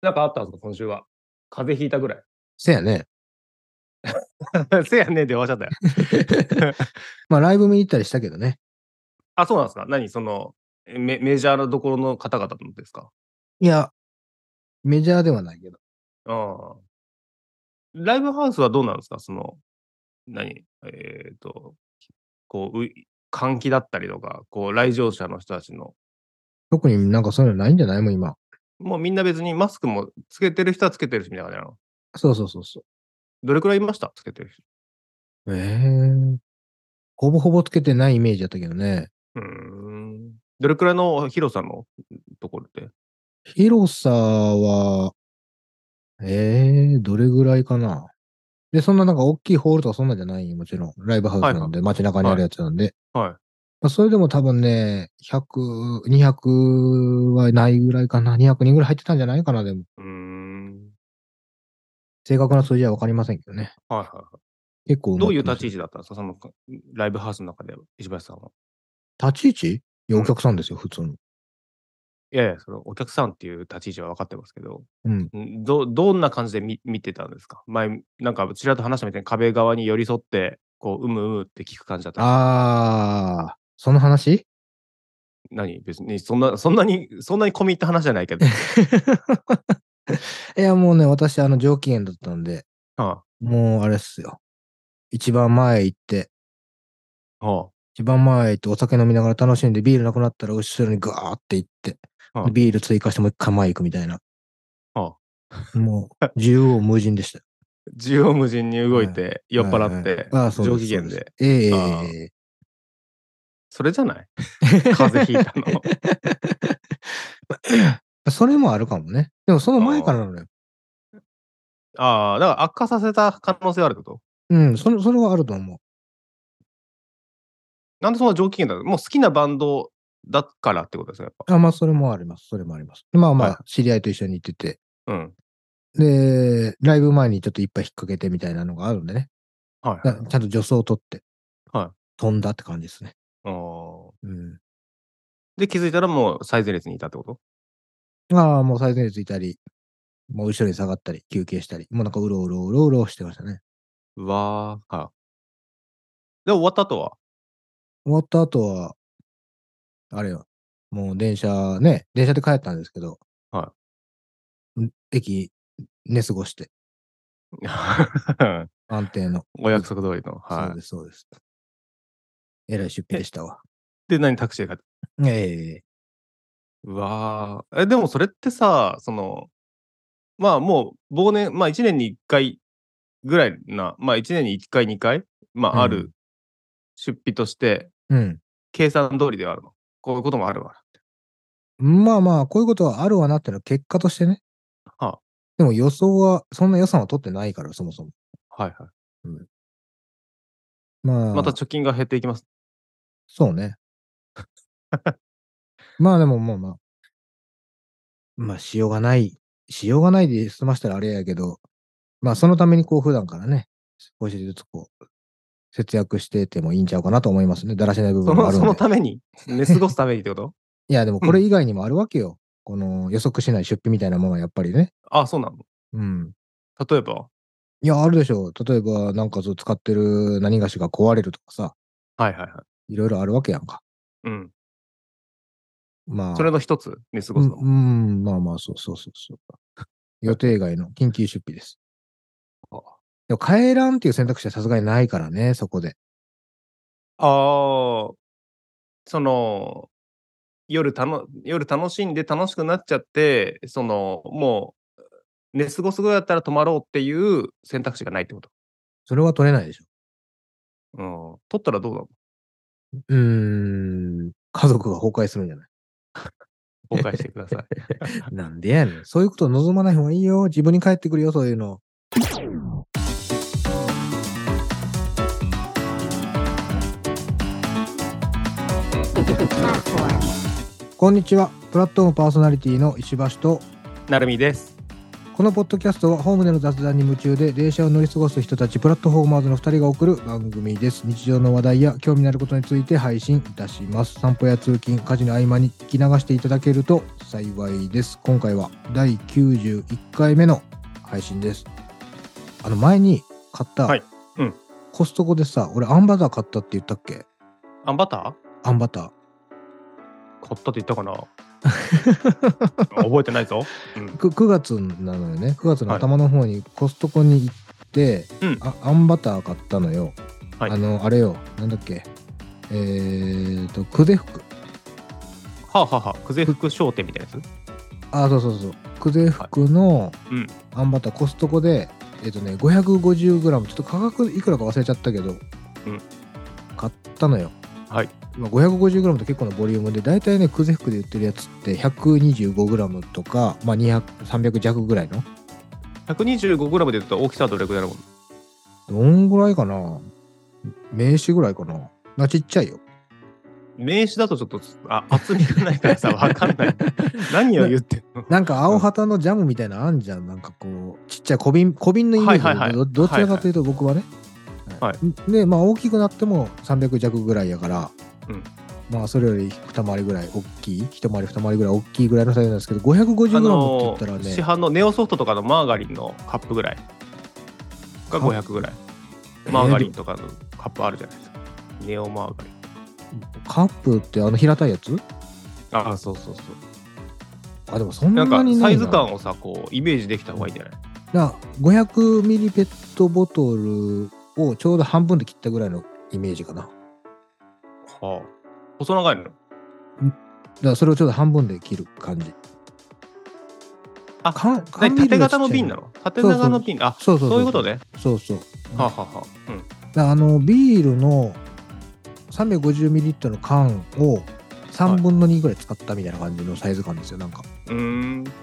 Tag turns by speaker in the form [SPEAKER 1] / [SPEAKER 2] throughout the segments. [SPEAKER 1] なんかあったんですか、今週は。風邪ひいたぐらい。
[SPEAKER 2] せやね。
[SPEAKER 1] せやねんで終わっちゃったよ。
[SPEAKER 2] まあ、ライブ見に行ったりしたけどね。
[SPEAKER 1] あ、そうなんですか何そのえメ、メジャーのどころの方々のですか
[SPEAKER 2] いや、メジャーではないけど。
[SPEAKER 1] ああ。ライブハウスはどうなんですかその、何えっ、と、こう、うい換気だったりとか、こう、来場者の人たちの、
[SPEAKER 2] 特になんかそういうのないんじゃないもう今。
[SPEAKER 1] もうみんな別にマスクもつけてる人はつけてるし、みたいな感じなの。
[SPEAKER 2] そうそうそうそ
[SPEAKER 1] どれくらいいましたつけてる人。
[SPEAKER 2] う。ええほぼほぼつけてないイメージだったけどね。
[SPEAKER 1] うーん。どれくらいの広さのところで。
[SPEAKER 2] 広さは、ええどれぐらいかな。で、そんななんか大きいホールとかそんなんじゃないよもちろん。ライブハウスなんで、街中にあるやつなんで。
[SPEAKER 1] は
[SPEAKER 2] まあ、それでも多分ね、100、200はないぐらいかな。200人ぐらい入ってたんじゃないかな、でも。
[SPEAKER 1] い。うーん。
[SPEAKER 2] 正確な数字はわかりませんけどね。
[SPEAKER 1] はいはいは
[SPEAKER 2] 結構埋
[SPEAKER 1] い。
[SPEAKER 2] ま
[SPEAKER 1] ど
[SPEAKER 2] っ
[SPEAKER 1] う
[SPEAKER 2] て
[SPEAKER 1] いう
[SPEAKER 2] ま
[SPEAKER 1] 立
[SPEAKER 2] す
[SPEAKER 1] ち位置だったんですかそのライブハウスの中で、石橋さんは。
[SPEAKER 2] 立ち位置いや、お客さんですよ、普通の。
[SPEAKER 1] いやいや、そのお客さんっていう立ち位置は分かってますけど、
[SPEAKER 2] うん。
[SPEAKER 1] んどどんな感じで見見てたんですか前、なんかちらっと話したみたいに壁側に寄り添って、こう、うむうむって聞く感じだったんですか
[SPEAKER 2] あー、その話
[SPEAKER 1] 何別に、そんな、そんなに、そんなに込み入った話じゃないけ ど。
[SPEAKER 2] いや、もうね、私、あの、上機嫌だったんで、
[SPEAKER 1] は
[SPEAKER 2] もう、あれっすよ。一番前行って、
[SPEAKER 1] あ、は
[SPEAKER 2] 一番前行ってお酒飲みながら楽しんで、ビールなくなったら後ろにガーって行って、
[SPEAKER 1] はあ
[SPEAKER 2] でビール追加してもう一回前行くみたいな。
[SPEAKER 1] は
[SPEAKER 2] もう、縦横無尽でしたよ。
[SPEAKER 1] あ、縦横無尽に動いて、 酔っ払って、
[SPEAKER 2] ああそう
[SPEAKER 1] 上
[SPEAKER 2] す
[SPEAKER 1] 機嫌で
[SPEAKER 2] そうすえええ
[SPEAKER 1] ああ
[SPEAKER 2] ええ
[SPEAKER 1] それじゃない風邪ひいたの。
[SPEAKER 2] えそれもあるかもね。でもその前からなのよ。
[SPEAKER 1] ああ、だから悪化させた可能性はあるってこと
[SPEAKER 2] うん、それそれはあると思う。
[SPEAKER 1] なんでそんな上機嫌だもう好きなバンドだからってことですよ、やっ
[SPEAKER 2] あ、まあ、それもあります。それもあります。まあま
[SPEAKER 1] は
[SPEAKER 2] あ、知り合いと一緒に行ってて、
[SPEAKER 1] ぱ。うん。
[SPEAKER 2] で、ライブ前にちょっといっぱい引っ掛けてみたいなのがあるんでね。
[SPEAKER 1] はいはい、
[SPEAKER 2] だちゃんと助走を取って、
[SPEAKER 1] は
[SPEAKER 2] 飛んだって感じですね。
[SPEAKER 1] あー
[SPEAKER 2] うん。
[SPEAKER 1] で、気づいたらもう最前列にいたってこと
[SPEAKER 2] ああ、もう最前列いたり、もう後ろに下がったり、休憩したり、もうなんかうろうろうろうろしてましたね。
[SPEAKER 1] うわーか。で、終わった後は
[SPEAKER 2] 終わった後は、あれよ、もう電車ね、電車で帰ったんですけど、。
[SPEAKER 1] はい
[SPEAKER 2] 駅、寝過ごして、安定の。
[SPEAKER 1] お約束通りの。
[SPEAKER 2] そう
[SPEAKER 1] はい。
[SPEAKER 2] です、そうです。えらい出費でしたわ。
[SPEAKER 1] で、何タクシーで帰った
[SPEAKER 2] ええ
[SPEAKER 1] うわーえ、でもそれってさ、その、まあもう忘年、まあ1年に1回ぐらいな、まあ1年に1回、2回、まああ
[SPEAKER 2] う
[SPEAKER 1] る
[SPEAKER 2] ん
[SPEAKER 1] 出費として、
[SPEAKER 2] うん。
[SPEAKER 1] 計算通りではあるの。こういうこともあるわ。
[SPEAKER 2] まあまあ、こういうことはあるわなっていうのは結果としてね。
[SPEAKER 1] はあ
[SPEAKER 2] でも予想は、そんな予算は取ってないから、そもそも。
[SPEAKER 1] はいは
[SPEAKER 2] まあ、
[SPEAKER 1] い。また貯金が減っていきます。
[SPEAKER 2] そ うね。まあでもまあまあ。まあ、しようがない。しようがないで済ましたらあれやけど、まあそのためにこう普段からね、少しずつこう、節約しててもいいんちゃうかなと思いますね。だらしない部
[SPEAKER 1] そ
[SPEAKER 2] 分も
[SPEAKER 1] の
[SPEAKER 2] あるん
[SPEAKER 1] そ
[SPEAKER 2] で。
[SPEAKER 1] のために、寝過ごすためにってこと
[SPEAKER 2] いや、でもこれ以外にもあるわけよ。この予測しない出費みたいなものはやっぱりね。
[SPEAKER 1] あ、そうなの
[SPEAKER 2] うん。
[SPEAKER 1] 例えば
[SPEAKER 2] いや、あるでしょう。例えば、なんかそう使ってる何菓子が壊れるとかさ、
[SPEAKER 1] はいはいはい。
[SPEAKER 2] いろいろあるわけやんか。
[SPEAKER 1] うん。
[SPEAKER 2] まあ。
[SPEAKER 1] それの一つ、寝過ごすのも。
[SPEAKER 2] うん、うんまあまあ、そうそうそうそう。予定外の緊急出費です
[SPEAKER 1] あ。
[SPEAKER 2] でも帰らんっていう選択肢はさすがにないからね、そこで。
[SPEAKER 1] ああ、その、夜たの、夜楽しんで楽しくなっちゃって、その、もう、寝過ごすぐらいだったら泊まろうっていう選択肢がないってこと。
[SPEAKER 2] それは取れないでしょ。
[SPEAKER 1] うん。取ったらどうなの
[SPEAKER 2] うーん、家族が崩壊するんじゃない
[SPEAKER 1] 崩壊してください。
[SPEAKER 2] なんでやねん。そういうことを望まない方がいいよ。自分に返ってくるよ、そういうの。こんにちは。プラットフォームパーソナリティの石橋と
[SPEAKER 1] なるみです。
[SPEAKER 2] このポッドキャストはホームでの雑談に夢中で電車を乗り過ごす人たちプラットフォーマーズの2人が送る番組です日常の話題や興味のあることについて配信いたします散歩や通勤家事の合間に聞き流していただけると幸いです今回は第91回目の配信ですあの前に買った、
[SPEAKER 1] はいうん
[SPEAKER 2] コストコでさ俺あんバター買ったって言ったっけ
[SPEAKER 1] あんバター
[SPEAKER 2] あんバター
[SPEAKER 1] 買ったって言ったか な覚えてないぞ。うん、
[SPEAKER 2] く9月なのよね9月の頭の方にコストコに行って、
[SPEAKER 1] うん
[SPEAKER 2] ああんバター買ったのよ、
[SPEAKER 1] はい
[SPEAKER 2] あのあれよなんだっけえー、と久世福
[SPEAKER 1] はあ、はあはあ、久世福商店みたいなや
[SPEAKER 2] あそうそうそう久世福の
[SPEAKER 1] いうん
[SPEAKER 2] あんバターコストコでえっ、とね 550g ちょっと価格いくらか忘れちゃったけど、
[SPEAKER 1] うん
[SPEAKER 2] 買ったのよ
[SPEAKER 1] はい
[SPEAKER 2] まあ 550g って結構なボリュームで大体ね久世福で売ってるやつって 125g とか、まあ、200 300弱ぐらいの
[SPEAKER 1] つ ?125g で言うと大きさはどれくらいなもの
[SPEAKER 2] どんぐらいかな名刺ぐらいかななちっちゃいよ。
[SPEAKER 1] 名刺だとちょっとあ厚みがないからさ、わかん ない。何を言ってんの
[SPEAKER 2] なんか青旗のジャムみたいなのあんじゃん。なんかこう、ちっちゃい小瓶、小瓶のイメージで、
[SPEAKER 1] はいはいはい
[SPEAKER 2] どどちらかというと僕はね。
[SPEAKER 1] はい
[SPEAKER 2] で、まあ大きくなっても300弱ぐらいやから、
[SPEAKER 1] うん
[SPEAKER 2] まあそれより二回りぐらい大きい、一回り二回りぐらい大きいぐらいのサイズなんですけど、550
[SPEAKER 1] あ
[SPEAKER 2] グラムって言
[SPEAKER 1] の
[SPEAKER 2] ったらね、
[SPEAKER 1] 市販のネオソフトとかのマーガリンのカップぐらいが500ぐらい。マーガリンとかのカップあるじゃないですか。ネオマーガリン。
[SPEAKER 2] カップってあの平たいやつ
[SPEAKER 1] ああ、そうそうそう。
[SPEAKER 2] あ、でもそんな
[SPEAKER 1] な
[SPEAKER 2] に
[SPEAKER 1] ん
[SPEAKER 2] ない
[SPEAKER 1] か
[SPEAKER 2] な
[SPEAKER 1] サイズ感をさ、こう、イメージできた方がいいんじゃない
[SPEAKER 2] な500ミリペットボトルをちょうど半分で切ったぐらいのイメージかな。だか
[SPEAKER 1] はあ。細長いの
[SPEAKER 2] らそれをちょうど半分で切る感じ。
[SPEAKER 1] あ
[SPEAKER 2] 缶缶
[SPEAKER 1] 何
[SPEAKER 2] ビー
[SPEAKER 1] 縦
[SPEAKER 2] ルが
[SPEAKER 1] 型の瓶な
[SPEAKER 2] ちっちゃい
[SPEAKER 1] の縦長の瓶。あ、
[SPEAKER 2] そうそう
[SPEAKER 1] そういうことね。
[SPEAKER 2] そうそう。
[SPEAKER 1] はあ、はあはあ、うん。
[SPEAKER 2] だからあのビールの350ミリリットルの缶を3分の2ぐらい使ったみたいな感じのサイズ感ですよ。なんか、
[SPEAKER 1] うーん。
[SPEAKER 2] なん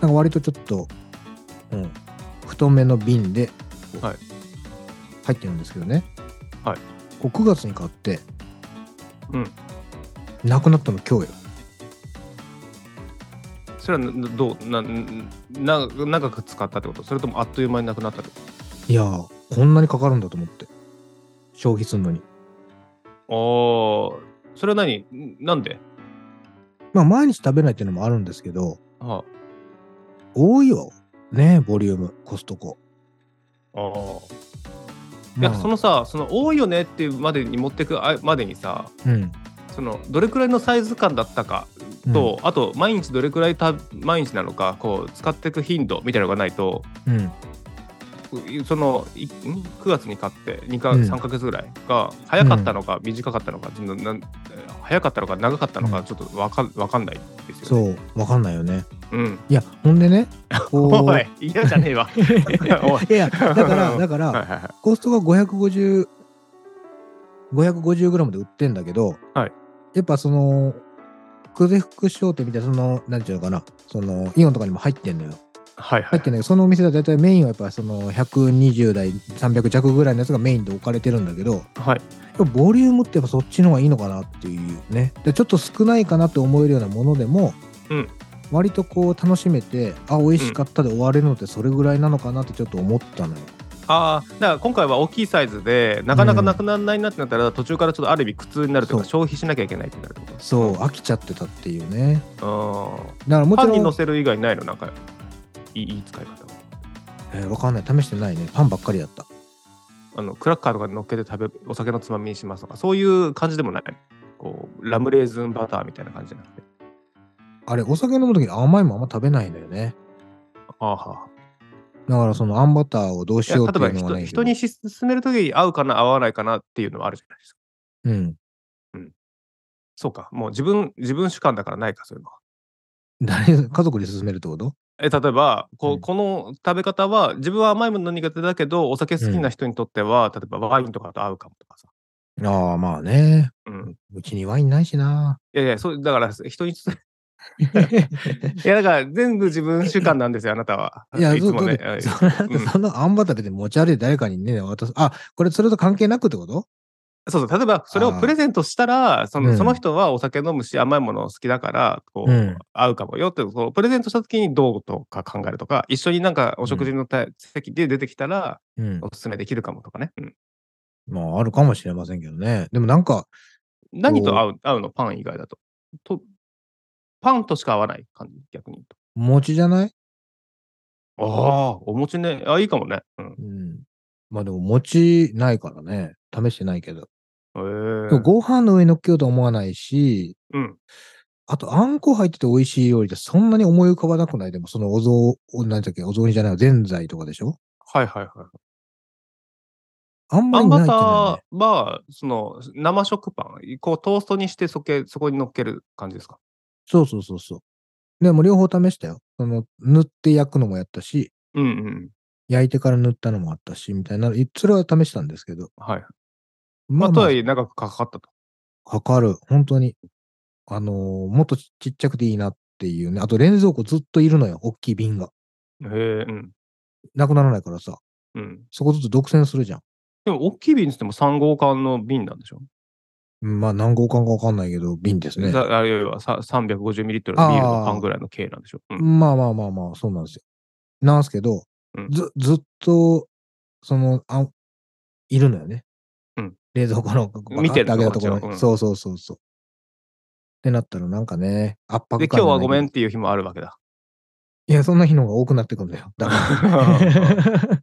[SPEAKER 2] か割とちょっと、うん、太めの瓶で、こう
[SPEAKER 1] はい
[SPEAKER 2] 入ってるんですけどね。
[SPEAKER 1] はい。
[SPEAKER 2] こう9月に買って、
[SPEAKER 1] うん。
[SPEAKER 2] なくなったの今日よ。
[SPEAKER 1] それはなどうなな長く使ったってことそれともあっという間になくなったってこ
[SPEAKER 2] いやーこんなにかかるんだと思って消費するのに
[SPEAKER 1] とああ、それは何んなんで
[SPEAKER 2] まあ毎日食べないっていうのもあるんですけど
[SPEAKER 1] は
[SPEAKER 2] 多いよねボリュームコストコ、
[SPEAKER 1] あ。ああ。い
[SPEAKER 2] ま
[SPEAKER 1] や、
[SPEAKER 2] あ、
[SPEAKER 1] そのさ、その多いよねっていうまでに持ってくあまでにさ、
[SPEAKER 2] うん
[SPEAKER 1] そのどれくらいのサイズ感だったかと、あと毎日どれくらいた毎日なのか、こう使っていく頻度みたいなのがないと、
[SPEAKER 2] うん、うん
[SPEAKER 1] うそのいん9月に買って2か
[SPEAKER 2] うん
[SPEAKER 1] 3か月ぐらいが早かったのか短かったのか、ちょっとなん早かったのか長かったの
[SPEAKER 2] う
[SPEAKER 1] か
[SPEAKER 2] ん
[SPEAKER 1] ちょっとわかんわかんないですよね。
[SPEAKER 2] そうわかんないよね
[SPEAKER 1] うん、
[SPEAKER 2] いやほんでねこ
[SPEAKER 1] お
[SPEAKER 2] う
[SPEAKER 1] い嫌じゃね えわ。おい
[SPEAKER 2] いやいやだ からだか
[SPEAKER 1] はいはい
[SPEAKER 2] ら
[SPEAKER 1] は
[SPEAKER 2] コストコは550 550g で売ってんだけど、
[SPEAKER 1] はい
[SPEAKER 2] やっぱその久世福商店みたいなそのなんていうのかなそのイオンとかにも入ってんのよ
[SPEAKER 1] いは
[SPEAKER 2] 入っ
[SPEAKER 1] い
[SPEAKER 2] てないそのお店では大体メインはやっぱその120台300弱ぐらいのやつがメインで置かれてるんだけどやっ
[SPEAKER 1] はい。
[SPEAKER 2] ぱボリュームってやっぱそっちの方がいいのかなっていうねでちょっと少ないかなって思えるようなものでも、
[SPEAKER 1] うん
[SPEAKER 2] 割とこう楽しめてあ美味しかったで終われるのってそれぐらいなのかなってちょっと思ったのよ、
[SPEAKER 1] ああだから今回は大きいサイズでなかなかなくならないなってなったら、途中からちょっとある意味苦痛になるというか消費しなきゃいけないってなるってこと
[SPEAKER 2] そう飽きちゃってたっていうね
[SPEAKER 1] う
[SPEAKER 2] だから
[SPEAKER 1] ん
[SPEAKER 2] もち
[SPEAKER 1] パンに
[SPEAKER 2] ろ
[SPEAKER 1] 乗
[SPEAKER 2] ん、
[SPEAKER 1] せる以外ないのなんかいいいい使い方は
[SPEAKER 2] えーわかんない試してないねパンばっかりだった
[SPEAKER 1] あのクラッカーとかに乗っけて食べお酒のつまみにしますとかそういう感じでもないこうラムレーズンバターみたいな感じじゃなくて
[SPEAKER 2] あれお酒飲む時に甘いもんあんま食べないのよね
[SPEAKER 1] ああはあ
[SPEAKER 2] だからそのあんバターをどう
[SPEAKER 1] い
[SPEAKER 2] し
[SPEAKER 1] や
[SPEAKER 2] よう
[SPEAKER 1] 例
[SPEAKER 2] って
[SPEAKER 1] え
[SPEAKER 2] い
[SPEAKER 1] ば
[SPEAKER 2] うの
[SPEAKER 1] 人
[SPEAKER 2] はね
[SPEAKER 1] 人に勧めるときに合うかな合わないかなっていうのはあるじゃないですか
[SPEAKER 2] うん
[SPEAKER 1] そうかもう自分自分主観だからないかそういうのは
[SPEAKER 2] 誰家族に勧めるってこと
[SPEAKER 1] え例えばこ,、
[SPEAKER 2] う
[SPEAKER 1] うんこの食べ方は自分は甘いもの苦手だけどお酒好きな人にとっては、例えばワインとかと合うかもとかさ、
[SPEAKER 2] ああ、まあね。
[SPEAKER 1] うん、
[SPEAKER 2] うちにワインないし な。
[SPEAKER 1] いやいやそうだから人 にいやだから全部自分主観なんですよあなたは
[SPEAKER 2] いや、
[SPEAKER 1] いつ
[SPEAKER 2] そう
[SPEAKER 1] もね
[SPEAKER 2] だってそんな
[SPEAKER 1] うん
[SPEAKER 2] そんなあんバター別に持ち歩いて誰かにね、渡す。あ、これそれと関係なくってこと
[SPEAKER 1] そうそう、例えばそれをプレゼントしたら、そ
[SPEAKER 2] うん
[SPEAKER 1] のその人はお酒飲むし、甘いもの好きだから、こう、
[SPEAKER 2] うん
[SPEAKER 1] 合うかもよって、こうプレゼントした時にどうとか考えるとか、一緒になんかお食事のた、席で出てきたら、
[SPEAKER 2] うん
[SPEAKER 1] お。すすめできるかもとかね。うん、
[SPEAKER 2] まあ、あるかもしれませんけどね。でもなんか、
[SPEAKER 1] 何と合う合うのパン以外だとと。パンとしか合わない感じ、逆に言うと。
[SPEAKER 2] 餅じゃない
[SPEAKER 1] ああ、お餅ね。あ、いいかもね。うん
[SPEAKER 2] うん。まあでも、餅ないからね。試してないけど。
[SPEAKER 1] へ
[SPEAKER 2] でも
[SPEAKER 1] ー。
[SPEAKER 2] ご飯の上に乗っけようと思わないし、
[SPEAKER 1] うん。
[SPEAKER 2] あと、あんこ入ってて美味しい料理ってそんなに思い浮かばなくないでも、そのお雑、おなんだっけ、お雑煮じゃない、ぜんざいとかでしょ
[SPEAKER 1] はいはいはい。
[SPEAKER 2] あんま
[SPEAKER 1] あ
[SPEAKER 2] り
[SPEAKER 1] ん
[SPEAKER 2] な
[SPEAKER 1] バ
[SPEAKER 2] いって
[SPEAKER 1] タ
[SPEAKER 2] の
[SPEAKER 1] ー
[SPEAKER 2] は
[SPEAKER 1] は、その生食パン、こうトーストにしてそけそこに乗っける感じですか
[SPEAKER 2] そうそうそうそう。でも、両方試したよ。その、塗って焼くのもやったし、
[SPEAKER 1] うんうん。
[SPEAKER 2] 焼いてから塗ったのもあったし、みたいな、いそれは試したんですけど。
[SPEAKER 1] はい。
[SPEAKER 2] ま
[SPEAKER 1] ま
[SPEAKER 2] あ、
[SPEAKER 1] あ、と
[SPEAKER 2] ま
[SPEAKER 1] はいえ長くかかったと。
[SPEAKER 2] あ、かかる。本当に。あのーもっとちちっちゃくていいなっていうね。あと、冷蔵庫ずっといるのよ。大きい瓶が。
[SPEAKER 1] へえ、うん。
[SPEAKER 2] なくならないからさ。
[SPEAKER 1] うん。
[SPEAKER 2] そこずつ独占するじゃん。
[SPEAKER 1] でも、大きい瓶って言っても3号館の瓶なんでしょ、
[SPEAKER 2] うんまあ、何号館かわかんないけど、瓶ですね。
[SPEAKER 1] ざあるいはさ350ミリリットルのビールの缶ぐらいの軽なんでしょ、うん、
[SPEAKER 2] まあまあまあまあ、そうなんですよ。なんすけど、
[SPEAKER 1] うん
[SPEAKER 2] ず、ずっと、その、あ、いるのよね。
[SPEAKER 1] うん
[SPEAKER 2] 冷蔵庫の、
[SPEAKER 1] 見てる
[SPEAKER 2] だ
[SPEAKER 1] の
[SPEAKER 2] けたところ
[SPEAKER 1] こっちは
[SPEAKER 2] に。
[SPEAKER 1] うん
[SPEAKER 2] そうそうそうそう。ってなったらなんかね、圧迫感
[SPEAKER 1] で、今日はごめん
[SPEAKER 2] じゃない
[SPEAKER 1] っ
[SPEAKER 2] け
[SPEAKER 1] ていう日もあるわけだ。
[SPEAKER 2] ど。いや、そんな日の方が多くなってくんだよ。だから。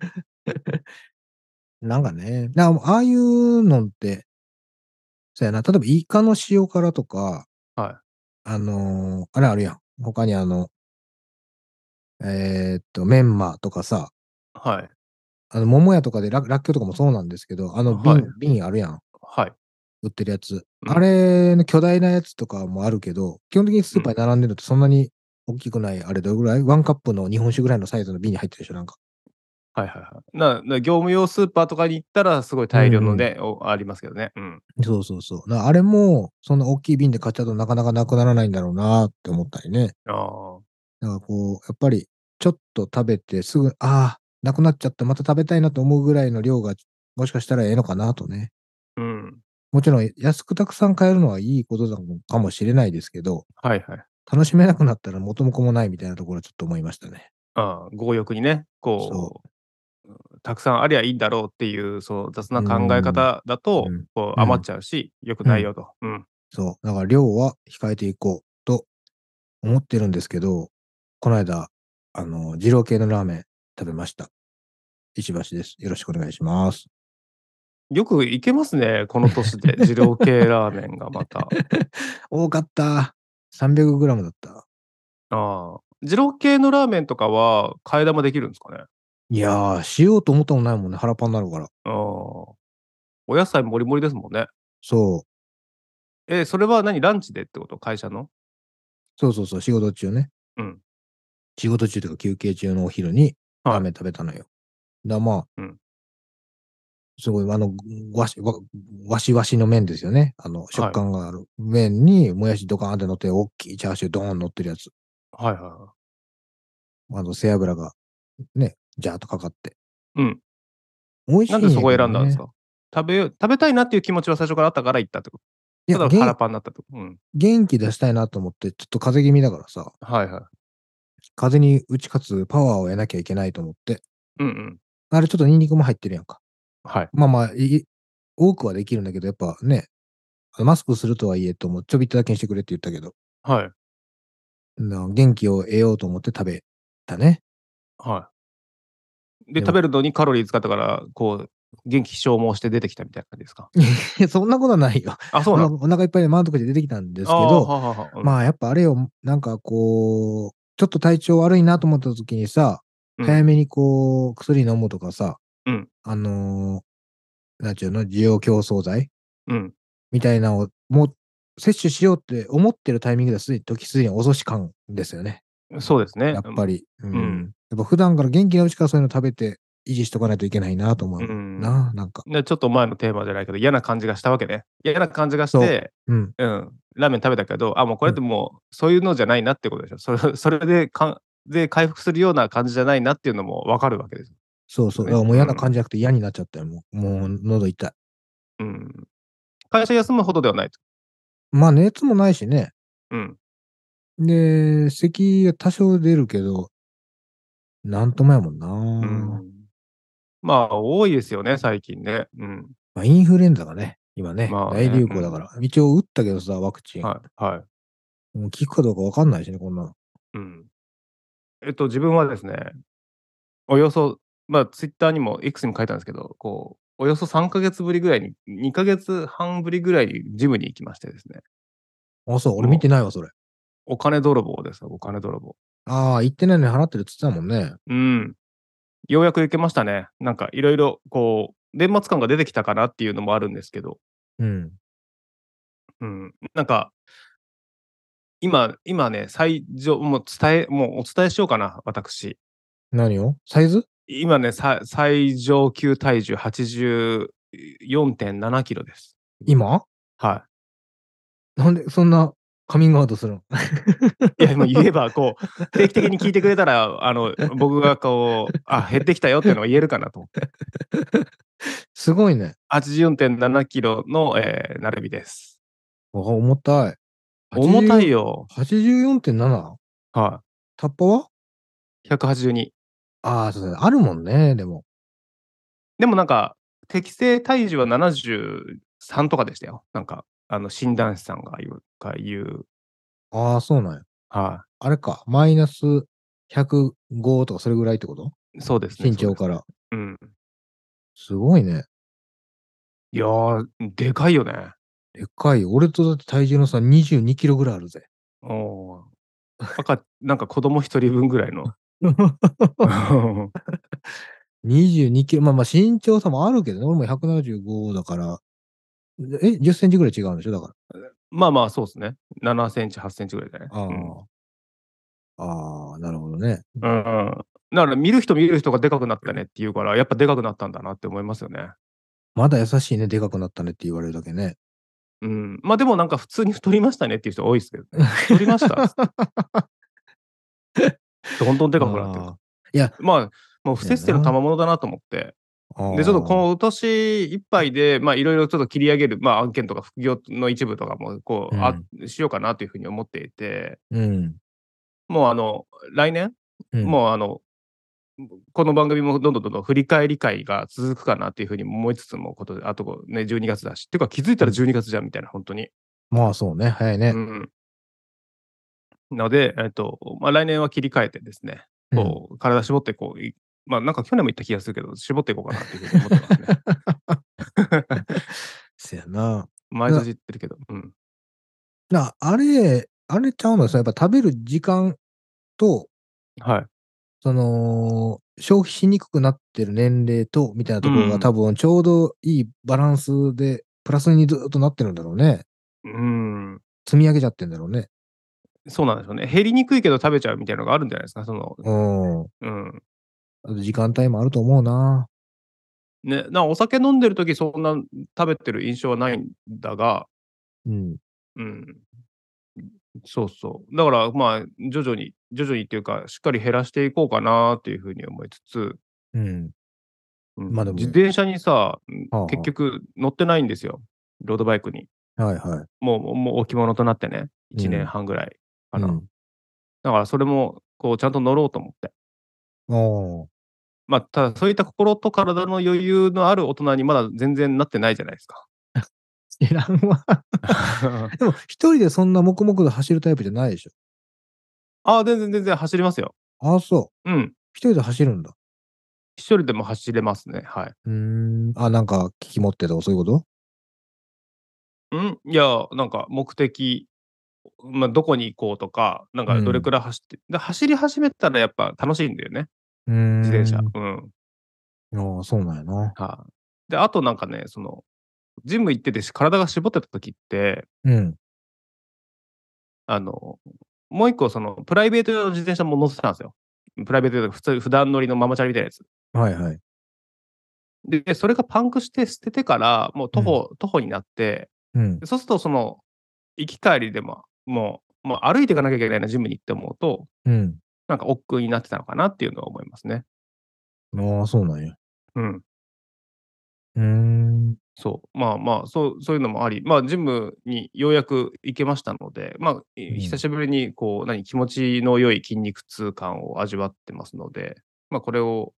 [SPEAKER 2] なんかね、だからああいうのって、そうやな、例えばイカの塩辛とか、
[SPEAKER 1] はい
[SPEAKER 2] あのーあれあるやん。他にあの、えーっと、メンマとかさ、
[SPEAKER 1] はい。
[SPEAKER 2] あの、桃屋とかでら、らっきょうとかもそうなんですけど、あの瓶、
[SPEAKER 1] はい
[SPEAKER 2] 瓶あるやん。
[SPEAKER 1] はい。
[SPEAKER 2] 売ってるや
[SPEAKER 1] う
[SPEAKER 2] つ。
[SPEAKER 1] ん
[SPEAKER 2] あれの巨大なやつとかもあるけど、基本的にスーパーに並んでるとそんなに大きくない、あれどれぐらいワンカップの日本酒ぐらいのサイズの瓶に入ってるでしょ、なんか。
[SPEAKER 1] はいはいはい。な、な業務用スーパーとかに行ったら、すごい大量のね、おありますけどね。うん。
[SPEAKER 2] そうそうそう。なあれも、そんな大きい瓶で買っちゃうとなかなかなくならないんだろうなって思ったりね。
[SPEAKER 1] ああ。
[SPEAKER 2] だからこう、やっぱり、ちょっと食べてすぐ、ああ、なくなっちゃった、また食べたいなと思うぐらいの量が、もしかしたらええのかなとね。
[SPEAKER 1] うん。
[SPEAKER 2] もちろん安くたくさん買えるのはいいことなのかもしれないですけど、
[SPEAKER 1] はいはい。
[SPEAKER 2] 楽しめなくなったら元も子もないみたいなところはちょっと思いましたね。
[SPEAKER 1] ああ強欲にね、こうたくさんありゃいいんだろうっていう、その雑な考え方だと、
[SPEAKER 2] うん
[SPEAKER 1] こ
[SPEAKER 2] うん
[SPEAKER 1] う余っちゃうし、良くないよと。うん。
[SPEAKER 2] そう。だから量は控えていこうと思ってるんですけど、この間、あの、二郎系のラーメン食べました。石橋です。よろしくお願いします。
[SPEAKER 1] よくいけますね、この年で、 二郎系ラーメンがまた。
[SPEAKER 2] 多かった。300g だった。
[SPEAKER 1] ああ二郎系のラーメンとかは、替え玉できるんですかね。
[SPEAKER 2] いやー、しようと思ったもんないもんね。腹パンになるから。
[SPEAKER 1] ああお野菜もりもりですもんね。
[SPEAKER 2] そう。
[SPEAKER 1] え、それは何ランチでってこと会社の
[SPEAKER 2] そうそうそう。仕事中ね。
[SPEAKER 1] うん。
[SPEAKER 2] 仕事中というか休憩中のお昼に
[SPEAKER 1] はい
[SPEAKER 2] ラーメン食べたのよ。だからまあ、
[SPEAKER 1] うん
[SPEAKER 2] すごい、あの、わし、わわしわしの麺ですよね。あの、食感がある麺に、もやしドカーンって乗って、大きいチャーシュードーン乗ってるやつ。
[SPEAKER 1] はいはいは
[SPEAKER 2] あの、背脂が、ね、ジャーっとかかって。
[SPEAKER 1] うん。
[SPEAKER 2] 美味し
[SPEAKER 1] い。
[SPEAKER 2] い、
[SPEAKER 1] なんでそこ選んだんです
[SPEAKER 2] か
[SPEAKER 1] か食べよう食べたいなっていう気持ちは最初からあったから行ったってこ
[SPEAKER 2] い
[SPEAKER 1] と。ただ
[SPEAKER 2] や
[SPEAKER 1] 腹
[SPEAKER 2] 元、
[SPEAKER 1] パンになったってこと。うん。
[SPEAKER 2] 元気出したいなと思って、ちょっと風邪気味だからさ、
[SPEAKER 1] はいはい。
[SPEAKER 2] 風邪に打ち勝つパワーを得なきゃいけないと思って、
[SPEAKER 1] うんうん。
[SPEAKER 2] あれちょっとニンニクも入ってるやんか。
[SPEAKER 1] はい。
[SPEAKER 2] まあまあ、いい多くはできるんだけど、やっぱね、マスクするとはいえと、もうちょびっとだけにしてくれって言ったけど、
[SPEAKER 1] はい。
[SPEAKER 2] な元気を得ようと思って食べたね。
[SPEAKER 1] はい。で、
[SPEAKER 2] でも
[SPEAKER 1] 食べるのにカロリー使ったから、こう、元気消耗して出てきたみたいな感じですか。
[SPEAKER 2] いやそんなことはないよ。
[SPEAKER 1] あ、そう
[SPEAKER 2] お
[SPEAKER 1] な
[SPEAKER 2] 腹
[SPEAKER 1] の
[SPEAKER 2] お腹いっぱいで満足して出てきたんですけ
[SPEAKER 1] あー
[SPEAKER 2] ど、
[SPEAKER 1] ははは
[SPEAKER 2] まあやっぱあれよ、なんかこう、ちょっと体調悪いなと思った時にさ、
[SPEAKER 1] うん
[SPEAKER 2] 早めにこう、薬飲むとかさ、
[SPEAKER 1] うん
[SPEAKER 2] あのーなんちゅうの、需要競争剤
[SPEAKER 1] うん。うん
[SPEAKER 2] みたいなのを、もう摂取しようって思ってるタイミングですでに時すでに遅し感ですよね。
[SPEAKER 1] そうですね。
[SPEAKER 2] やっぱり。うん。
[SPEAKER 1] ん
[SPEAKER 2] やっぱ普段から元気なうちからそういうの食べて維持しとかないといけないなと思う。
[SPEAKER 1] うん
[SPEAKER 2] なあ、なんか。
[SPEAKER 1] でちょっと前のテーマじゃないけど、嫌な感じがしたわけね。嫌な感じがして、
[SPEAKER 2] うん。
[SPEAKER 1] うん、ラーメン食べたけど、あ、もうこれってもう、そういうのじゃないなってことでしょ。それ それでかんで回復するような感じじゃないなっていうのも分かるわけです。
[SPEAKER 2] そうそう。
[SPEAKER 1] ね
[SPEAKER 2] だからもう嫌な感じじゃなくて嫌になっちゃったよ。もう、もう喉痛
[SPEAKER 1] う
[SPEAKER 2] い。
[SPEAKER 1] ん。会社休むほどではないと。
[SPEAKER 2] まあ、熱もないしね。
[SPEAKER 1] うん。
[SPEAKER 2] で、咳が多少出るけど、なんともやもんな、
[SPEAKER 1] うん、まあ、多いですよね、最近ね。うん。
[SPEAKER 2] まあ、インフルエンザがね、今ね、
[SPEAKER 1] まあね
[SPEAKER 2] 大流行だから。一応打ったけどさ、ワクチン。
[SPEAKER 1] はい。はい。
[SPEAKER 2] もう効くかどうかわかんないしね、こんなの。
[SPEAKER 1] うん。えっと、自分はですね、およそ、まあ、ツイッターにも X にも書いたんですけど、こう、およそ3ヶ月ぶりぐらいに、2ヶ月半ぶりぐらいにジムに行きましてですね、
[SPEAKER 2] あ、そう、俺見てないわ、それ。
[SPEAKER 1] お金泥棒ですよ、お金泥棒。
[SPEAKER 2] ああ、行ってないのに払ってるって言ってたもんね。
[SPEAKER 1] うん。ようやく行けましたね。なんか、いろいろ、こう、年末感が出てきたかなっていうのもあるんですけど、
[SPEAKER 2] うん。
[SPEAKER 1] うん、なんか、今、今ね、最上、もう伝え、もうお伝えしようかな、私。
[SPEAKER 2] 何をサイズ
[SPEAKER 1] 今ね、さ最上級体重84.7キロです。
[SPEAKER 2] 今
[SPEAKER 1] は
[SPEAKER 2] なんでそんなカミングアウトするの
[SPEAKER 1] い。いや、今言えば、こう、定期的に聞いてくれたら、あの、僕がこう、あ、減ってきたよっていうのが言えるかなと思って。
[SPEAKER 2] すごいね。
[SPEAKER 1] 84.7キロの、えー、並びです。
[SPEAKER 2] わ重たい。
[SPEAKER 1] 重たい。よ。
[SPEAKER 2] 84.7?
[SPEAKER 1] は。
[SPEAKER 2] タッパはい
[SPEAKER 1] 182。
[SPEAKER 2] ああ、そうだね。あるもんね、でも。
[SPEAKER 1] でもなんか、適正体重は73とかでしたよ。なんか、あの、診断士さんが言う、が言う。
[SPEAKER 2] ああ、そうなんや。
[SPEAKER 1] は
[SPEAKER 2] あれか、マイナス105とかそれぐらいってこと
[SPEAKER 1] い。そうですね。
[SPEAKER 2] 身
[SPEAKER 1] そう
[SPEAKER 2] 長
[SPEAKER 1] です
[SPEAKER 2] から。
[SPEAKER 1] うん。
[SPEAKER 2] すごいね。
[SPEAKER 1] いやー、でかいよね。
[SPEAKER 2] でっかいよ。俺とだって体重の差22キロぐらいある ぜ。
[SPEAKER 1] おー赤 なんか子供一人分ぐらいの。
[SPEAKER 2] 22キロ。まあまあ身長差もあるけどね。俺も175だから。え、10センチぐらい違うんでしょだから。
[SPEAKER 1] まあまあ、そうですね。7センチ、8センチぐらいだね。
[SPEAKER 2] ああ、ああ、なるほどね。
[SPEAKER 1] うんうんうんだから見る人見る人がでかくなったねって言うから、やっぱでかくなったんだなって思いますよね。
[SPEAKER 2] まだ優しいね、でかくなったねって言われるだけね。
[SPEAKER 1] うん。まあでもなんか普通に太りましたねっていう人多いですけど、ね、太りましたっつってどんどんでかくなってる
[SPEAKER 2] あ。
[SPEAKER 1] まあ、もう不節制の賜物だなと思って。
[SPEAKER 2] ー
[SPEAKER 1] で、ちょっと今年いっぱいで、まあ、いろいろちょっと切り上げる、まあ、案件とか副業の一部とかも、こう、あしようかなというふうに思っていて、
[SPEAKER 2] うん。
[SPEAKER 1] もう、あの、来年、
[SPEAKER 2] うん
[SPEAKER 1] もう、あの、この番組もどんどんどんどん振り返り会が続くかなというふうに思いつつもことで、あとこうね、12月だし、っていうか気づいたら12月じゃんみたいな、本当に。
[SPEAKER 2] まあそうね、早いね。
[SPEAKER 1] うん。なので、えっと、まあ、来年は切り替えてですね、こう、体絞って、こう、いまあ、なんか去年も言った気がするけど、絞っていこうかなっていうふうに思ってますね。
[SPEAKER 2] せやな。
[SPEAKER 1] 毎年言ってるけど。うん。
[SPEAKER 2] な、あれ、あれちゃうのさ、やっぱ食べる時間と、
[SPEAKER 1] はい。
[SPEAKER 2] その、消費しにくくなってる年齢と、みたいなところ
[SPEAKER 1] う
[SPEAKER 2] が
[SPEAKER 1] ん
[SPEAKER 2] 多分ちょうどいいバランスで、プラスにずっとなってるんだろうね。
[SPEAKER 1] うん。
[SPEAKER 2] 積み上げちゃってるんだろうね。
[SPEAKER 1] そうなんでしょうね。減りにくいけど食べちゃうみたいなのがあるんじゃないですか。その、
[SPEAKER 2] うん。
[SPEAKER 1] うん。
[SPEAKER 2] あと時間帯もあると思うな。
[SPEAKER 1] ね、なんかお酒飲んでるときそんな食べてる印象はないんだが、
[SPEAKER 2] うん。
[SPEAKER 1] うん。そうそう。だから、まあ、徐々に、徐々にっていうか、しっかり減らしていこうかなっていうふうに思いつつ、
[SPEAKER 2] うん。
[SPEAKER 1] うん
[SPEAKER 2] まあでも
[SPEAKER 1] 自転車にさ、
[SPEAKER 2] はあはあ
[SPEAKER 1] 結局乗ってないんですよ。ロードバイクに。
[SPEAKER 2] はいはい。
[SPEAKER 1] もう、もうもう置物となってね。
[SPEAKER 2] うん
[SPEAKER 1] 1年半ぐらいかな。
[SPEAKER 2] うん
[SPEAKER 1] だから、それも、こう、ちゃんと乗ろうと思って。
[SPEAKER 2] おー
[SPEAKER 1] まあ、ただ、そういった心と体の余裕のある大人にまだ全然なってないじゃないですか。
[SPEAKER 2] 知らんわ。でも、一人でそんな黙々と走るタイプじゃないでしょ。
[SPEAKER 1] ああ、全然全然走りますよ。
[SPEAKER 2] ああ、そう。
[SPEAKER 1] うん。
[SPEAKER 2] 一人で走るんだ。
[SPEAKER 1] 一人でも走れますね。は
[SPEAKER 2] うーん。あ、なんか、聞き持ってとかそういうこと
[SPEAKER 1] い。んいや、なんか目的、まあ、どこに行こうとか、なんかどれくらい走って、で走り始めたらやっぱ楽しいんだよね、
[SPEAKER 2] うーん。
[SPEAKER 1] 自転車。うん。
[SPEAKER 2] ああ、そうなんやな。
[SPEAKER 1] はい。で、あとなんかね、その、ジム行っててし体が絞ってた時って、
[SPEAKER 2] うん。
[SPEAKER 1] あの、もう一個、その、プライベート用の自転車も乗せてたんですよ。プライベート用の普通、普段乗りのママチャリみたいなやつ。
[SPEAKER 2] はいはい。
[SPEAKER 1] で、それがパンクして捨ててから、もう徒歩、徒歩になって、
[SPEAKER 2] うん
[SPEAKER 1] で。そうすると、その、行き帰りでも、もう、もう歩いていかなきゃいけないな、ジムに行って思うと、
[SPEAKER 2] うん。
[SPEAKER 1] なんか億劫になってたのかなっていうのは思いますね。
[SPEAKER 2] ああ、そうなんや。
[SPEAKER 1] うん。
[SPEAKER 2] うーん。
[SPEAKER 1] そう。まあまあ、そう、そういうのもあり、まあ、ジムにようやく行けましたので、まあ、え
[SPEAKER 2] うん
[SPEAKER 1] 久しぶりに、こう、何、気持ちの良い筋肉痛感を味わってますので、まあ、これを、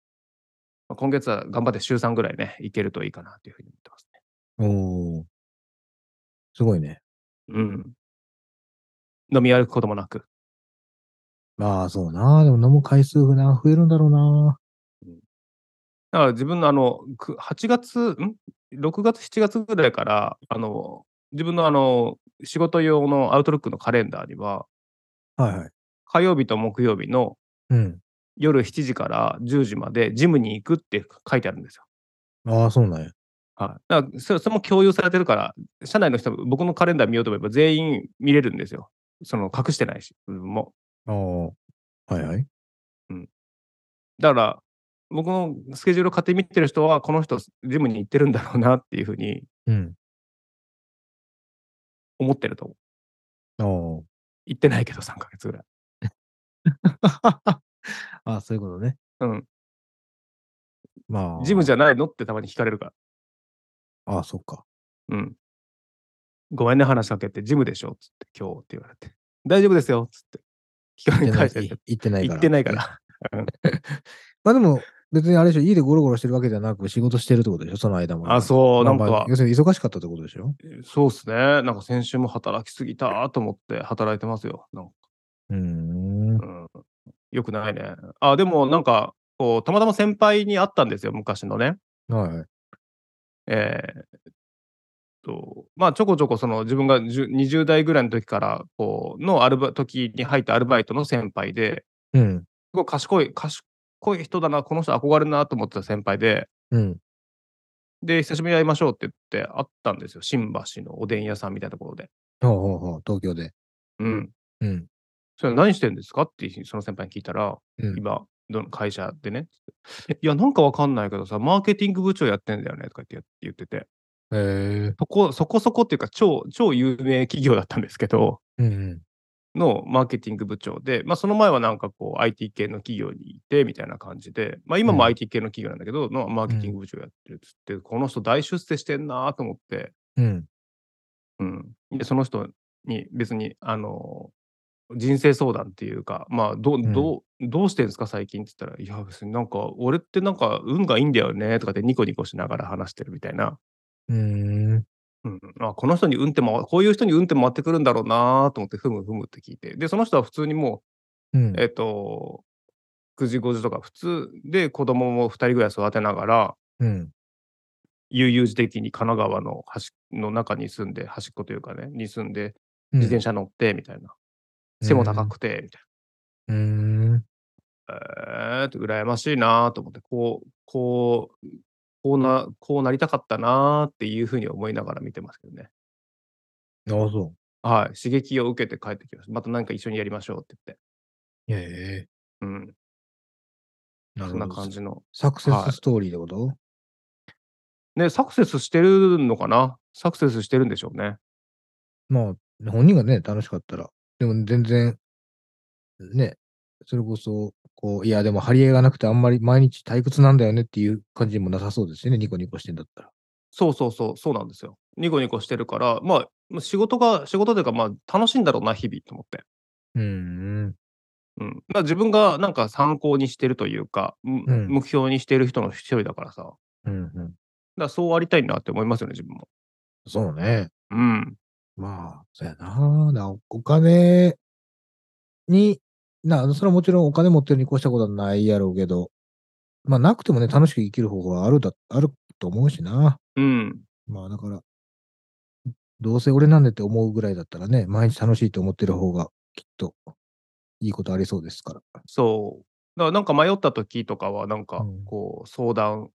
[SPEAKER 1] まあ今月は頑張って週3ぐらいね、行けるといいかなというふうに思ってます
[SPEAKER 2] おーすごいね。
[SPEAKER 1] ね。うん。飲み歩くこともなく。
[SPEAKER 2] まあ、そうな。でも飲む回数がな、増えるんだろうな。
[SPEAKER 1] だから自分のあの、く8月、ん ?6 月、7月ぐらいから、あの、自分のあの、仕事用のアウトロックのカレンダーには、
[SPEAKER 2] はいはい。
[SPEAKER 1] 火曜日と木曜日の
[SPEAKER 2] うん。
[SPEAKER 1] 夜7時から10時までジムに行くって書いてあるんですよ。
[SPEAKER 2] ああ、そうなんや。
[SPEAKER 1] はい、だからそれそれも共有されてるから、社内の人、僕のカレンダー見ようと思えば全員見れるんですよ。その隠してないし、自分も。
[SPEAKER 2] ああ。はいはい。
[SPEAKER 1] だから、僕のスケジュールを勝手に見てる人は、この人、ジムに行ってるんだろうなっていうふうに
[SPEAKER 2] うん。
[SPEAKER 1] 思ってると思う。
[SPEAKER 2] お
[SPEAKER 1] 行ってないけど、3ヶ月ぐらい。
[SPEAKER 2] あ あ、そういうことね。
[SPEAKER 1] うん。
[SPEAKER 2] まあ。
[SPEAKER 1] ジム
[SPEAKER 2] ゃ。
[SPEAKER 1] じゃないのってたまに聞かれるから。
[SPEAKER 2] ああ、そっか。
[SPEAKER 1] うん。ごめんね、話しかけて、ジムでしょつって、今日って言われて。大丈夫ですよつって。聞かれ
[SPEAKER 2] 行
[SPEAKER 1] に
[SPEAKER 2] ってな
[SPEAKER 1] 返
[SPEAKER 2] い
[SPEAKER 1] して
[SPEAKER 2] い行ってないから。
[SPEAKER 1] 行ってないか。ら。
[SPEAKER 2] まあでも、別にあれでしょ、家でゴロゴロしてるわけじゃなく、仕事してるってことでしょ、その間も。
[SPEAKER 1] あ、そう、なん
[SPEAKER 2] まあまあ
[SPEAKER 1] か、
[SPEAKER 2] 要するに忙しかったってことでしょ。
[SPEAKER 1] そうっすね。なんか先週も働きすぎたと思って働いてますよ。なんか
[SPEAKER 2] うーん。
[SPEAKER 1] うん、よくないね。あ、でもなんか、こう、たまたま先輩に会ったんですよ、昔のね。
[SPEAKER 2] はいはい。
[SPEAKER 1] えーっと、まあ、ちょこちょこ、その自分が10 20代ぐらいの時から、こう、のアルバ、時に入ったアルバイトの先輩で、
[SPEAKER 2] うん。
[SPEAKER 1] すごい賢い、賢い人だな、この人憧れるなと思ってた先輩で、
[SPEAKER 2] うん。
[SPEAKER 1] で、久しぶりに会いましょうって言って会ったんですよ。新橋のおでん屋さんみたいなところで。
[SPEAKER 2] ほうほうほう、東京で。
[SPEAKER 1] うん。
[SPEAKER 2] うん。
[SPEAKER 1] それ何してるんですかってその先輩に聞いたら、
[SPEAKER 2] うん
[SPEAKER 1] 今、どの会社でね。つっていや、なんかわかんないけどさ、マーケティング部長やってんだよねとか言って言ってて、
[SPEAKER 2] へえ。
[SPEAKER 1] そこそこそこっていうか、超、超有名企業だったんですけど、
[SPEAKER 2] うん
[SPEAKER 1] のマーケティング部長で、まあ、その前はなんかこう、IT 系の企業にいてみたいな感じで、まあ、今
[SPEAKER 2] うん
[SPEAKER 1] も IT 系の企業なんだけど、のマーケティング部長やってるっつって、この人大出世してんなと思って、
[SPEAKER 2] うん。うん。
[SPEAKER 1] うん、でその人に別にあの人生相談っていうか、まあどうどうどうしてんですか最近って言ったら「いや別になんか俺ってなんか運がいいんだよね」とかってニコニコしながら話してるみたいな、
[SPEAKER 2] うーん。
[SPEAKER 1] うん、あこの人に運って回こういう人に運って回ってくるんだろうなと思ってふむふむって聞いてでその人は普通にも
[SPEAKER 2] うん
[SPEAKER 1] うえっ、と9時5時とか普通で子供も2人ぐらい育てながら
[SPEAKER 2] うん。
[SPEAKER 1] 悠々自適に神奈川の端の中に住んで端っこというかねに住んで
[SPEAKER 2] うん
[SPEAKER 1] 自転車乗ってみたいな。背も高くて、みたいう
[SPEAKER 2] ーん。
[SPEAKER 1] な。えーって、羨ましいなと思って、こう、こう、こうな、こうなりたかったなっていうふうに思いながら見てますけどね。
[SPEAKER 2] ああ、そ
[SPEAKER 1] はい。刺激を受けて帰ってきました。また何か一緒にやりましょうって
[SPEAKER 2] う。へえ。
[SPEAKER 1] 言って。う
[SPEAKER 2] な
[SPEAKER 1] ん。
[SPEAKER 2] る
[SPEAKER 1] そん
[SPEAKER 2] ほ
[SPEAKER 1] な
[SPEAKER 2] ど
[SPEAKER 1] 感。じの。
[SPEAKER 2] サクセ
[SPEAKER 1] はい
[SPEAKER 2] スストーリーってこと、
[SPEAKER 1] ね、サクセスしてるのかなサクセスしてるんでしょうね。
[SPEAKER 2] まあ、本人がね、楽しかったら。でも全然、ね、それこそ、こう、いや、でも張り合いがなくてあんまり毎日退屈なんだよねっていう感じもなさそうですよね、ニコニコしてんだったら。
[SPEAKER 1] そうそうそう、そうなんですよ。ニコニコしてるから、まあ、仕事が、仕事というか、まあ、楽しいんだろうな、日々と思って。
[SPEAKER 2] うーん。
[SPEAKER 1] うん。まあ、自分がなんか参考にしてるというか、む
[SPEAKER 2] うん
[SPEAKER 1] 目標にしてる人の一人だからさ。
[SPEAKER 2] うんうん。
[SPEAKER 1] だからそうありたいなって思いますよね、自分も。
[SPEAKER 2] そうね。
[SPEAKER 1] うん。
[SPEAKER 2] まあ、そうやな。なお金に、な、それはもちろんお金持ってるに越したことはないやろうけど、まあ、なくてもね、楽しく生きる方法はあるだ、あると思うしな。
[SPEAKER 1] うん。
[SPEAKER 2] まあだから、どうせ俺なんでって思うぐらいだったらね、毎日楽しいと思ってる方がきっといいことありそうですから。
[SPEAKER 1] そう。だからなんか迷った時とかは、なんか
[SPEAKER 2] うん
[SPEAKER 1] こう、相談、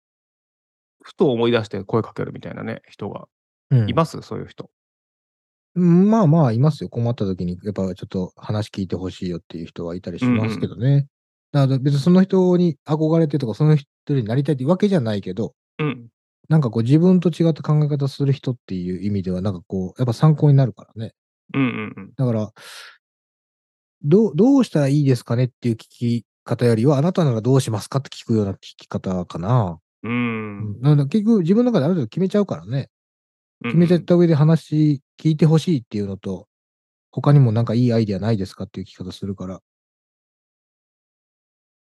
[SPEAKER 1] ふと思い出して声かけるみたいなね、人が。
[SPEAKER 2] うん
[SPEAKER 1] います、そういう人。
[SPEAKER 2] うんまあまあいますよ。困った時にやっぱちょっと話聞いてほしいよっていう人はいたりしますけどね。だから別にその人に憧れてとか、その人になりたいってわけじゃないけど、
[SPEAKER 1] うん。
[SPEAKER 2] なんかこう自分と違った考え方する人っていう意味では、なんかこう、やっぱ参考になるからね。
[SPEAKER 1] うんうんうん。
[SPEAKER 2] だから、どう、どうしたらいいですかねっていう聞き方よりは、あなたならどうしますかって聞くような聞き方かな。
[SPEAKER 1] うん。
[SPEAKER 2] なんだ結局自分の中である程度決めちゃうからね。決めちゃった上で話聞いてほしいっていうのと、他にもなんかいいアイディアないですかっていう聞き方するから。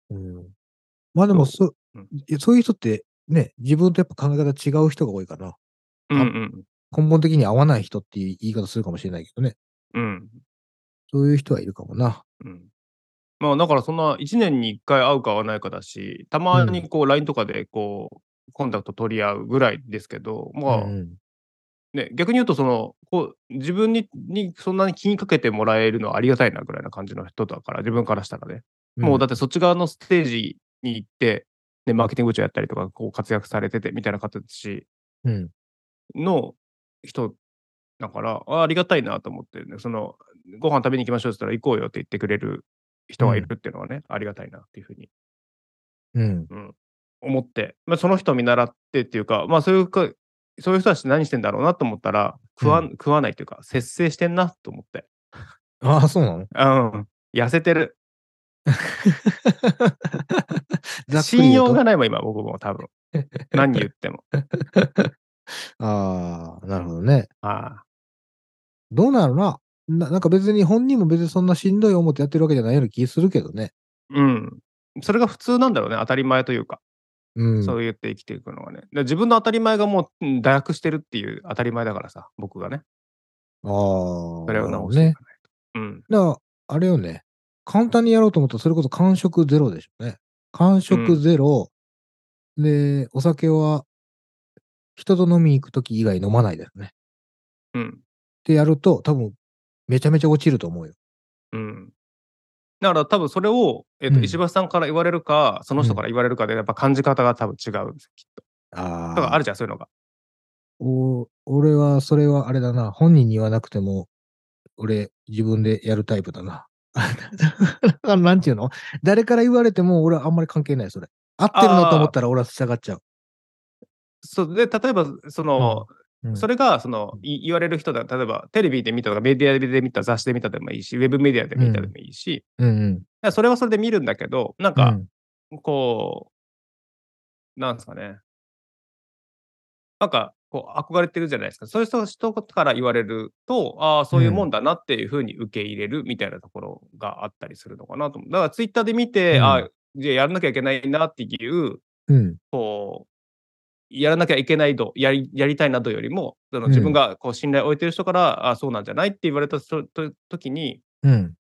[SPEAKER 2] うん。まあでもそ、う
[SPEAKER 1] うん
[SPEAKER 2] いやそういう人ってね、自分とやっぱ考え方違う人が多いから、
[SPEAKER 1] うんうん
[SPEAKER 2] 根本的に合わない人っていう言い方するかもしれないけどね。
[SPEAKER 1] うん
[SPEAKER 2] そういう人はいるかもな。
[SPEAKER 1] うんまあだからそんな1年に1回会うか会わないかだし、たまにこう LINE とかでこうコンタクト取り合うぐらいですけど、まあ
[SPEAKER 2] うん
[SPEAKER 1] ね、逆に言うとそのこう自分ににそんなに気にかけてもらえるのはありがたいなぐらいな感じの人だから自分からしたらね、
[SPEAKER 2] うん、
[SPEAKER 1] もうだ
[SPEAKER 2] っ
[SPEAKER 1] ってそっち側のステージに行って、ね、マーケティング部長やったりとかこう活躍されててみたいな形
[SPEAKER 2] て、うん。
[SPEAKER 1] の人だからあありがたいなと思って、ね、そのご飯食べに行きましょうって言ったら行こうよって言ってくれる人がいるっていうのはね、ありがたいなっていうふうに
[SPEAKER 2] うん。
[SPEAKER 1] 思って、まあ、その人を見習ってっていうか、まあ、そういうかそういう人たち何してんだろうなと思ったら食わ,、
[SPEAKER 2] うん
[SPEAKER 1] 食わないというか節制してんなと思って、
[SPEAKER 2] ああ、そう なの
[SPEAKER 1] うん、痩せてる
[SPEAKER 2] ざっくり
[SPEAKER 1] 信
[SPEAKER 2] 言うと
[SPEAKER 1] 用がないもん今僕も多分 何言っても
[SPEAKER 2] ああ、なるほどね。
[SPEAKER 1] ああ
[SPEAKER 2] どうなるなななんか別に本人も別にそんなしんどい思ってやってるわけじゃないような気するけどね。
[SPEAKER 1] うんそれが普通なんだろうね当たり前というか、
[SPEAKER 2] うん。
[SPEAKER 1] そう言って生きていくのがねで自分の当たり前がもううん堕落してるっていう当たり前だからさ僕がね
[SPEAKER 2] ああ。
[SPEAKER 1] それを直してい
[SPEAKER 2] ね。
[SPEAKER 1] かないと、うん
[SPEAKER 2] だから、あれよね。簡単にやろうと思ったら、それこそ完食ゼロでしょうね。完食ゼロ。で、お酒は、人と飲みに行くとき以外飲まないだよね。っ
[SPEAKER 1] うん
[SPEAKER 2] てやると、多分、めちゃめちゃ落ちると思うよ。
[SPEAKER 1] うんだから多分それを、えっと
[SPEAKER 2] うん
[SPEAKER 1] 石橋さんから言われるか、その人から言われるかでやっぱ感じ方が多分違うんですよきっと。
[SPEAKER 2] あ
[SPEAKER 1] だ
[SPEAKER 2] あ
[SPEAKER 1] からあるじゃんそういうのが。
[SPEAKER 2] お俺は、それはあれだな。本人に言わなくても、俺、自分でやるタイプだな。 あなんていうの誰から言われても、俺はあんまり関係ない、それ。合ってるなと思ったら、俺は従っちゃう。
[SPEAKER 1] そうで例えばその、
[SPEAKER 2] うん
[SPEAKER 1] それがそのい言われる人だ例えばテレビで見たとかメディアで見た雑誌で見たでもいいしウェブメディアで見たでもいいし、
[SPEAKER 2] うんうん。
[SPEAKER 1] だからそれはそれで見るんだけどなん
[SPEAKER 2] う
[SPEAKER 1] か
[SPEAKER 2] ん
[SPEAKER 1] こう、なんですかねなんかこう憧れてるじゃないですかそういう人人から言われるとああそういうもんだなっていうふうに受け入れるみたいなところがあったりするのかなと思うだからツイッターで見て、
[SPEAKER 2] うん
[SPEAKER 1] ああじゃあやらなきゃいけないなっていう
[SPEAKER 2] うん。
[SPEAKER 1] こう、やらなきゃいけない度、やりやりたいなどよりも、その
[SPEAKER 2] うん
[SPEAKER 1] 自分がこう信頼を置いてる人から、あそうなんじゃないって言われたとと時に、
[SPEAKER 2] うん。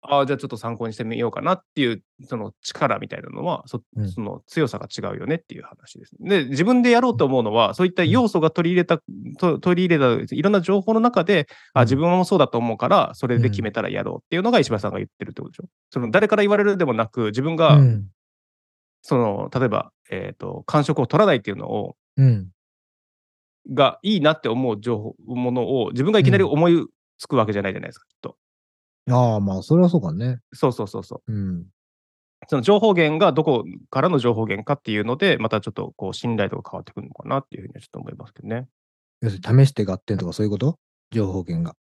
[SPEAKER 1] あじゃあちょっと参考にしてみようかなっていう、その力みたいなのは、そ
[SPEAKER 2] うん
[SPEAKER 1] その強さが違うよねっていう話です。で、自分でやろうと思うのは、そういった要素が取り入れた、と取り入れたいろんな情報の中で、
[SPEAKER 2] う
[SPEAKER 1] あ
[SPEAKER 2] ん
[SPEAKER 1] 自分もそうだと思うから、それで決めたらやろうっていうのが石破さんが言ってるってことでしょ。その誰から言われるでもなく、自分が、
[SPEAKER 2] うん。
[SPEAKER 1] その例えば、えー、と感触を取らないっていうのを、
[SPEAKER 2] うん。
[SPEAKER 1] がいいなって思う情報ものを自分がいきなり思いつくわけじゃないじゃないですか、きっと。
[SPEAKER 2] ああ、まあ、それはそうかね。
[SPEAKER 1] そうそうそうそう。
[SPEAKER 2] うん。
[SPEAKER 1] その情報源がどこからの情報源かっていうので、またちょっとこう信頼度が変わってくるのかなっていうふうにはちょっと思いますけどね。
[SPEAKER 2] 要するに、試して合点とかそういうこと情報源が。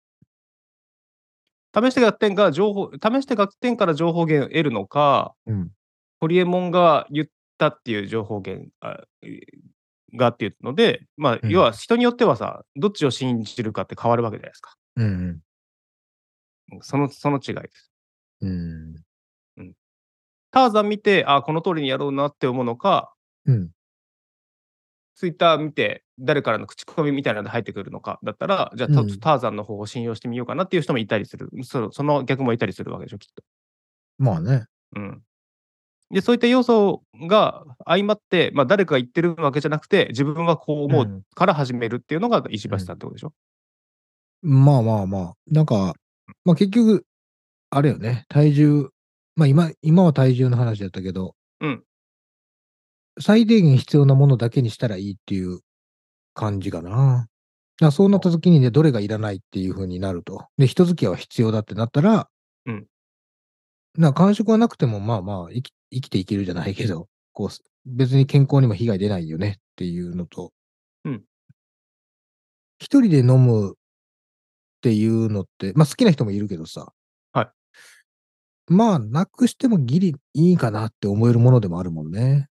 [SPEAKER 1] 試して楽天が情報、試して楽天から情報源を得るのか、
[SPEAKER 2] うん。
[SPEAKER 1] ホリエモンが言ったっていう情報源あがっていうので、まあ、
[SPEAKER 2] うん
[SPEAKER 1] 要は人によってはさ、どっちを信じるかって変わるわけじゃないですか。
[SPEAKER 2] うん。
[SPEAKER 1] その、その違いです。
[SPEAKER 2] うん。
[SPEAKER 1] ターザン見て、あこの通りにやろうなって思うのか、
[SPEAKER 2] うん。
[SPEAKER 1] ツイッター見て、誰からの口コミみたいなので入ってくるのかだったら、じゃあ、
[SPEAKER 2] うん
[SPEAKER 1] タターザンの方を信用してみようかなっていう人もいたりする。そその逆もいたりするわけでしょ、きっと。
[SPEAKER 2] まあね。
[SPEAKER 1] うん。で、そういった要素が相まって、まあ、誰かが言ってるわけじゃなくて、自分はこう思うから始めるっていうのが石橋さんってことでしょ。
[SPEAKER 2] まあまあまあ、なんか、まあ結局、あれよね、体重、まあ今、今は体重の話だったけど、
[SPEAKER 1] うん
[SPEAKER 2] 最低限必要なものだけにしたらいいっていう感じかな。だからそうなった時にね、どれがいらないっていう風になると。で、人付き合いは必要だってなったら、
[SPEAKER 1] うん
[SPEAKER 2] な感触はなくても、まあまあ生き、生きていけるじゃないけど、こう、別に健康にも被害出ないよねっていうのと、
[SPEAKER 1] うん
[SPEAKER 2] 一人で飲むっていうのって、まあ好きな人もいるけどさ。
[SPEAKER 1] はい
[SPEAKER 2] まあ、なくしてもギリいいかなって思えるものでもあるもんね。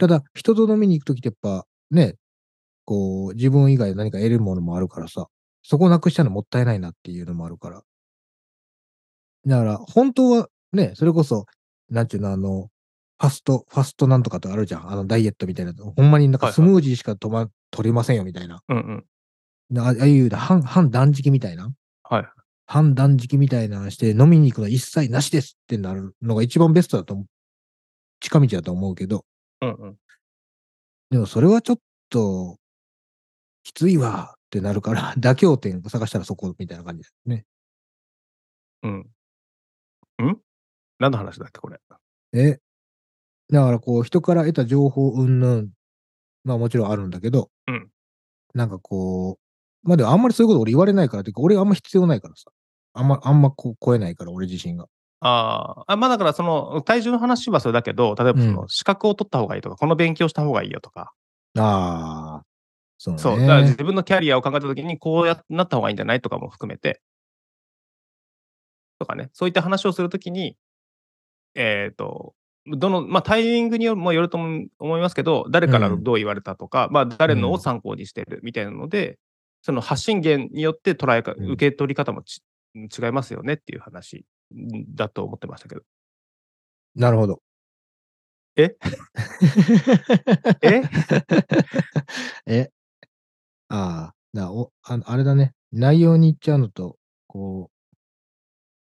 [SPEAKER 2] ただ、人と飲みに行くときってやっぱ、ね、こう、自分以外で何か得るものもあるからさ、そこをなくしちゃうのもったいないなっていうのもあるから。だから、本当はね、それこそ、なんていうの、あの、ファスト、ファストなんとかとあるじゃん。あの、ダイエットみたいな。ほんまになん
[SPEAKER 1] は
[SPEAKER 2] か
[SPEAKER 1] いはい
[SPEAKER 2] スムージーしかとま、取れませんよみたいな。
[SPEAKER 1] うんうん。
[SPEAKER 2] なあああいう、半、半断食みたいな。
[SPEAKER 1] はい。
[SPEAKER 2] 判断時期みたいなのして飲みに行くのは一切なしですってなるのが一番ベストだと思う。近道だと思うけど、
[SPEAKER 1] うんうん。
[SPEAKER 2] でもそれはちょっときついわってなるから、 妥協点を探したらそこみたいな感じだよね。
[SPEAKER 1] うん。ん何の話だっけ、これ。
[SPEAKER 2] え、だからこう人から得た情報云々まあもちろんあるんだけど、
[SPEAKER 1] うん
[SPEAKER 2] なんかこう、まあでもあんまりそういうこと俺言われないから、てか俺あんま必要ないからさ。あんま、あんまこう超えないから、俺自身が。
[SPEAKER 1] あーあ、まあだからその体重の話はそれだけど、例えばその資格を取った方がいいとか、この勉強した方がいいよとか、
[SPEAKER 2] ああ、そうね。
[SPEAKER 1] そう、だから自分のキャリアを考えたときに、こうやっなった方がいいんじゃないとかも含めて、とかね、そういった話をするときに、えっ、と、どの、まあ、タイミングによもよると思思いますけど、誰から
[SPEAKER 2] うん
[SPEAKER 1] どう言われたとか、まあ、誰の
[SPEAKER 2] う
[SPEAKER 1] を
[SPEAKER 2] ん
[SPEAKER 1] 参考にしてるみたいなので、その発信源によって捉えか、
[SPEAKER 2] うん
[SPEAKER 1] 受け取り方もち違いますよねっていう話だと思ってましたけど。
[SPEAKER 2] なるほど。
[SPEAKER 1] え え
[SPEAKER 2] え ああ、だおあ、あれだね。内容に行っちゃうのと、こ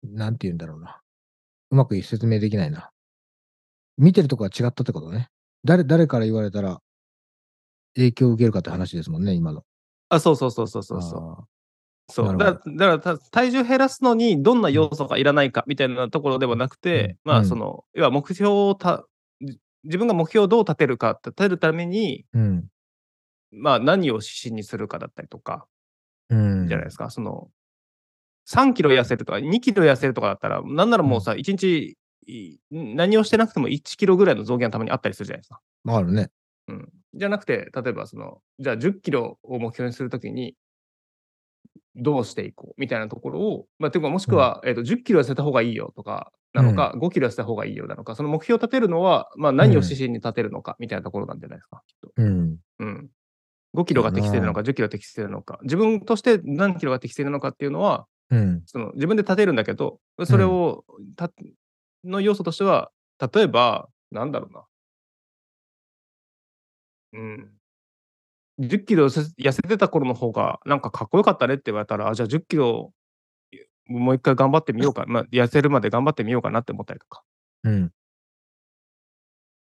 [SPEAKER 2] う、なんて言うんだろうな。うまく説明できないな。見てるとこが違ったってことね。誰、誰から言われたら影響を受けるかって話ですもんね、今の。
[SPEAKER 1] あ、そうそうそうそうそうそう。そ
[SPEAKER 2] な
[SPEAKER 1] う
[SPEAKER 2] るほど
[SPEAKER 1] だだからた体重減らすのにどんな要素がいらないかみたいなところではなくて、
[SPEAKER 2] うん
[SPEAKER 1] ま
[SPEAKER 2] う
[SPEAKER 1] あ
[SPEAKER 2] ん
[SPEAKER 1] その要は目標をたじ自分が目標をどう立てるか立てるために、
[SPEAKER 2] あーうん。
[SPEAKER 1] まあ、何を指針にするかだったりとか
[SPEAKER 2] うん。
[SPEAKER 1] じゃないですか、その3キロ痩せるとか2キロ痩せるとかだったらなんならもうさ1日い何をしてなくても1キロぐらいの増減はたまにあったりするじゃないですか。
[SPEAKER 2] あるね。
[SPEAKER 1] うん、じゃなくて例えばそのじゃあ10キロを目標にするときにどうしていこうみたいなところを、まあ、ていうかもしくは、えー、と10キロ痩せた方がいいよとかなのか、5キロ痩せた方がいいよなのかその目標を立てるのは、まあ、何を指針に立てるのかみたいなところなんじゃないですか、きっと。
[SPEAKER 2] うん。
[SPEAKER 1] うん、5キロが適正なのか10キロが適正なのか自分として何キロが適正なのかっていうのは
[SPEAKER 2] うん。
[SPEAKER 1] その自分で立てるんだけどそれをた、の要素としては例えばなんだろうなうん10キロせ痩せてた頃の方がなんかかっこよかったねって言われたらあじゃあ10キロもう一回頑張ってみようか、まあ、痩せるまで頑張ってみようかなって思ったりとか、
[SPEAKER 2] うん。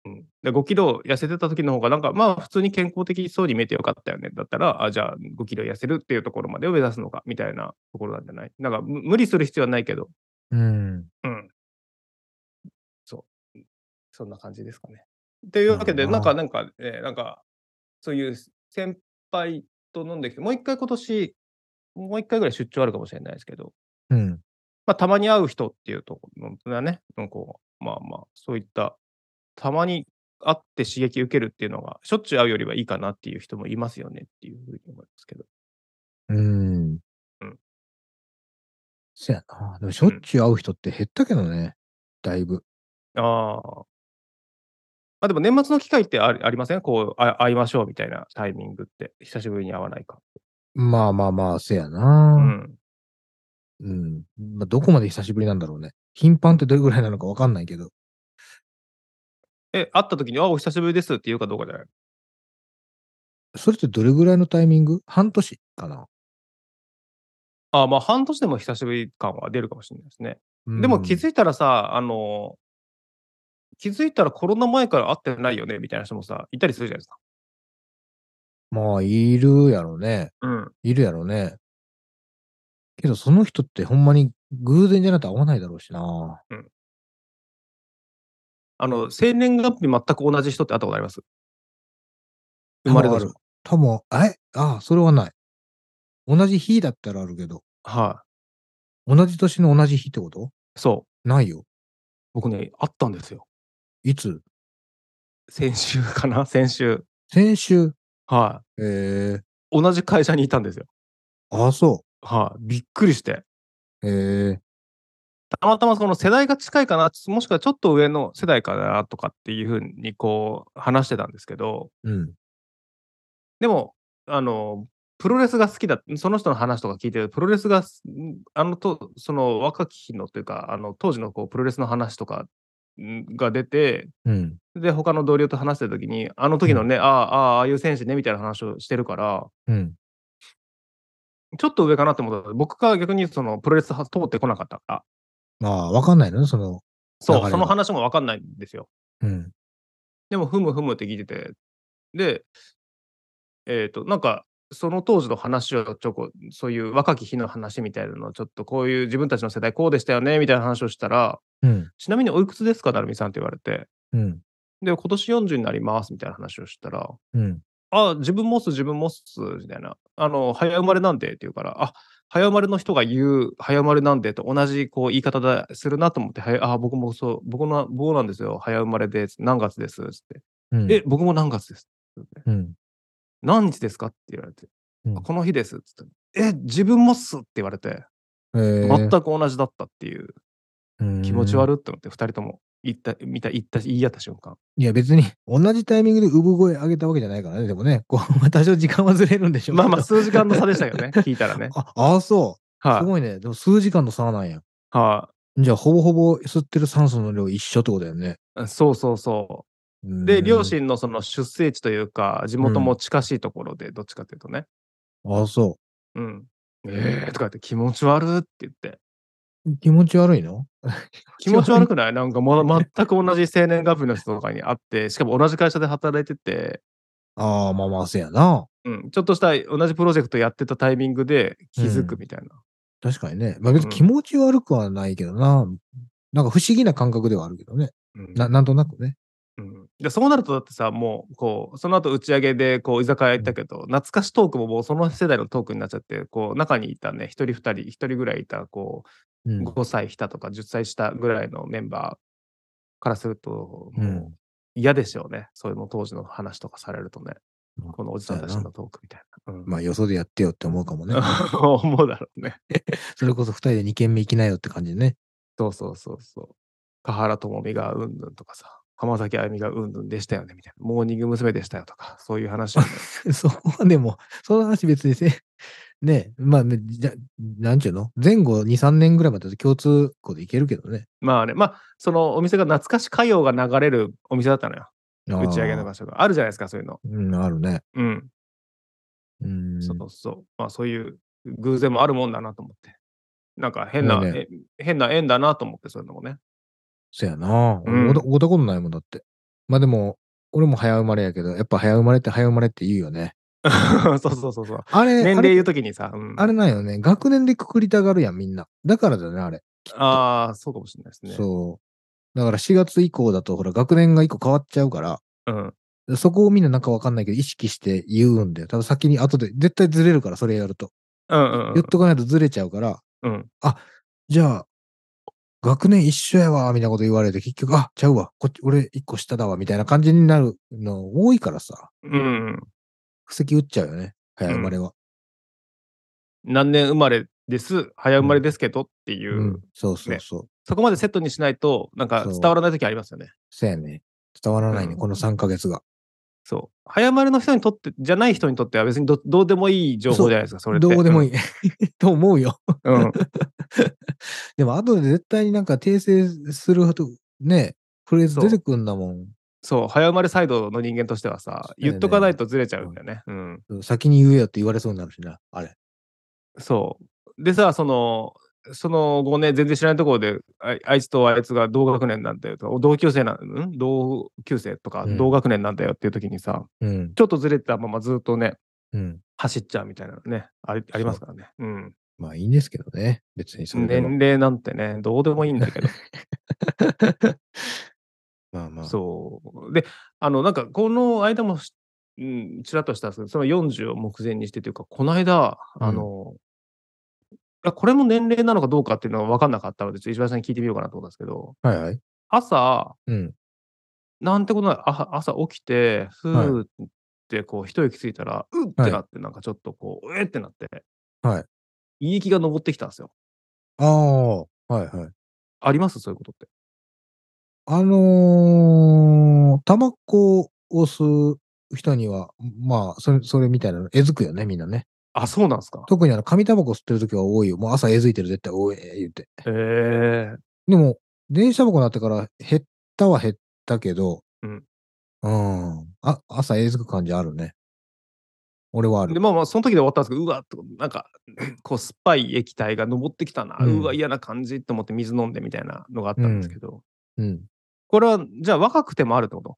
[SPEAKER 1] うん、で5キロ痩せてた時の方がなんかまあ普通に健康的そうに見えてよかったよねだったらあじゃあ5キロ痩せるっていうところまでを目指すのかみたいなところなんじゃないなんかむ無理する必要はないけど
[SPEAKER 2] うん。
[SPEAKER 1] うん。そう。そんな感じですかね。というわけで、なん
[SPEAKER 2] なるほ
[SPEAKER 1] か、
[SPEAKER 2] ど
[SPEAKER 1] なんか、えーなんか、そういう先輩と飲んできて、もう一回今年、もう一回ぐらい出張あるかもしれないですけど、
[SPEAKER 2] うん。
[SPEAKER 1] まあ、たまに会う人っていうところだね、なんかこうまあまあ、そういった、たまに会って刺激受けるっていうのが、しょっちゅう会うよりはいいかなっていう人もいますよねっていうふうに思いますけど。
[SPEAKER 2] うん
[SPEAKER 1] うん。
[SPEAKER 2] そやな。でもしょっちゅう会う人って減ったけどね。だいぶ。
[SPEAKER 1] ああ。まあ、でも年末の機会ってありありませんこうあ、会いましょうみたいなタイミングって、久しぶりに会わないか。
[SPEAKER 2] まあまあまあ、せや
[SPEAKER 1] う
[SPEAKER 2] な。
[SPEAKER 1] ん。
[SPEAKER 2] うん。まあ、どこまで久しぶりなんだろうね。頻繁ってどれぐらいなのかわかんないけど。
[SPEAKER 1] え、会った時に、あ、お久しぶりですって言うかどうかじゃない
[SPEAKER 2] それってどれぐらいのタイミング半年かな。
[SPEAKER 1] あまあ、半年でも久しぶり感は出るかもしれないですね。
[SPEAKER 2] うん
[SPEAKER 1] でも気づいたらさ、あの、気づいたらコロナ前から会ってないよねみたいな人もさ、いたりするじゃないですか。
[SPEAKER 2] まあ、いるやろね。
[SPEAKER 1] うん。
[SPEAKER 2] いるやろね。けど、その人ってほんまに偶然じゃなくて会わないだろうしな。
[SPEAKER 1] あの、生年月日全く同じ人って会ったことあります生まれ
[SPEAKER 2] 多
[SPEAKER 1] た
[SPEAKER 2] 分あ
[SPEAKER 1] 人
[SPEAKER 2] る。。多分、えああ、それはない。同じ日だったらあるけど。
[SPEAKER 1] は
[SPEAKER 2] 同じ年の同じ日ってこと
[SPEAKER 1] い。そう。
[SPEAKER 2] ないよ。
[SPEAKER 1] 僕ね、会ったんですよ。
[SPEAKER 2] いつ
[SPEAKER 1] 先週かな先週。
[SPEAKER 2] 先週。
[SPEAKER 1] はい。
[SPEAKER 2] えー、
[SPEAKER 1] 同じ会社にいたんですよ。
[SPEAKER 2] ああ、そ
[SPEAKER 1] はい、びっくりして。
[SPEAKER 2] う。えー、
[SPEAKER 1] たまたまその世代が近いかな、もしくはちょっと上の世代かなとかっていうふうにこう話してたんですけど、
[SPEAKER 2] うん。
[SPEAKER 1] でも、あの、プロレスが好きだ、その人の話とか聞いてる、プロレスがす、んあのと、その若き日のというか、あの当時のこうプロレスの話とかんが出て、
[SPEAKER 2] うん。
[SPEAKER 1] で、他の同僚と話してるときに、あの時のね、ああ、ああ、ああいう選手ね、みたいな話をしてるから、
[SPEAKER 2] うん。
[SPEAKER 1] ちょっと上かなって思った。僕が逆にそのプロレスは通ってこなかったから、
[SPEAKER 2] まあ、わかんないのね、その。流れ
[SPEAKER 1] そう、
[SPEAKER 2] が
[SPEAKER 1] その話もわかんないんですよ。
[SPEAKER 2] うん。
[SPEAKER 1] でも、ふむふむって聞いてて、で、えっ、と、なんか、その当時の話をちょこ、そういう若き日の話みたいなのを、ちょっとこういう自分たちの世代こうでしたよね、みたいな話をしたら、
[SPEAKER 2] うん。
[SPEAKER 1] ちなみにおいくつですか、成美さんって言われて、
[SPEAKER 2] うん。
[SPEAKER 1] で、今年40になります、みたいな話をしたら、
[SPEAKER 2] うん。
[SPEAKER 1] あ、自分もっす、自分もっす、みたいな。あの、早生まれなんでって言うから、あ、早生まれの人が言う、早生まれなんでと同じこう言い方でするなと思って、はやあ、僕もそう、僕の、僕なんですよ、早生まれです、何月です、つって。
[SPEAKER 2] うん。
[SPEAKER 1] え、僕も何月です。
[SPEAKER 2] うん。
[SPEAKER 1] 何日ですかって言われて、
[SPEAKER 2] うん
[SPEAKER 1] あこの日ですっつって、え、自分もっすって言われて、
[SPEAKER 2] え
[SPEAKER 1] 全
[SPEAKER 2] ー
[SPEAKER 1] く同じだったっていう気持ち悪って思って、二人とも言った、見た、言った、言い合った瞬 間。
[SPEAKER 2] いや別に同じタイミングで産声上げたわけじゃないからね、でもね、こう、 まあ多少時間はずれるんでしょうけ
[SPEAKER 1] ま
[SPEAKER 2] ど
[SPEAKER 1] あまあ、数時間の差でしたけどね、聞いたら ね。
[SPEAKER 2] あ、ああ、そう。す
[SPEAKER 1] はい、
[SPEAKER 2] ごいね。でも数時間の差なんや。
[SPEAKER 1] は
[SPEAKER 2] じゃあ、ほぼほぼ吸ってる酸素の量一緒ってことだよね。
[SPEAKER 1] い、そうそうそう。
[SPEAKER 2] う
[SPEAKER 1] で、
[SPEAKER 2] ん
[SPEAKER 1] 両。親のその出生地というか、地元も近しいところで、どっちかというとね。
[SPEAKER 2] ああ、そ
[SPEAKER 1] うん。えーとか言って、気持ち悪ーって言って。
[SPEAKER 2] う。気持ち悪いの
[SPEAKER 1] 気持ち悪
[SPEAKER 2] く
[SPEAKER 1] くないなんかま、全く同じ生年月日の人とかに会って、しかも同じ会社で働いてて、
[SPEAKER 2] ああ、まあまあ、せやな。
[SPEAKER 1] うん、ちょっとした同じプロジェクトやってたタイミングで気づくみたいな。
[SPEAKER 2] 確かにね。まあ別
[SPEAKER 1] う
[SPEAKER 2] に
[SPEAKER 1] ん
[SPEAKER 2] 気持ち悪くはないけどな。なんか不思議な感覚ではあるけどね。
[SPEAKER 1] うん
[SPEAKER 2] ななんとなくね。
[SPEAKER 1] うんでそうなるとだってさもうこうその後打ち上げでこう居酒屋行ったけど、懐かしトークももうその世代のトークになっちゃってこう中にいたね一人二人一人ぐらいいたこう
[SPEAKER 2] うん。
[SPEAKER 1] 5歳下とか10歳下ぐらいのメンバーからすると、
[SPEAKER 2] う
[SPEAKER 1] もうん嫌でしょうね。そういうの当時の話とかされるとね
[SPEAKER 2] うん。
[SPEAKER 1] このおじさんたちのトークみたいな。うん
[SPEAKER 2] まあ、よそでやってよって思うかもね。
[SPEAKER 1] 思うだろうね。
[SPEAKER 2] それこそ二人で二軒目行きなよって感じでね。
[SPEAKER 1] そうそうそうそう。香原朋美がうんぬんとかさ、浜崎あゆみがうんぬんでしたよねみたいな。モーニング娘。でしたよとか、そういう話を ね、
[SPEAKER 2] そこはでも、その話別にせ、ね、まあ、じゃ、なんちゅうの前後2、3年ぐらいまで共通項でいけるけどね。
[SPEAKER 1] まあね、まあ、そのお店が懐かし歌謡が流れるお店だったのよ。打ち上げの
[SPEAKER 2] あー
[SPEAKER 1] 場所が。あるじゃないですか、そういうの。
[SPEAKER 2] うん、あるね。
[SPEAKER 1] うん。
[SPEAKER 2] うん。
[SPEAKER 1] そうそう。まあそういう偶然もあるもんだなと思って。なんか変な、
[SPEAKER 2] そうね
[SPEAKER 1] え変な縁だなと思って、そういうのも ね。
[SPEAKER 2] そやな。
[SPEAKER 1] う
[SPEAKER 2] 俺
[SPEAKER 1] ん
[SPEAKER 2] おごたおごったことないもんだって。まあでも、俺も早生まれやけど、やっぱ早生まれって早生まれって言うよね。
[SPEAKER 1] そうそうそうそう。
[SPEAKER 2] あれ、
[SPEAKER 1] 年
[SPEAKER 2] あ
[SPEAKER 1] 齢
[SPEAKER 2] れ
[SPEAKER 1] 言うときにさ、うん、
[SPEAKER 2] あれなんよね。学年でくくりたがるやん、みんな。だからだよね、あれ。
[SPEAKER 1] ああ、そうかもしれないですね。
[SPEAKER 2] そう。だから4月以降だと、ほら、学年が1個変わっちゃうから、
[SPEAKER 1] うん。
[SPEAKER 2] そこをみんななんかわかんないけど、意識して言うんだよ。ただ先に後で、絶対ずれるから、それやると。
[SPEAKER 1] うんうんうん
[SPEAKER 2] 言っとかないとずれちゃうから、
[SPEAKER 1] うん。
[SPEAKER 2] じゃあ、学年一緒やわ、みたいなこと言われて、結局、あ、ちゃうわ、こっち、俺一個下だわ、みたいな感じになるの多いからさ、
[SPEAKER 1] うんうん。
[SPEAKER 2] 布石打っちゃうよね、早生まれは。
[SPEAKER 1] 何年生まれです、早生まれですけどっていうう、
[SPEAKER 2] んそうそう
[SPEAKER 1] ね
[SPEAKER 2] そう。
[SPEAKER 1] そこまでセットにしないと、なんか
[SPEAKER 2] そう
[SPEAKER 1] 伝わらないときありますよね。
[SPEAKER 2] そやね。伝わらないね、
[SPEAKER 1] うん
[SPEAKER 2] この3ヶ月が。
[SPEAKER 1] そう。早生まれの人にとって、じゃない人にとっては別にどどうでもいい情報じゃないですか、それって。
[SPEAKER 2] どうでも
[SPEAKER 1] い。
[SPEAKER 2] いい。 と思うよ。
[SPEAKER 1] うん。
[SPEAKER 2] でも、後で絶対になんか訂正すると、ね、フレーズ
[SPEAKER 1] そう
[SPEAKER 2] 出てくんだもん。
[SPEAKER 1] そう、早生まれサイドの人間としてはさ、
[SPEAKER 2] そうや
[SPEAKER 1] 言っ
[SPEAKER 2] ね
[SPEAKER 1] とかないとずれちゃうんだよね。うん。
[SPEAKER 2] 先に言えよって言われそうになるしな、あれ。
[SPEAKER 1] そう。でさ、その、その後ね、全然知らないところで、ああいつとあいつが同学年なんだよとか、同級生なん、ん同級生とか
[SPEAKER 2] うん
[SPEAKER 1] 同学年なんだよっていう時にさ、
[SPEAKER 2] うん。
[SPEAKER 1] ちょっとずれたままずっとね、
[SPEAKER 2] うん。
[SPEAKER 1] 走っちゃうみたいなのね、ありありますからね。うん。
[SPEAKER 2] まあいいんですけどね。別にそれでも。
[SPEAKER 1] 年齢なんてね、どうでもいいんだけど。
[SPEAKER 2] まあまあ。
[SPEAKER 1] そう。で、あの、なんか、この間もし、うん、ちらっとしたんですけど、その40を目前にしてというか、この間、あの、あこれも年齢なのかどうかっていうのは分かんなかったので、ちょっと石橋さんに聞いてみようかなと思ったんですけど、
[SPEAKER 2] はいはい。
[SPEAKER 1] 朝、
[SPEAKER 2] うん。
[SPEAKER 1] なんてことない、あ朝起きて、ふ
[SPEAKER 2] はい
[SPEAKER 1] ーってこう、一息ついたら、うっってなって、なんかちょっとこう、えーってなって、
[SPEAKER 2] はい。
[SPEAKER 1] 胃液が上ってきたんですよ。
[SPEAKER 2] ああ、はいはい。
[SPEAKER 1] ありますそういうことって。
[SPEAKER 2] あのー、タバコを吸う人には、まあ、それ、それみたいなの、えずくよね、みんなね。
[SPEAKER 1] あ、そうなんですか。
[SPEAKER 2] 特にあの、紙タバコ吸ってる時は多いよ。もう朝えずいてる、絶対、おえ、言って。
[SPEAKER 1] ええ
[SPEAKER 2] でも、電子タバコになってから減ったは減ったけど、
[SPEAKER 1] うん。
[SPEAKER 2] うん。あ、朝えずく感じあるね。俺はあ
[SPEAKER 1] で、
[SPEAKER 2] る。
[SPEAKER 1] まあまあ、その時で終わったんですけど、うわっと、なんか、 こう、酸っぱい液体が上ってきたな、う
[SPEAKER 2] うん
[SPEAKER 1] わ、嫌な感じと思って水飲んでみたいなのがあったんですけど、
[SPEAKER 2] うん。
[SPEAKER 1] これは、じゃあ若くてもあるってこと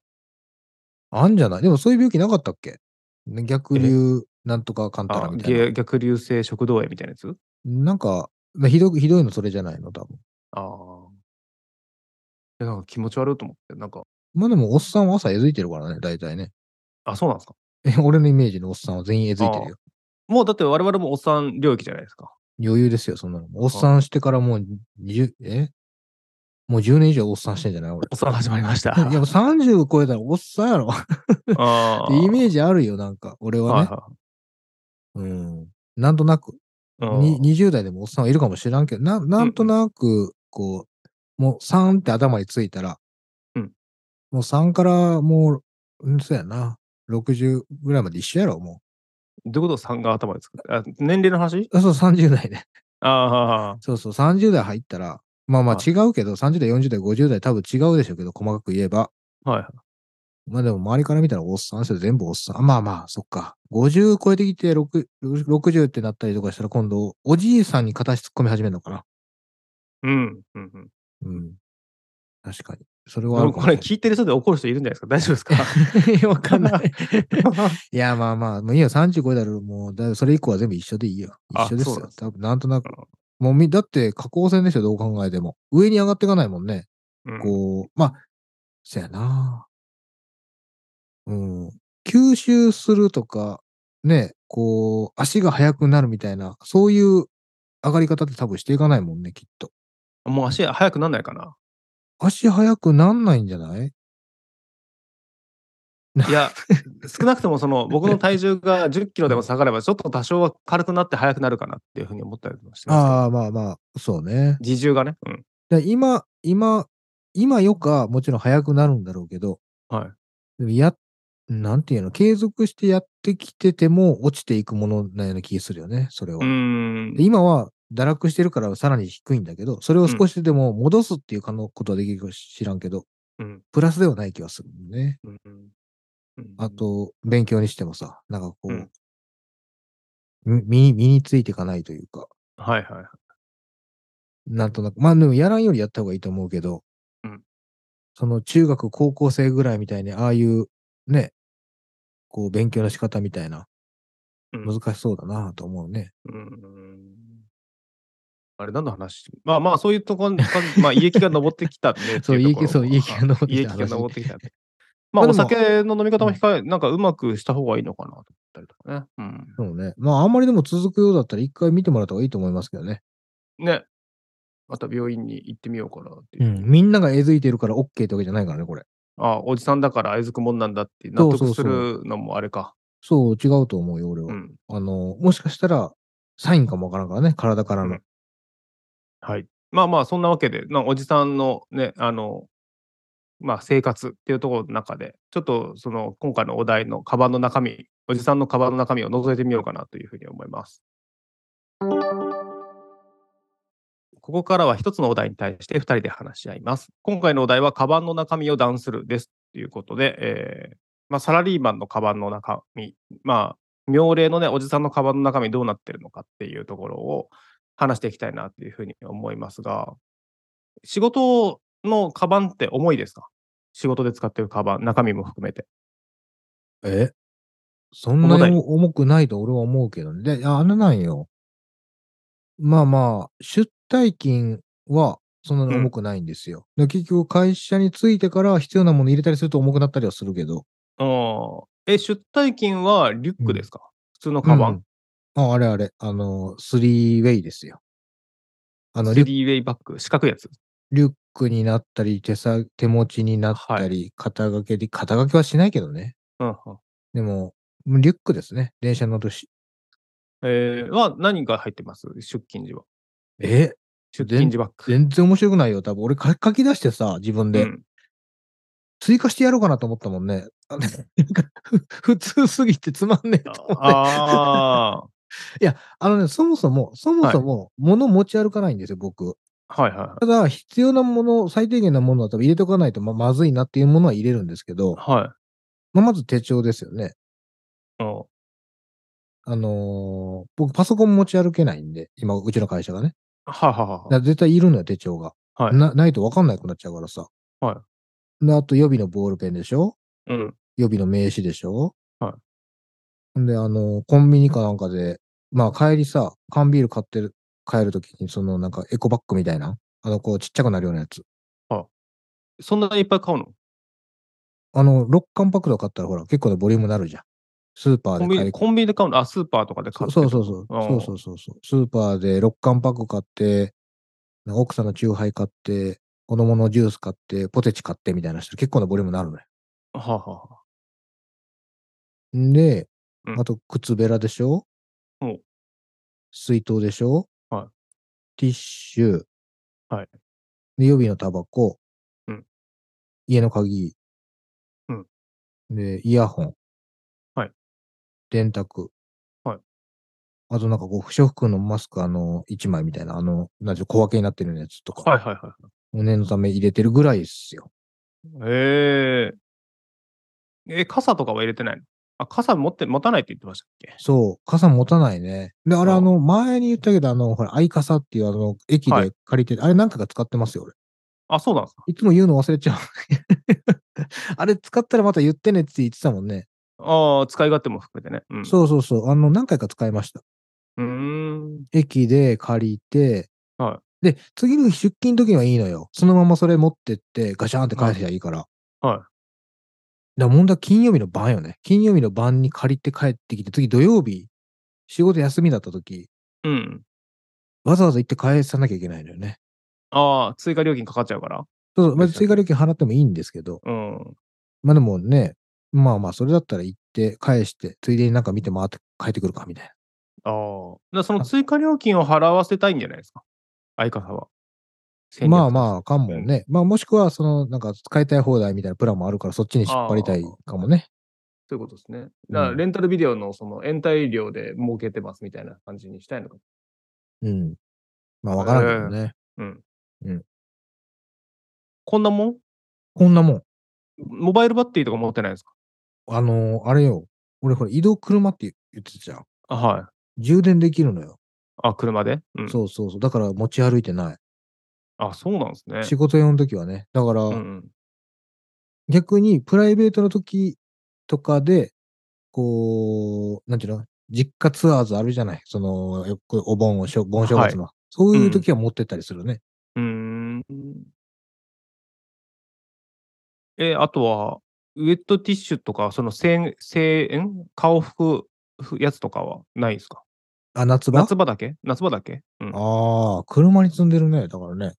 [SPEAKER 2] あんじゃないでもそういう病気なかったっけね逆流なんとかかんたら
[SPEAKER 1] あ
[SPEAKER 2] みたいな
[SPEAKER 1] げ。逆流性食道炎みたいなやつ
[SPEAKER 2] なんか、まあひどくひどいのそれじゃないの多分。
[SPEAKER 1] ああ。いやなんか気持ち悪いと思って、なんか、
[SPEAKER 2] まあでも、おっさんは朝えずいてるからね、大体ね。
[SPEAKER 1] あ、そうなんですか。
[SPEAKER 2] え俺のイメージのおっさんは全員えずいてるよ。
[SPEAKER 1] もうだって我々もおっさん領域じゃないですか。
[SPEAKER 2] 余裕ですよ、そんなの。おっさんしてからもう20、えもう10年以上おっさんしてんじゃない俺。
[SPEAKER 1] おっさん始まりました。
[SPEAKER 2] いや、もう30超えたらおっさんやろ。
[SPEAKER 1] あ
[SPEAKER 2] ってイメ
[SPEAKER 1] ジ
[SPEAKER 2] ージあるよ、なんか。俺はね。
[SPEAKER 1] は
[SPEAKER 2] うん。なんとなく、
[SPEAKER 1] いはいうん
[SPEAKER 2] に20代でもおっさんはいるかもしらんけど、ななんとなく、こう、もう3って頭についたら、
[SPEAKER 1] うん
[SPEAKER 2] もう3からもう、うん、そうやな。60ぐらいまで一緒やろ、も
[SPEAKER 1] どういうことさんが頭で作るあ年齢の話
[SPEAKER 2] う。あそう、30代ね。
[SPEAKER 1] ああ。
[SPEAKER 2] そうそう、30代入ったら、まあまあ
[SPEAKER 1] は
[SPEAKER 2] 違うけど、30代、40代、50代多分違うでしょうけど、細かく言えば。
[SPEAKER 1] はいはい。
[SPEAKER 2] まあでも周りから見たらおっさんですよ、全部おっさん。あまあまあ、そっか。50超えてきて、6 60ってなったりとかしたら、今度、おじいさんに形突っ込み始めるのかな。
[SPEAKER 1] うん。うんうん、
[SPEAKER 2] うん。確かに。それ
[SPEAKER 1] で
[SPEAKER 2] はあ
[SPEAKER 1] も
[SPEAKER 2] るかも
[SPEAKER 1] これ
[SPEAKER 2] し
[SPEAKER 1] 聞いてる人で怒る人いるんじゃないですか大丈夫ですか
[SPEAKER 2] れない。わかんな い。
[SPEAKER 1] あ
[SPEAKER 2] いや、まあまあ、もういいよ、35だろ、もう、だいぶそれ以降は全部一緒でいいよ。
[SPEAKER 1] あ
[SPEAKER 2] 一緒です
[SPEAKER 1] そうなん
[SPEAKER 2] よ
[SPEAKER 1] で。す
[SPEAKER 2] 多分なんとなく。もうみ、だって、下降線ですよ、どう考えても。上に上がっていかないもんね。
[SPEAKER 1] うん
[SPEAKER 2] こう、まあ、そやな。うん。吸収するとか、ね、こう、足が速くなるみたいな、そういう上がり方って多分していかないもんね、きっと。
[SPEAKER 1] もう足速くなんないかな
[SPEAKER 2] 足速くなんないんじゃない
[SPEAKER 1] い や、少なくともその僕の体重が10キロでも下がれば、ちょっと多少は軽くなって速くなるかなっていうふうに思ったりもしてます
[SPEAKER 2] ああ、まあまあ、そうね
[SPEAKER 1] け。ど。自重がね。うん。
[SPEAKER 2] だから今、今、今よか、もちろん速くなるんだろうけど、
[SPEAKER 1] はい。
[SPEAKER 2] でもや、なんていうの、継続してやってきてても落ちていくものなような気がするよね、それは。
[SPEAKER 1] うーん
[SPEAKER 2] で。今は堕落してるからさらに低いんだけど、それを少しでも戻すっていう可能ことはできるか知らんけど、
[SPEAKER 1] うん。
[SPEAKER 2] プラスではない気がするんだよね。
[SPEAKER 1] うんうん
[SPEAKER 2] あと、勉強にしてもさ、なんかこう、
[SPEAKER 1] うん
[SPEAKER 2] み身に身についていかないというか、
[SPEAKER 1] はいはい。
[SPEAKER 2] なんとなく、まあでもやらんよりやった方がいいと思うけど、
[SPEAKER 1] うん
[SPEAKER 2] その中学、高校生ぐらいみたいに、ああいうね、こう勉強の仕方みたいな、
[SPEAKER 1] うん
[SPEAKER 2] 難しそうだなと思うね。
[SPEAKER 1] うんあれ何の話まあまあそういうところ、まあ胃液が上ってきたねって
[SPEAKER 2] そう
[SPEAKER 1] いうところ。
[SPEAKER 2] 胃液そ
[SPEAKER 1] は
[SPEAKER 2] う
[SPEAKER 1] い
[SPEAKER 2] 胃
[SPEAKER 1] 胃
[SPEAKER 2] 液が上ってきた
[SPEAKER 1] 液が上ってき た。ま
[SPEAKER 2] ま
[SPEAKER 1] あ
[SPEAKER 2] あ
[SPEAKER 1] お
[SPEAKER 2] でも
[SPEAKER 1] 酒の飲み方も控え、なんかうまくした方がいいのかなと思ったりとかね。うん。
[SPEAKER 2] そうね。まああんまりでも続くようだったら一回見てもらった方がいいと思いますけどね。
[SPEAKER 1] ね。また病院に行ってみようかなっていうう。
[SPEAKER 2] ん、みんながえずいてるから OK ってわけじゃないからね、これ。
[SPEAKER 1] ああ、おじさんだから愛づくもんなんだって納
[SPEAKER 2] そ
[SPEAKER 1] 得
[SPEAKER 2] うそ
[SPEAKER 1] す
[SPEAKER 2] うそう
[SPEAKER 1] るのもあれか。
[SPEAKER 2] そう、違うと思うよ、俺は。
[SPEAKER 1] うん。
[SPEAKER 2] あの、もしかしたら、サインかもわからんからね、体からの。
[SPEAKER 1] うんはい。まあまあ、そんなわけで、なおじさんのね、あの、まあ、生活っていうところの中で、ちょっとその今回のお題のカバンの中身、おじさんのカバンの中身を覗いてみようかなというふうに思います。ここからは一つのお題に対して2人で話し合います。今回のお題は、カバンの中身をダンするですということで、えーまあ、サラリーマンのカバンの中身、まあ、妙齢のね、おじさんのカバンの中身どうなってるのかっていうところを話していきたいなというふうに思いますが、仕事のカバンって重いですか仕事で使ってるカバン、中身も含めて。
[SPEAKER 2] えそんな
[SPEAKER 1] 重たい
[SPEAKER 2] に重重くないと俺は思うけどね。で、ああれなんよ。まあまあ、出退勤はそんなに重くないんですよ。で結局、会社に着いてから必要なもの入れたりすると重くなったりはするけど。
[SPEAKER 1] あえ、出退勤はリュックですか、普通のカバン、
[SPEAKER 2] うんあ、あれあれ、あの、スリーウェイですよ。あの、
[SPEAKER 1] ス
[SPEAKER 2] リュック
[SPEAKER 1] リーウェイバッグ、四角いやつ。
[SPEAKER 2] リュックになったり、手さ、手持ちになったり、肩掛けで、肩掛けはしないけどね。
[SPEAKER 1] うんうん
[SPEAKER 2] でも、リュックですね。電車乗るし。
[SPEAKER 1] えーは何が入ってます出勤時は。
[SPEAKER 2] え
[SPEAKER 1] 出勤時バッグ。
[SPEAKER 2] 全然面白くないよ。多分、俺か書き出してさ、自分で。
[SPEAKER 1] うん
[SPEAKER 2] 追加してやろうかなと思ったもんね。あの なんかふ普通すぎてつまんねえと思って。
[SPEAKER 1] あ
[SPEAKER 2] あのね、そもそも、そもそも、物持ち歩かないんですよ、僕。
[SPEAKER 1] あ。はいは
[SPEAKER 2] ただ、必要なもの、最低限なものは多分入れとかないとままずいなっていうものは入れるんですけど、
[SPEAKER 1] い。は
[SPEAKER 2] まあ、まず手帳ですよね。
[SPEAKER 1] い。うん
[SPEAKER 2] あのー僕パソコン持ち歩けないんで、今、うちの会社がね。
[SPEAKER 1] はいはい
[SPEAKER 2] だか
[SPEAKER 1] は
[SPEAKER 2] ら
[SPEAKER 1] い。
[SPEAKER 2] 絶対いるのよ、手帳が。
[SPEAKER 1] はい
[SPEAKER 2] なないと分かんなくなっちゃうからさ。
[SPEAKER 1] は
[SPEAKER 2] で、あと予備のボールペンでしょ
[SPEAKER 1] うん。
[SPEAKER 2] 予備の名刺でしょ。
[SPEAKER 1] はい
[SPEAKER 2] んで、あのーコンビニかなんかで、まあ帰りさ、缶ビール買ってる、帰るときに、そのなんかエコバッグみたいな、あの、こうちっちゃくなるようなやつ。
[SPEAKER 1] そんなにいっぱい買うの
[SPEAKER 2] あの、6缶パックとか買ったらほら、結構なボリュームになるじゃん。スーパ
[SPEAKER 1] コ
[SPEAKER 2] ーで
[SPEAKER 1] ン
[SPEAKER 2] 買
[SPEAKER 1] ビ
[SPEAKER 2] い
[SPEAKER 1] ニコンビニで買うのあ、スーパーとかで買
[SPEAKER 2] そううそう
[SPEAKER 1] う。
[SPEAKER 2] そうそう。
[SPEAKER 1] あー
[SPEAKER 2] そうそうそうそう。スーパーで6缶パック買って、なんか奥さんのチューハイ買って、子供のジュース買って、ポテチ買ってみたいな人結構なボリュームになるのよ。
[SPEAKER 1] はあ、はあは
[SPEAKER 2] んで、
[SPEAKER 1] うん
[SPEAKER 2] あと靴べらでしょ
[SPEAKER 1] うん
[SPEAKER 2] 水筒でしょ
[SPEAKER 1] はい
[SPEAKER 2] ティッシュ。
[SPEAKER 1] はい
[SPEAKER 2] で、予備のタバコ。
[SPEAKER 1] うん
[SPEAKER 2] 家の鍵。
[SPEAKER 1] うん
[SPEAKER 2] で、イヤホン。
[SPEAKER 1] はい
[SPEAKER 2] 電卓。
[SPEAKER 1] はい
[SPEAKER 2] あとなんかこう、不織布のマスク、あの、一枚みたいな、あの、なんていうの小分けになってるようなやつとか。
[SPEAKER 1] はいはいは
[SPEAKER 2] 胸のため入れてるぐらいですよ。
[SPEAKER 1] い。へええ、傘とかは入れてないのあ、傘持って、持たないって言ってましたっけ
[SPEAKER 2] そう、傘持たないね。で、あれ、
[SPEAKER 1] あ
[SPEAKER 2] あの、前に言ったけど、あの、ほら、相傘っていう、あの、駅
[SPEAKER 1] は
[SPEAKER 2] で借りて、あれ何回か使ってますよ、俺。
[SPEAKER 1] あ、そうなんですか
[SPEAKER 2] いつも言うの忘れちゃう。 あれ使ったらまた言ってねって言ってたもんね。
[SPEAKER 1] ああ、使い勝手も含めてね。うん。
[SPEAKER 2] そうそうそう。あの、何回か使いました。
[SPEAKER 1] うーん。
[SPEAKER 2] 駅で借りて、
[SPEAKER 1] は
[SPEAKER 2] で、次の日出勤の時はいいのよ。そのままそれ持ってって、ガシャーンって返せばいいから。
[SPEAKER 1] はい
[SPEAKER 2] だから問題は金曜日の晩よね。金曜日の晩に借りて帰ってきて、次土曜日、仕事休みだった時、
[SPEAKER 1] うん。
[SPEAKER 2] わざわざ行って返さなきゃいけないのよね。
[SPEAKER 1] ああ、追加料金かかっちゃうから。
[SPEAKER 2] そうそう、まあ、
[SPEAKER 1] そうそう
[SPEAKER 2] 追加料金払ってもいいんですけど、
[SPEAKER 1] うん。
[SPEAKER 2] まあでもね、まあまあ、それだったら行って、返して、ついでになんか見て回って帰ってくるか、みたいな。
[SPEAKER 1] ああ。だからその追加料金を払わせたいんじゃないですか相方は。戦略
[SPEAKER 2] まあまあ、かもね。まあ、もしくは、その、なんか使いたい放題みたいなプランもあるから、そっちに引っ張りたいかもね。
[SPEAKER 1] ということですね。だから
[SPEAKER 2] うん
[SPEAKER 1] レンタルビデオのその延滞料で儲けてますみたいな感じにしたいのか。
[SPEAKER 2] うん。まあ、わからんけどね。
[SPEAKER 1] うん。
[SPEAKER 2] うん。
[SPEAKER 1] こんなもん
[SPEAKER 2] こんなもん。
[SPEAKER 1] モバイルバッテリーとか持ってないんですか
[SPEAKER 2] あのーあれよ。俺、ほら、移動車って言ってたじゃん。
[SPEAKER 1] あはい。
[SPEAKER 2] 充電できるのよ。
[SPEAKER 1] あ、車で、うん、
[SPEAKER 2] そうそうそう。だから、持ち歩いてない。
[SPEAKER 1] あ、そうなんですね。
[SPEAKER 2] 仕事用の時はね。だから、
[SPEAKER 1] うんうん、
[SPEAKER 2] 逆にプライベートの時とかで、こう、なんていうの実家ツアーズあるじゃないその、よくお盆をしょ、盆正月の。そういう時は持ってったりするね。
[SPEAKER 1] うーん。え、あとは、ウェットティッシュとか、その、せん、せん、ん顔拭くやつとかはないですか
[SPEAKER 2] あ、夏場
[SPEAKER 1] 夏場だけ夏場だけうん。あ
[SPEAKER 2] ああ、車に積んでるね。だからね。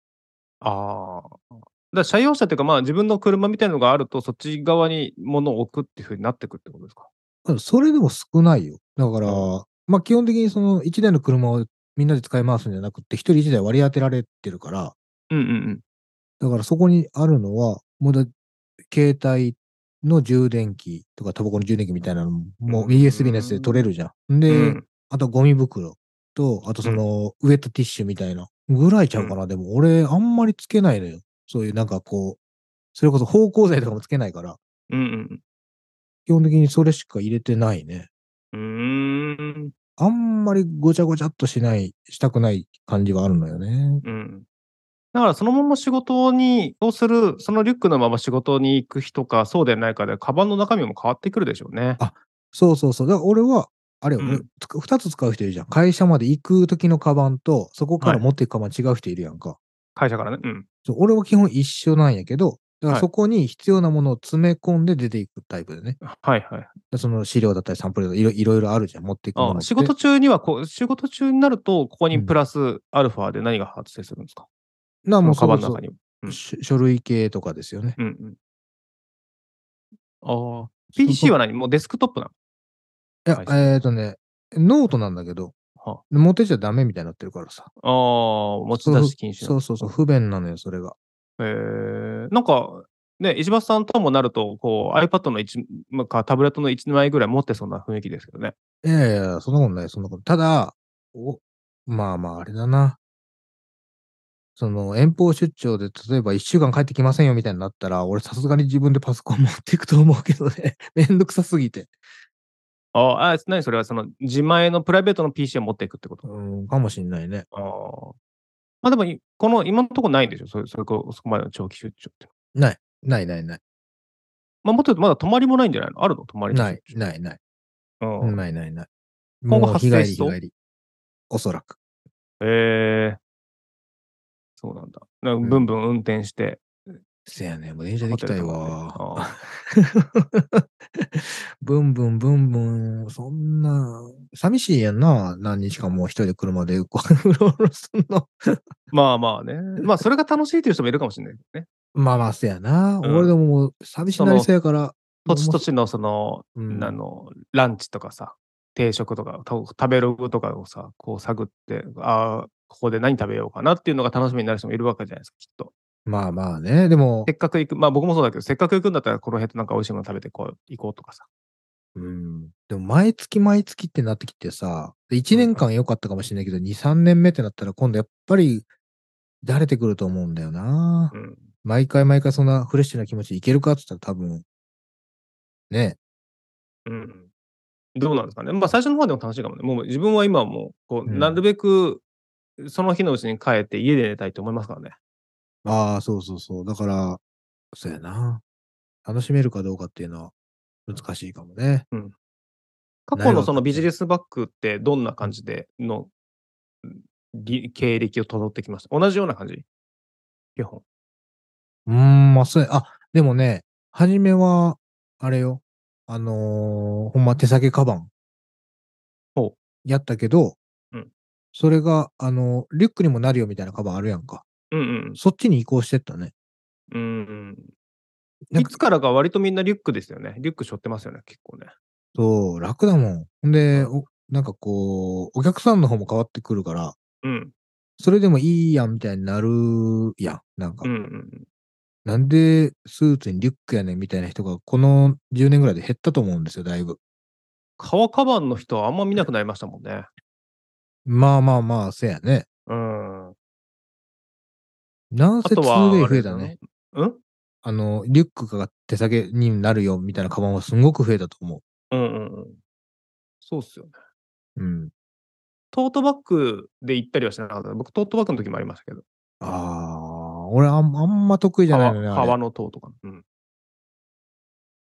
[SPEAKER 1] あー。だから車用車っていうか、まあ自分の車みたいなのがあると、そっち側に物を置くっていうふうになってくってことですか
[SPEAKER 2] うんそれでも少ないよ。だから、
[SPEAKER 1] う
[SPEAKER 2] まあ基本的にその1台の車をみんなで使い回すんじゃなくて、1人1台割り当てられてるから、
[SPEAKER 1] うんうんうん。
[SPEAKER 2] だからそこにあるのは、もうだ携帯の充電器とかタバコの充電器みたいなのももう USB のやつで取れるじゃん。で、
[SPEAKER 1] うん、
[SPEAKER 2] あとゴミ袋と、あとそのウェットティッシュみたいなぐらいちゃうかな。でも俺あんまりつけないのよ。そういうなんかこう、それこそ芳香剤とかもつけないから、
[SPEAKER 1] うんうん
[SPEAKER 2] 基本的にそれしか入れてないね。
[SPEAKER 1] うん。うーん。
[SPEAKER 2] あんまりごちゃごちゃっとしない、したくない感じはあるのよね。
[SPEAKER 1] うん。だからそのまま仕事に、をする、そのリュックのまま仕事に行く日とか、そうでないかで、カバンの中身も変わってくるでしょうね。
[SPEAKER 2] そうそうそう。だから俺は、あれよ、
[SPEAKER 1] うん
[SPEAKER 2] 俺つく二つ使う人いるじゃん。会社まで行く時のカバンと、そこから
[SPEAKER 1] はい
[SPEAKER 2] 持っていくカバン違う人いるやんか。
[SPEAKER 1] 会社からね。うん。
[SPEAKER 2] そう俺は基本一緒なんやけど、だ
[SPEAKER 1] は
[SPEAKER 2] から
[SPEAKER 1] い
[SPEAKER 2] そこに必要なものを詰め込んで出ていくタイプでね。
[SPEAKER 1] はいはい。
[SPEAKER 2] その資料だったりサンプルだったりいろいろいろあるじゃん、持っていくものっ
[SPEAKER 1] あ
[SPEAKER 2] て
[SPEAKER 1] 仕事中にはこう、仕事中になると、ここに
[SPEAKER 2] うん
[SPEAKER 1] プラスアルファで何が発生するんですか、
[SPEAKER 2] なあもう
[SPEAKER 1] そ
[SPEAKER 2] そ
[SPEAKER 1] のカバ
[SPEAKER 2] こ
[SPEAKER 1] ンの中
[SPEAKER 2] そ
[SPEAKER 1] にも。
[SPEAKER 2] うし書類系とかですよね。
[SPEAKER 1] うんうん。ああ。PC は何もうデスクトップない
[SPEAKER 2] や
[SPEAKER 1] は、い
[SPEAKER 2] えっ、とね、ノートなんだけど、
[SPEAKER 1] のは
[SPEAKER 2] 持ってっちゃダメみたいになってるからさ。
[SPEAKER 1] ああー、持ち出し禁止
[SPEAKER 2] そ
[SPEAKER 1] の。
[SPEAKER 2] うそうそう、不便なのよ、それが。
[SPEAKER 1] えー、なんか、ね、石橋さんともなると、こう、iPad の一まあか、タブレットの1枚ぐらい持ってそうな雰囲気ですけどね。
[SPEAKER 2] いやいやいや、そんなことない、そんなこと。ただ、お、まあまあ、あれだな。その、遠方出張で、例えば一週間帰ってきませんよみたいになったら、俺さすがに自分でパソコン 持っていくと思うけどね。 めんどくさすぎて。
[SPEAKER 1] ああ、何それはその自前のプライベートの PC を持っていくってこと。
[SPEAKER 2] うん、かもしんないね。
[SPEAKER 1] ああ。まあでもい、この今のところないんでしょそれそれこそこまでの長期出張って。
[SPEAKER 2] ないないない。
[SPEAKER 1] まあ、もっと言うとまだ泊まりもないんじゃないのあるの泊まりの
[SPEAKER 2] ない
[SPEAKER 1] 出、張
[SPEAKER 2] ないない。
[SPEAKER 1] うん
[SPEAKER 2] ないないない。
[SPEAKER 1] 今後
[SPEAKER 2] もう
[SPEAKER 1] 発
[SPEAKER 2] 日
[SPEAKER 1] 生
[SPEAKER 2] 帰り
[SPEAKER 1] し
[SPEAKER 2] 日
[SPEAKER 1] そう
[SPEAKER 2] 帰り。おそらく。
[SPEAKER 1] へえそうなんだ。なんかブンブン運転して。
[SPEAKER 2] せやね、もう電車で行きたいわ。
[SPEAKER 1] ホテルとかで。ああ
[SPEAKER 2] ブンブンブンブン、そんな、寂しいやんな。何日間もう一人で車でこう うろうろすんの。
[SPEAKER 1] まあまあね。まあそれが楽しいという人もいるかもしれないけどね。
[SPEAKER 2] まあまあ、せやな。
[SPEAKER 1] うん
[SPEAKER 2] 俺でももう寂しなりそうやから。
[SPEAKER 1] 土地土地のその、
[SPEAKER 2] うん
[SPEAKER 1] あの、ランチとかさ、定食とか、た食べログとかをさ、こう探って、ああ、ここで何食べようかなっていうのが楽しみになる人もいるわけじゃないですか、きっと。
[SPEAKER 2] まあまあね。でも
[SPEAKER 1] せ、っかく行く、まあ僕もそうだけど、せっかく行くんだったら、この辺でなんか美味しいもの食べてこう行こうとかさ。
[SPEAKER 2] うん。でも、毎月毎月ってなってきてさ、1年間良かったかもしれないけど、2、3年目ってなったら、今度やっぱり、だれてくると思うんだよな。
[SPEAKER 1] うん。
[SPEAKER 2] 毎回毎回そんなフレッシュな気持ちでいけるかって言ったら多分、ね。
[SPEAKER 1] うん。どうなんですかね。まあ最初の方でも楽しいかもね。もう自分は今はもう、こう、
[SPEAKER 2] うん
[SPEAKER 1] なるべく、その日のうちに帰って家で寝たいと思いますからね。
[SPEAKER 2] ああ、そうそうそう。だから、そうやな。楽しめるかどうかっていうのは難しいかもね。
[SPEAKER 1] 過去のそのビジネスバッグってどんな感じでのり経歴を辿ってきました同じような感じ基本。
[SPEAKER 2] うーん、まあ、そうや。あ、でもね、初めは、あれよ。あのーほんま手提げカバン。
[SPEAKER 1] ほう
[SPEAKER 2] やったけど、
[SPEAKER 1] うん
[SPEAKER 2] それが、あのーリュックにもなるよみたいなカバンあるやんか。
[SPEAKER 1] うんうん
[SPEAKER 2] そっちに移行してったね。
[SPEAKER 1] うん。
[SPEAKER 2] なん
[SPEAKER 1] い
[SPEAKER 2] か
[SPEAKER 1] つからか割とみんなリュックですよね。リュック背負ってますよね、結構ね。
[SPEAKER 2] そう、楽だもん。ほんで、おなんかこう、お客さんの方も変わってくるから、
[SPEAKER 1] うん。
[SPEAKER 2] それでもいいやんみたいになるやん。なんか
[SPEAKER 1] うん、うん。
[SPEAKER 2] なんでスーツにリュックやねんみたいな人がこの10年ぐらいで減ったと思うんですよ、だいぶ。
[SPEAKER 1] 革カバンの人はあんま見なくなりましたもんね。
[SPEAKER 2] まあまあまあ、せやね。
[SPEAKER 1] うん。あ
[SPEAKER 2] なんせ
[SPEAKER 1] とは、
[SPEAKER 2] 2way 増え
[SPEAKER 1] あ
[SPEAKER 2] た
[SPEAKER 1] れ
[SPEAKER 2] ね。
[SPEAKER 1] うん
[SPEAKER 2] あの、リュックが手提げになるよみたいなカバンはすごく増えたと思
[SPEAKER 1] うんうんうん。そうっすよね。
[SPEAKER 2] う。うん。
[SPEAKER 1] トートバッグで行ったりはしなかった。僕、トートバッグの時もありましたけど。
[SPEAKER 2] ああ、俺あんあんま得意じゃないのね。
[SPEAKER 1] 革
[SPEAKER 2] あれ
[SPEAKER 1] 革のトートかな。うん。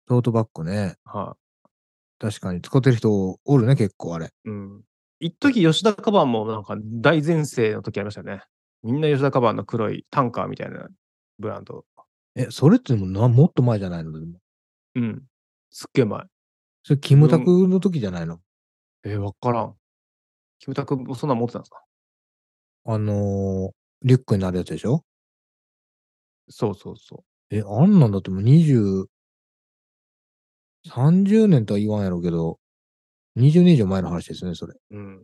[SPEAKER 2] トートバッグね。
[SPEAKER 1] はい、
[SPEAKER 2] 確かに使ってる人おるね、結構あれ。
[SPEAKER 1] うん。一時吉田カバンもなんか大前世の時ありましたよね。みんな吉田カバンの黒いタンカーみたいなブランド。
[SPEAKER 2] え、それってでもなもっと前じゃないのでも
[SPEAKER 1] うん。すっげえ前。
[SPEAKER 2] それ、キムタクの時じゃないの、
[SPEAKER 1] えー、わからん。キムタクもそんなん持ってたんですか
[SPEAKER 2] あのーリュックになるやつでしょ
[SPEAKER 1] そうそうそ
[SPEAKER 2] え、あんなんだってもう20、30年とは言わんやろうけど、20年以上前の話ですね、それ。
[SPEAKER 1] う。うん。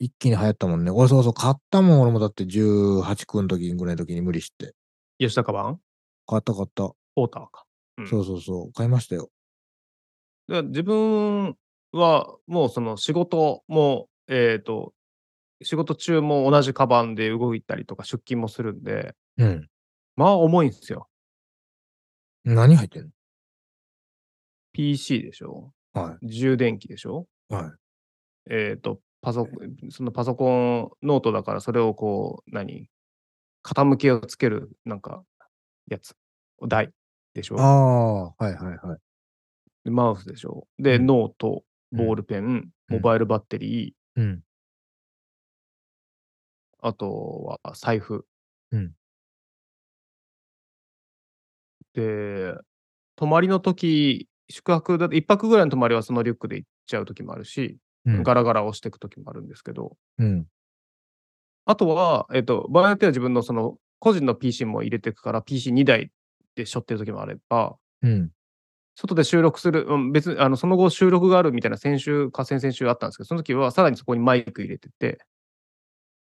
[SPEAKER 2] 一気に流行ったもんね。俺そうそう、買ったもん、俺もだって18くん時ぐらいの時に無理して。
[SPEAKER 1] 吉田カバン
[SPEAKER 2] 買った買った。
[SPEAKER 1] ポーターか。うん
[SPEAKER 2] そうそうそう、買いましたよ。
[SPEAKER 1] だから自分はもうその仕事も、えっ、と、仕事中も同じカバンで動いたりとか出勤もするんで、
[SPEAKER 2] うん。
[SPEAKER 1] まあ重いんですよ。
[SPEAKER 2] 何入ってん
[SPEAKER 1] PC でしょ
[SPEAKER 2] のは
[SPEAKER 1] 充電器でしょ
[SPEAKER 2] い。はい。
[SPEAKER 1] えっ、と、パソコン、そのパソコンノートだから、それをこう、何傾きをつける、なんか、やつ。台でし
[SPEAKER 2] あ
[SPEAKER 1] ょ
[SPEAKER 2] あ、はいはいはい。
[SPEAKER 1] でマウスでしょで、
[SPEAKER 2] うん
[SPEAKER 1] ノート、ボールペン、モバイルバッテリー、
[SPEAKER 2] うん。
[SPEAKER 1] あとは財布。
[SPEAKER 2] うん
[SPEAKER 1] で、泊まりの時、宿泊だって一泊ぐらいの泊まりはそのリュックで行っちゃう時もあるし、
[SPEAKER 2] うん。
[SPEAKER 1] ガラガラ押していく時もあるんですけど、
[SPEAKER 2] うん。
[SPEAKER 1] あとは、えっ、と、場合によっては自分のその個人の PC も入れていくから、PC2 台でしょってる時もあれば、
[SPEAKER 2] うん。
[SPEAKER 1] 外
[SPEAKER 2] 外
[SPEAKER 1] で収録する、うん、別にあのその後収録があるみたいな先週か先々週あったんですけど、その時はさらにそこにマイク入れてて、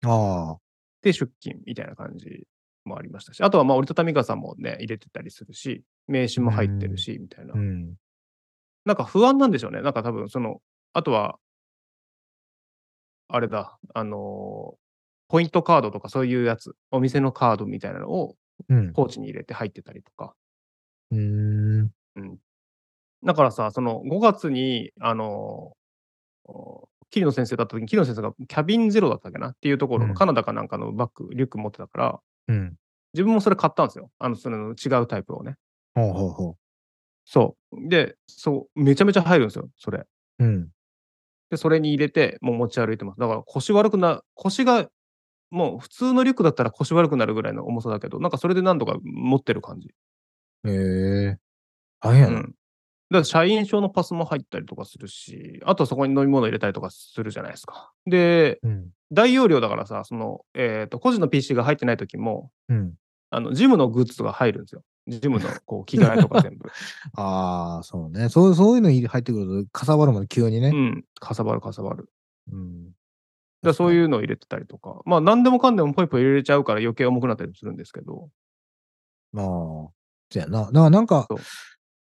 [SPEAKER 2] ああ。
[SPEAKER 1] で、出勤みたいな感じもありましたし、あとはまあ折りたたみ傘もね、入れてたりするし、名刺も入ってるし、みたいな
[SPEAKER 2] う。ん。
[SPEAKER 1] なんか不安なんでしょうね。なんか多分、その、あとは、あれだ、あのーポイントカードとかそういうやつ、お店のカードみたいなのを
[SPEAKER 2] うん。
[SPEAKER 1] ポーチに入れて入ってたりとか。
[SPEAKER 2] うーん。
[SPEAKER 1] だからさ、その5月に、あのーお桐野先生だった時に、桐野先生がキャビンゼロだったっけなっていうところ
[SPEAKER 2] う
[SPEAKER 1] の
[SPEAKER 2] ん
[SPEAKER 1] カナダかなんかのバッグ、リュック持ってたから、
[SPEAKER 2] うん。
[SPEAKER 1] 自分もそれ買ったんですよ。あの、その違うタイプをね。
[SPEAKER 2] ほうほうほ
[SPEAKER 1] そう。で、そう、めちゃめちゃ入るんですよ、それ。
[SPEAKER 2] う。うん。
[SPEAKER 1] で、それに入れて、もう持ち歩いてます。だから腰悪くな、腰が、もう普通のリュックだったら腰悪くなるぐらいの重さだけど、なんかそれで何とか持ってる感じ。
[SPEAKER 2] へえ。大変
[SPEAKER 1] う
[SPEAKER 2] やな。
[SPEAKER 1] ん。だから社員証のパスも入ったりとかするし、あとはそこに飲み物入れたりとかするじゃないですか。で、
[SPEAKER 2] うん。
[SPEAKER 1] 大容量だからさ、その、えっ、と、個人の PC が入ってない時も、
[SPEAKER 2] うん。
[SPEAKER 1] あの、ジムのグッズが入るんですよ。ジムのこう着替えとか全 部。
[SPEAKER 2] ああ、そうね。そう、そういうの入ってくると、かさばるもん、急に
[SPEAKER 1] う
[SPEAKER 2] ね。
[SPEAKER 1] ん。かさばるかさばる。
[SPEAKER 2] うん。。
[SPEAKER 1] だからそういううのを入れてたりとか、まあ何でもかんでもポイポイ入れれちゃうから余計重くなったりもするんですけど、
[SPEAKER 2] ああ。そうやな。だからなんか
[SPEAKER 1] そう、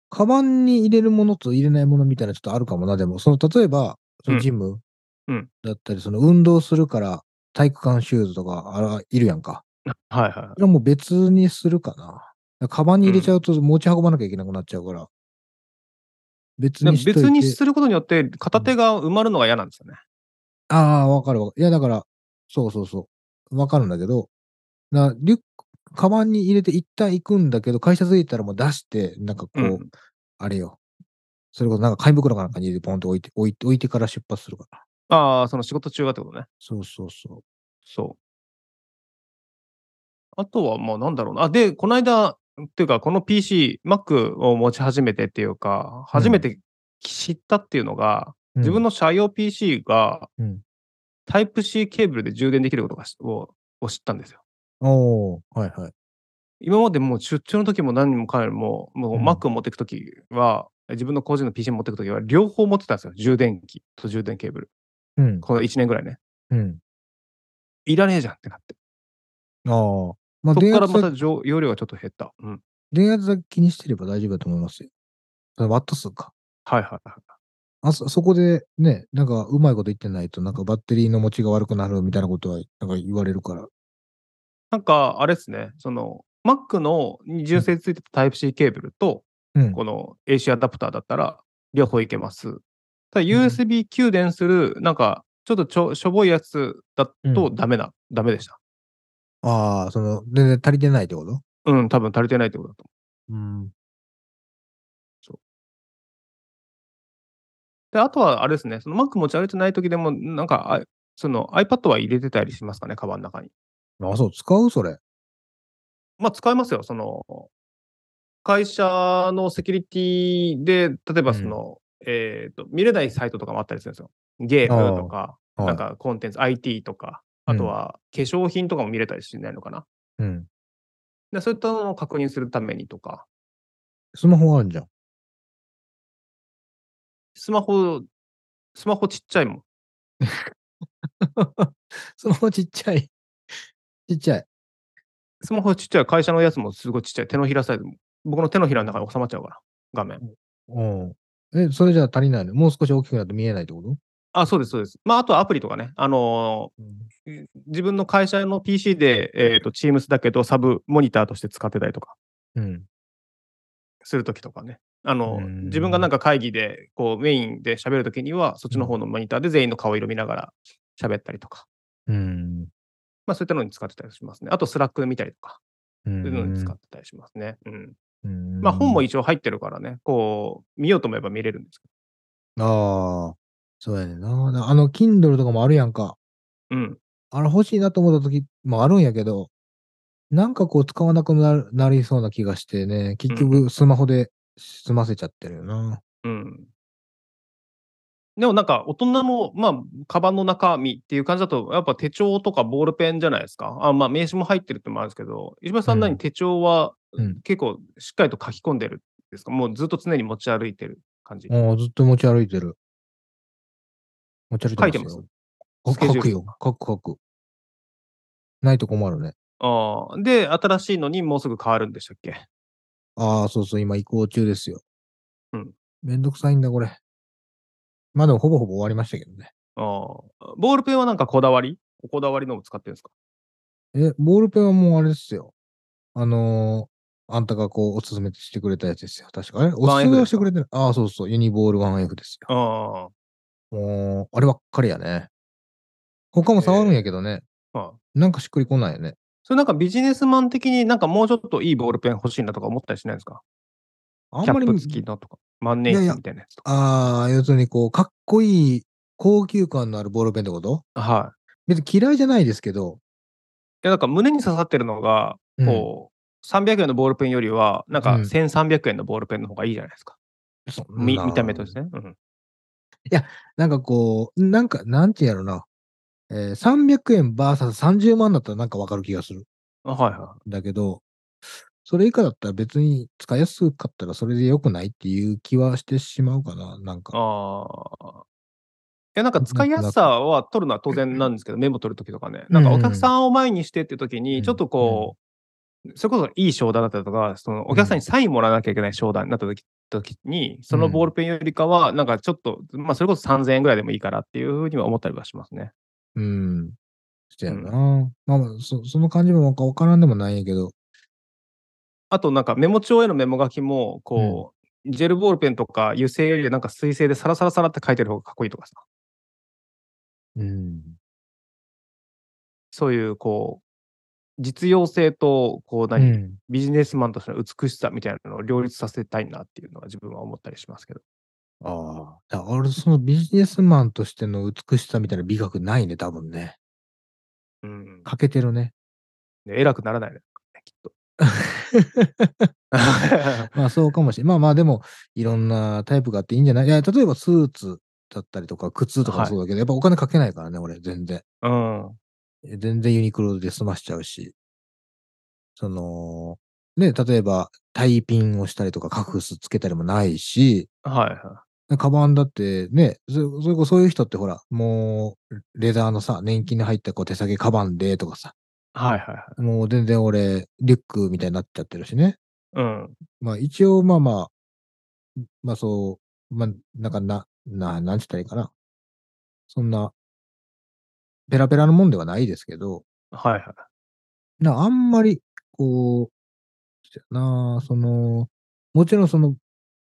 [SPEAKER 2] カバンに入れるものと入れないものみたいなちょっとあるかもな。でも、その、例えば、そのジム
[SPEAKER 1] うん
[SPEAKER 2] だったり、その運動するから、体育館シューズとか、あら、いるやんか。
[SPEAKER 1] はいは
[SPEAKER 2] それはもう別にするかな。だからカバンに入れちゃうと持ち運ばなきゃいけなくなっちゃうから。別
[SPEAKER 1] い。でも
[SPEAKER 2] にしといて。
[SPEAKER 1] 別にすることによって片手が埋まるのが嫌なんですよね。
[SPEAKER 2] ああ、わかるわかる。いや、だから、そうそうそう。わかるんだけど、な、リュック、カバンに入れて一旦行くんだけど、会社着いたらもう出して、なんかこう、
[SPEAKER 1] うん
[SPEAKER 2] あれよ。それこそなんか紙袋かなんかに入れてポンと置いて、置いて、置いてから出発するから。
[SPEAKER 1] ああ、その仕事中はってことね。
[SPEAKER 2] そうそうそ
[SPEAKER 1] そう。あとはまあなんだろうな。あで、この間、っていうかこの PC、Mac を持ち始めてっていうか、
[SPEAKER 2] うん
[SPEAKER 1] 初めて知ったっていうのが、
[SPEAKER 2] う。
[SPEAKER 1] 自分
[SPEAKER 2] の、
[SPEAKER 1] の社用 PC が
[SPEAKER 2] うん
[SPEAKER 1] タイプ C ケーブルで充電できることがしをを知ったんですよ。
[SPEAKER 2] おー、はいはい。
[SPEAKER 1] 今までもう出張の時も何もかにも、もう
[SPEAKER 2] うん
[SPEAKER 1] Mac を持っていく時は、自分の個人の PC 持っていく時は、両方持ってたんですよ。充電器と充電ケーブル。
[SPEAKER 2] うん、
[SPEAKER 1] この1年ぐらいね。
[SPEAKER 2] うん。
[SPEAKER 1] いらねえじゃんってなって。
[SPEAKER 2] ああ。まあ、
[SPEAKER 1] そこ
[SPEAKER 2] 電
[SPEAKER 1] から
[SPEAKER 2] 圧
[SPEAKER 1] ま
[SPEAKER 2] だ
[SPEAKER 1] た上容量がちょっと減った。うん。
[SPEAKER 2] 電圧だけ気にしてれば大丈夫だと思いますよ。そのワット数か。
[SPEAKER 1] はいはいはい。
[SPEAKER 2] あそ、そこでね、なんかうまいこと言ってないと、なんかバッテリーの持ちが悪くなるみたいなことは、なんか言われるから。
[SPEAKER 1] なんか、あれですね。その、Mac のに純正ついてた Type-C ケーブルと、
[SPEAKER 2] うん。
[SPEAKER 1] この AC アダプターだったら、両方いけます。ただ USB 給電する、なんか、ちょっとちょしょぼいやつだとダメな、ダメでした。
[SPEAKER 2] ああ、その、全然足りてないってこと
[SPEAKER 1] うん、多分足りてないってことだと思う。
[SPEAKER 2] うん。
[SPEAKER 1] で、あとはあれですね、その Mac 持ち歩いてない時でも、なんか、あその iPad は入れてたりしますかね、カバンの中に。
[SPEAKER 2] あ、そう、使うそれ。
[SPEAKER 1] まあ、使えますよ、その、会社のセキュリティで、例えばその、えっ、と、見れないサイトとかもあったりするんですよ。ゲームとか、
[SPEAKER 2] はい
[SPEAKER 1] なん、かコンテンツ、IT とか、
[SPEAKER 2] うん
[SPEAKER 1] あとは化粧品とかも見れたりしないのかな。
[SPEAKER 2] うん。
[SPEAKER 1] でそういったのを確認するためにとか、
[SPEAKER 2] スマホあるじゃん。
[SPEAKER 1] スマホ、スマホちっちゃいもん。
[SPEAKER 2] スマホちっちゃい。 ちっちゃい。
[SPEAKER 1] スマホちっちゃい、会社のやつもすごいちっちゃい、手のひらサイズも。僕の手のひらの中に収まっちゃうから、画面。
[SPEAKER 2] うん。え、それじゃ足りないのもう少し大きくなって見えないってこと
[SPEAKER 1] あ、そうです、そうです。まあ、あとはアプリとかね、あのー自分の会社の PC で、えっ、と、Teams だけど、サブモニターとして使ってたりとか、
[SPEAKER 2] うん。
[SPEAKER 1] するときとかね。あのー
[SPEAKER 2] うん
[SPEAKER 1] 自分がなんか会議で、こう、メインで喋るときには、そっちの方のモニターで全員の顔色見ながら喋ったりとか、
[SPEAKER 2] うん。
[SPEAKER 1] まあ、そういったのに使ってたりしますね。あと、スラック見たりとか、
[SPEAKER 2] う
[SPEAKER 1] そうい
[SPEAKER 2] ん
[SPEAKER 1] うのに使ってたりしますね。うん。
[SPEAKER 2] うん
[SPEAKER 1] まあ、本も一応入ってるからね、こう、見ようと思えば見れるんですけ
[SPEAKER 2] ああ、そうやねんな。だあの、Kindle とかもあるやんか。
[SPEAKER 1] ど。うん。
[SPEAKER 2] あれ欲しいなと思った時もあるんやけど、なんかこう使わなくなるなりそうな気がしてね、結局スマホで済ませちゃってるよな。
[SPEAKER 1] うん。でもなんか大人の、まあ、カバンの中身っていう感じだと、やっぱ手帳とかボールペンじゃないですか。あまあ、名刺も入ってるってのもあるんですけど、石橋さん
[SPEAKER 2] うん
[SPEAKER 1] 何、手帳は
[SPEAKER 2] うん
[SPEAKER 1] 結構しっかりと書き込んでるんですか、もうずっと常に持ち歩いてる感じ。
[SPEAKER 2] もうずっと持ち歩いてる。持ち歩いてます
[SPEAKER 1] 書いて
[SPEAKER 2] よ。
[SPEAKER 1] ます
[SPEAKER 2] あ
[SPEAKER 1] スケジュー
[SPEAKER 2] 書
[SPEAKER 1] ル
[SPEAKER 2] くよ。書く書く。ないと困るね。
[SPEAKER 1] ああ。で、新しいのにもうすぐ変わるんでしたっけ
[SPEAKER 2] ああ、そうそう、今移行中ですよ。
[SPEAKER 1] うん。
[SPEAKER 2] めんどくさいんだ、これ。まあでも、ほぼほぼ終わりましたけどね。
[SPEAKER 1] ああ。ボールペンはなんかこだわりこだわりのを使ってるんですか
[SPEAKER 2] え、ボールペンはもうあれですよ。あのーあんたがこう、おすすめしてくれたやつですよ。確か。あれおすす
[SPEAKER 1] 1F
[SPEAKER 2] め
[SPEAKER 1] で
[SPEAKER 2] を
[SPEAKER 1] す
[SPEAKER 2] し
[SPEAKER 1] か
[SPEAKER 2] てくれてる。ああ、そうそう、ユニボール 1F ですよ。
[SPEAKER 1] あ
[SPEAKER 2] もう、あればっかりやね。他も触るんやけどね。
[SPEAKER 1] あ。はい。
[SPEAKER 2] なんかしっくりこないよね。
[SPEAKER 1] それなんかビジネスマン的になんかもうちょっといいボールペン欲しいなとか思ったりしないですか
[SPEAKER 2] あ
[SPEAKER 1] キャ
[SPEAKER 2] んま
[SPEAKER 1] ッ
[SPEAKER 2] り
[SPEAKER 1] プ付きのとか、万年
[SPEAKER 2] いやい
[SPEAKER 1] 筆
[SPEAKER 2] や
[SPEAKER 1] みたいなやつとか。
[SPEAKER 2] ああ、要するにこう、かっこいい、高級感のあるボールペンってこと
[SPEAKER 1] はい。
[SPEAKER 2] 別に嫌いじゃないですけど。
[SPEAKER 1] いや、なんか胸に刺さってるのが、
[SPEAKER 2] うん
[SPEAKER 1] こう、300円のボールペンよりは、なんか
[SPEAKER 2] うん
[SPEAKER 1] 1300円のボールペンの方がいいじゃないですか。
[SPEAKER 2] そん
[SPEAKER 1] み
[SPEAKER 2] な
[SPEAKER 1] 見た目としてね。うん。
[SPEAKER 2] なんかこう、なんか、なんて言うんやろな。えー、300円 VS30 万だったらなんかわかる気がする。
[SPEAKER 1] あはいは
[SPEAKER 2] だけど、それ以下だったら別に使いやすかったらそれで良くないっていう気はしてしまうかな。なん
[SPEAKER 1] い。
[SPEAKER 2] か。
[SPEAKER 1] ああ。いや、なんか使いやすさは取るのは当然なんですけど、メモ取るときとかね。なんかお客さんを前にしてっていうとき
[SPEAKER 2] う
[SPEAKER 1] に、
[SPEAKER 2] ん
[SPEAKER 1] ちょっとこう、それこそいい商談だったりとか、そのお客さんにサインもらわなきゃいけない商談になったとき、時にそのボールペンよりかは、なんかちょっと、まあ、それこそ3000円ぐらいでもいいからっていうふうには思ったりはしますね。
[SPEAKER 2] うん。してや
[SPEAKER 1] う
[SPEAKER 2] な。まあまあそ、その感じもなんかわからんでもないんやけど。
[SPEAKER 1] あとなんかメモ帳へのメモ書きも、こう、ジェルボールペンとか油性よりなんか水性でサラサラサラって書いてる方がかっこいいとかさ、
[SPEAKER 2] うん。
[SPEAKER 1] そういうこう、実用性と、こう
[SPEAKER 2] う
[SPEAKER 1] 何、
[SPEAKER 2] ん。
[SPEAKER 1] ビジネスマンとしての美しさみたいなのを両立させたいなっていうのは自分は思ったりしますけど。
[SPEAKER 2] ああ。だから俺、そのビジネスマンとしての美しさみたいな美学ないね、多分ね。
[SPEAKER 1] うん。
[SPEAKER 2] 欠けてるね。
[SPEAKER 1] で偉くならないね、きっ と。
[SPEAKER 2] まあそうかもしれない。まあまあでも、いろんなタイプがあっていいんじゃないいや、例えばスーツだったりとか、靴とかもそうだけど、やっぱお金かけないからね、俺、全然。
[SPEAKER 1] うん。
[SPEAKER 2] 全然ユニクロで済ましちゃうし。その、ね、例えば、タイピンをしたりとか、カフスつけたりもないし、
[SPEAKER 1] はいは
[SPEAKER 2] カバンだってね、そそれこそそういう人ってほら、もう、レザーのさ、年金に入ったこう手提げカバンでとかさ、
[SPEAKER 1] い。はいはいはい。
[SPEAKER 2] もう全然俺、リュックみたいになっちゃってるしね。
[SPEAKER 1] うん。
[SPEAKER 2] まあ一応まあまあ、まあそう、まあなんかな、な、なんつったらいいかな。そんな、ペラペラのもんではないですけど、
[SPEAKER 1] はいはい。
[SPEAKER 2] なあんまり、こう、そやなその、もちろんその、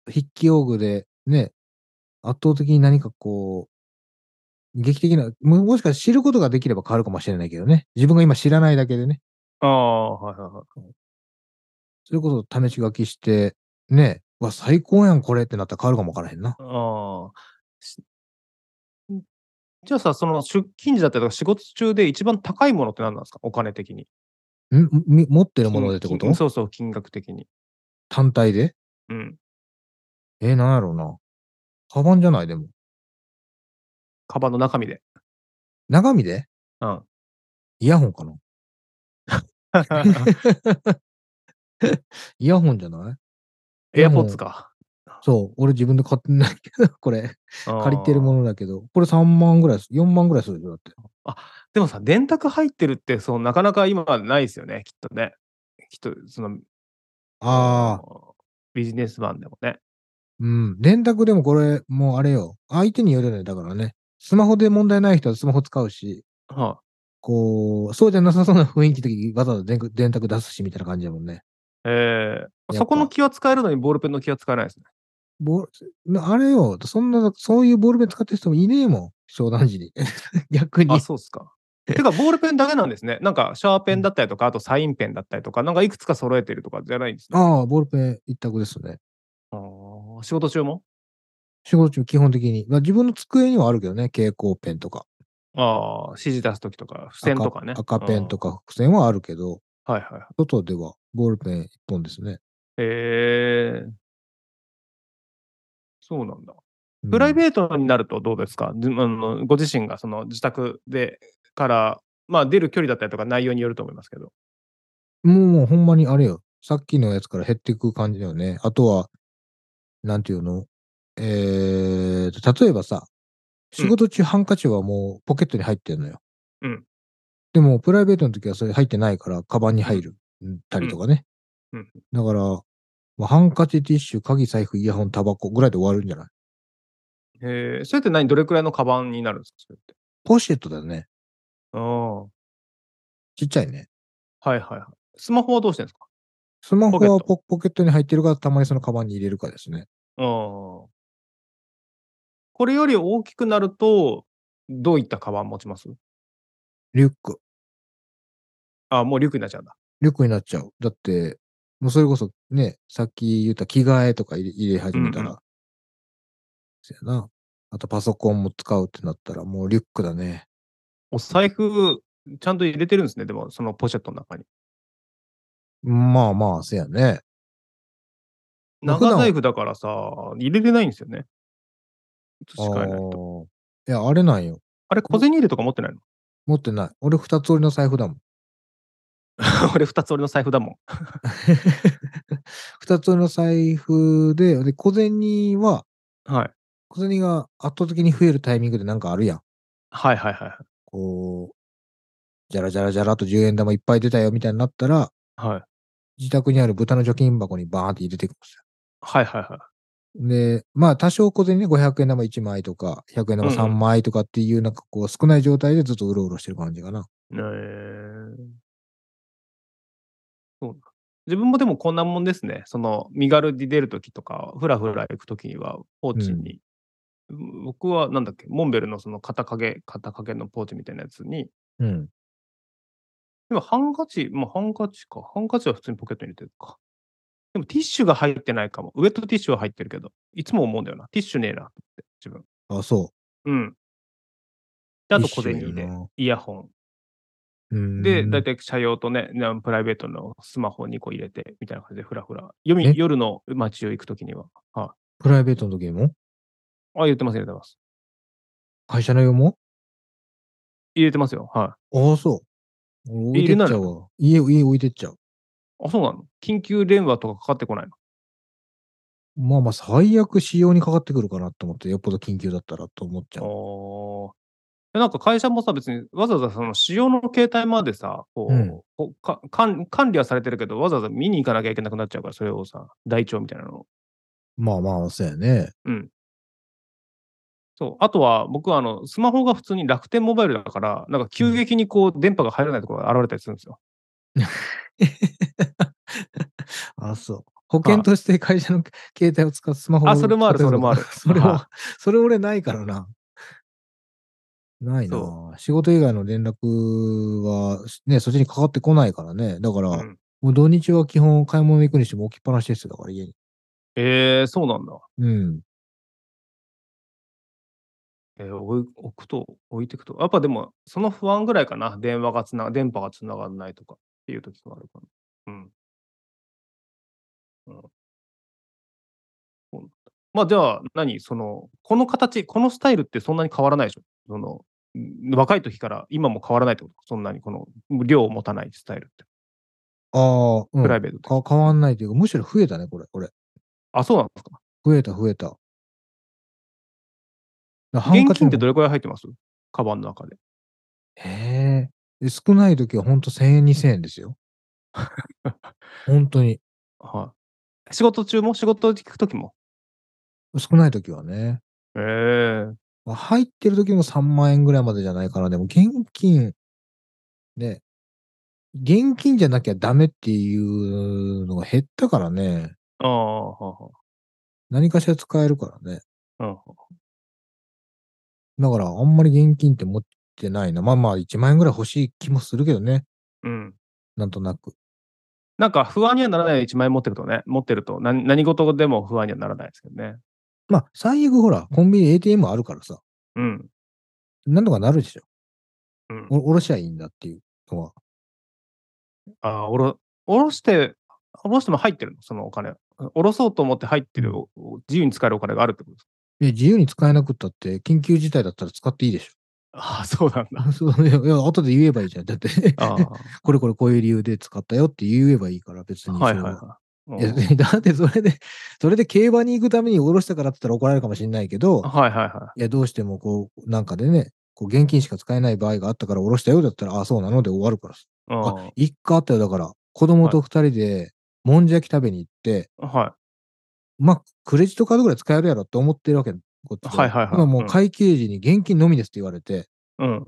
[SPEAKER 2] 筆記用具でね、圧倒的に何かこう、劇的な、ももしかしたら知ることができれば変わるかもしれないけどね。自分が今知らないだけでね。
[SPEAKER 1] ああ、はいはいはい。
[SPEAKER 2] それこそ試し書きして、ね、うわ、最高やん、これってなったら変わるかもわからへんな。
[SPEAKER 1] ああ。しじゃあさ、その出勤時だったりとか仕事中で一番高いものって何なんですかお金的に。
[SPEAKER 2] んみ持ってるものでってこ
[SPEAKER 1] 金金
[SPEAKER 2] と
[SPEAKER 1] そうそう、金額的に。
[SPEAKER 2] 単体で
[SPEAKER 1] うん。
[SPEAKER 2] えー、なんやろうな。カバンじゃないでも。
[SPEAKER 1] カバンの中 身で。
[SPEAKER 2] 中身で
[SPEAKER 1] うん。
[SPEAKER 2] イヤホンかなイヤホンじゃない
[SPEAKER 1] エアポッツか。
[SPEAKER 2] そう。俺自分で買ってないけど、 これ。借りてるも
[SPEAKER 1] の。
[SPEAKER 2] のだけど。これ3万ぐらいす、4万ぐらいするでしょ、だって。
[SPEAKER 1] でもさ、電卓入ってるって、そう、なかなか今はないですよね、きっとね。きっと、その、
[SPEAKER 2] ああ。
[SPEAKER 1] のビジネスマンでもね。
[SPEAKER 2] うん。電卓でもこれ、もうあれよ。相手によるよね。だからね。スマホで問題ない人はスマホ使うし、
[SPEAKER 1] は
[SPEAKER 2] こう、そうじゃなさそうな雰囲気の時にわざわざ電卓電卓出すしみたいな感じだもんね。
[SPEAKER 1] いえ
[SPEAKER 2] ぱ
[SPEAKER 1] ー、そこの気は使えるのにボールペンの気は使えないですね。
[SPEAKER 2] ボーあれよ、そんな、そういうボールペン使ってる人もいねえもん、商談時に。 逆に
[SPEAKER 1] あ、。そうっすか。てか、ボールペンだけなんですね。なんか、シャーペンだったりとか、あとサインペンだったりとか、なんかいくつか揃えてるとかじゃないんですね。
[SPEAKER 2] ああ、ボールペン一択ですね。
[SPEAKER 1] あー仕事中も
[SPEAKER 2] 仕事中、基本的に。まあ、自分の机にはあるけどね、蛍光ペンとか。
[SPEAKER 1] ああ、指示出すときとか、付箋とかね。
[SPEAKER 2] 赤赤ペンと
[SPEAKER 1] か。
[SPEAKER 2] か、付箋はあるけど、
[SPEAKER 1] はいはいはい。
[SPEAKER 2] 外ではボールペン一本ですね。
[SPEAKER 1] へえ。そうなんだ。
[SPEAKER 2] うん
[SPEAKER 1] プライベートになるとどうですか、じあのご自身がその自宅でから、まあ、出る距離だったりとか内容によると思いますけど。
[SPEAKER 2] もう、もうほんまにあれよ。さっきのやつから減っていく感じだよね。あとは、なんていうのえーと、例えばさ、仕事中ハンカチはもうポケットに入ってんのよ。
[SPEAKER 1] うん
[SPEAKER 2] でも、プライベートの時はそれ入ってないから、カバンに入る、たりとかね。
[SPEAKER 1] うん
[SPEAKER 2] だから、まあ、ハンカチ、ティッシュ、鍵、財布、イヤホン、タバコぐらいで終わるんじゃない
[SPEAKER 1] えー、それって何どれくらいのカバンになるんですかそれって。
[SPEAKER 2] ポシェットだね。
[SPEAKER 1] ああ。は
[SPEAKER 2] ちっちゃいね。
[SPEAKER 1] いはいはい。スマホはどうしてるんですか
[SPEAKER 2] スマホは
[SPEAKER 1] ポケット
[SPEAKER 2] ポポケットに入ってるから、たまにそのカバンに入れるかですね。
[SPEAKER 1] ああ。これより大きくなると、どういったカバン持ちます
[SPEAKER 2] リュック。
[SPEAKER 1] ああ、もうリュックになっちゃうんだ。
[SPEAKER 2] リュックになっちゃう。だって、もうそれこそね、さっき言った着替えとか入れ入れ始めたら、
[SPEAKER 1] うんう
[SPEAKER 2] そやな。あとパソコンも使うってなったら、もうリュックだね。
[SPEAKER 1] お財布、ちゃんと入れてるんですね。でも、そのポシェットの中に。
[SPEAKER 2] まあまあ、せやね。まあ普段
[SPEAKER 1] 長
[SPEAKER 2] は
[SPEAKER 1] 財布だからさ、入れれないんですよね。移し替えないと。
[SPEAKER 2] と。いや、あれなんよ。
[SPEAKER 1] あれ、小銭入れとか持ってないの
[SPEAKER 2] 持ってない。俺二つ折りの財布だもん。
[SPEAKER 1] 俺、二つ俺の財布だもん。
[SPEAKER 2] 二つ折りの財布で、で、小銭は、
[SPEAKER 1] はい。
[SPEAKER 2] 小銭が圧倒的に増えるタイミングでなんかあるやん。
[SPEAKER 1] はいはいはい
[SPEAKER 2] こう、じゃらじゃらじゃらと10円玉いっぱい出たよみたいになったら、
[SPEAKER 1] はい。はい
[SPEAKER 2] 自宅にある豚の貯金箱にバーンって入れていくんですよ
[SPEAKER 1] はいはいは
[SPEAKER 2] で、まあ多少小銭ね、500円玉1枚とか、100円玉3枚とかっていう、なんかこう少ない状態でずっとうろうろしてる感じかな。
[SPEAKER 1] い。えー、そうなん自分もでもこんなもんですね。その身軽に出るときとか、ふらふら行くときには、ポーチに、僕はなんだっけ、モンベルのその肩掛け、肩掛けのポーチみたいなやつに、
[SPEAKER 2] うん。
[SPEAKER 1] でもハンカチ、まあ、ハンカチか。ハンカチは普通にポケットに入れてるか。でもティッシュが入ってないかも。ウエットティッシュは入ってるけど、いつも思うんだよな。ティッシュねえなって、自分。
[SPEAKER 2] あ、そ
[SPEAKER 1] うん。で
[SPEAKER 2] う。
[SPEAKER 1] あと小
[SPEAKER 2] 一緒やな
[SPEAKER 1] 銭で、イヤホ
[SPEAKER 2] うん。
[SPEAKER 1] ン。で、だいたい車用とね、なプライベートのスマホ2個入れて、みたいな感じでふらふら。夜
[SPEAKER 2] え
[SPEAKER 1] み夜の街を行くときには。は
[SPEAKER 2] プライベートの時にも
[SPEAKER 1] い。あ、入れてます、入れてます。
[SPEAKER 2] 会社の用も
[SPEAKER 1] 入れてますよ。は
[SPEAKER 2] ああ、そう。俺置いてっちゃうわ。家、家置いてっちゃう。
[SPEAKER 1] い。あ、そうなの緊急電話とかかかってこないの
[SPEAKER 2] まあまあ、最悪仕様にかかってくるかなと思って、よっぽど緊急だったらと思っちゃう。
[SPEAKER 1] おーえなんか会社もさ、別にわざわざその使用の携帯までさ、こう
[SPEAKER 2] うん
[SPEAKER 1] こうか管管理はされてるけど、わざわざ見に行かなきゃいけなくなっちゃうから、それをさ、台帳みたいなのを。
[SPEAKER 2] まあまあ、そうやね。
[SPEAKER 1] そうあとは僕はあのスマホが普通に楽天モバイルだから、なんか急激にこう電波が入らないところが現れたりするんですよ。
[SPEAKER 2] あ、そう。保険として会社の携帯を使うスマホ
[SPEAKER 1] あ、それもある、
[SPEAKER 2] 使
[SPEAKER 1] そ
[SPEAKER 2] って
[SPEAKER 1] れ
[SPEAKER 2] の
[SPEAKER 1] もあ
[SPEAKER 2] か
[SPEAKER 1] る。
[SPEAKER 2] それ
[SPEAKER 1] は
[SPEAKER 2] は、それ俺ないからな。ないな
[SPEAKER 1] そ
[SPEAKER 2] あ。仕事以外の連絡は、ね、そっちにかかってこないからね。だから、
[SPEAKER 1] いうん
[SPEAKER 2] もう土日は基本買い物行くにしても置きっぱなしですよ。だから家に。
[SPEAKER 1] えー、そうなんだ。
[SPEAKER 2] うん。
[SPEAKER 1] えー置い置くと、置いていくと。やっぱでも、その不安ぐらいかな。電話がつな、電波がつながらないとかっていう時があるかな。うん。うん、そうなんだまあ、じゃあ、何その、この形、このスタイルってそんなに変わらないでしょその、ん若い時から今も変わらないってことそんなにこの量を持たないスタイルって。
[SPEAKER 2] ああ、うん、
[SPEAKER 1] プライベートで。
[SPEAKER 2] か変わんないというか、むしろ増えたね、これ。これ。
[SPEAKER 1] あ、そうなんですか。
[SPEAKER 2] 増えた、増えた。だハンカ
[SPEAKER 1] 現
[SPEAKER 2] チの
[SPEAKER 1] 金ってどれくらい入ってますカバンの中で。
[SPEAKER 2] へえ。で少ない時はほんと1000円、2000円ですよ。本当に。
[SPEAKER 1] はい。仕事中も仕事行く時も。
[SPEAKER 2] 少ない時はね。
[SPEAKER 1] ええ
[SPEAKER 2] まあ入ってる時も3万円ぐらいまでじゃないかな。でも現金、ね、現金じゃなきゃダメっていうのが減ったからね。
[SPEAKER 1] ああ、はあはあ。
[SPEAKER 2] 何かしら使えるからね。
[SPEAKER 1] うん
[SPEAKER 2] だからあんまり現金って持ってないな。まあまあ1万円ぐらい欲しい気もするけどね。
[SPEAKER 1] うん、
[SPEAKER 2] なんとなく。
[SPEAKER 1] なんか不安にはならない1万円持ってるとね、持ってると何何事でも不安にはならないですけどね。
[SPEAKER 2] まあ最悪ほら、コンビニ ATM あるからさ。
[SPEAKER 1] うん。
[SPEAKER 2] なんとかなるでしょ。
[SPEAKER 1] うん、
[SPEAKER 2] おおろしゃいいんだっていうのは。
[SPEAKER 1] あーおろ、おろして、おろしても入ってるの、そのお金。おろそうと思って入ってる、おお自由に使えるお金があるってことですか。
[SPEAKER 2] いや自由に使えなくったって、緊急事態だったら使っていいでしょ。
[SPEAKER 1] ああ、そうなんだ。
[SPEAKER 2] そういや、いや後で言えばいいじゃん。だって、
[SPEAKER 1] あー
[SPEAKER 2] これこれこういう理由で使ったよって言えばいいから、別にそ
[SPEAKER 1] は
[SPEAKER 2] れは。
[SPEAKER 1] いはいはい。
[SPEAKER 2] いや
[SPEAKER 1] うん
[SPEAKER 2] だってそれで、それで競馬に行くために下ろしたからって言ったら怒られるかもしれないけど、
[SPEAKER 1] はいはいはい
[SPEAKER 2] や、どうしてもこう、なんかでね、こう現金しか使えない場合があったから下ろしたよだったら、ああ、そうなので終わるから。あ
[SPEAKER 1] あ、
[SPEAKER 2] 一回あったよ。だから、子供と二人で、もんじゃ焼き食べに行って、
[SPEAKER 1] あ。は
[SPEAKER 2] まあ、クレジットカードぐらい使えるやろって思ってるわけ。こっちで
[SPEAKER 1] はいはいはい
[SPEAKER 2] 今もう
[SPEAKER 1] うん
[SPEAKER 2] 会計時に現金のみですって言われて、
[SPEAKER 1] い。うん。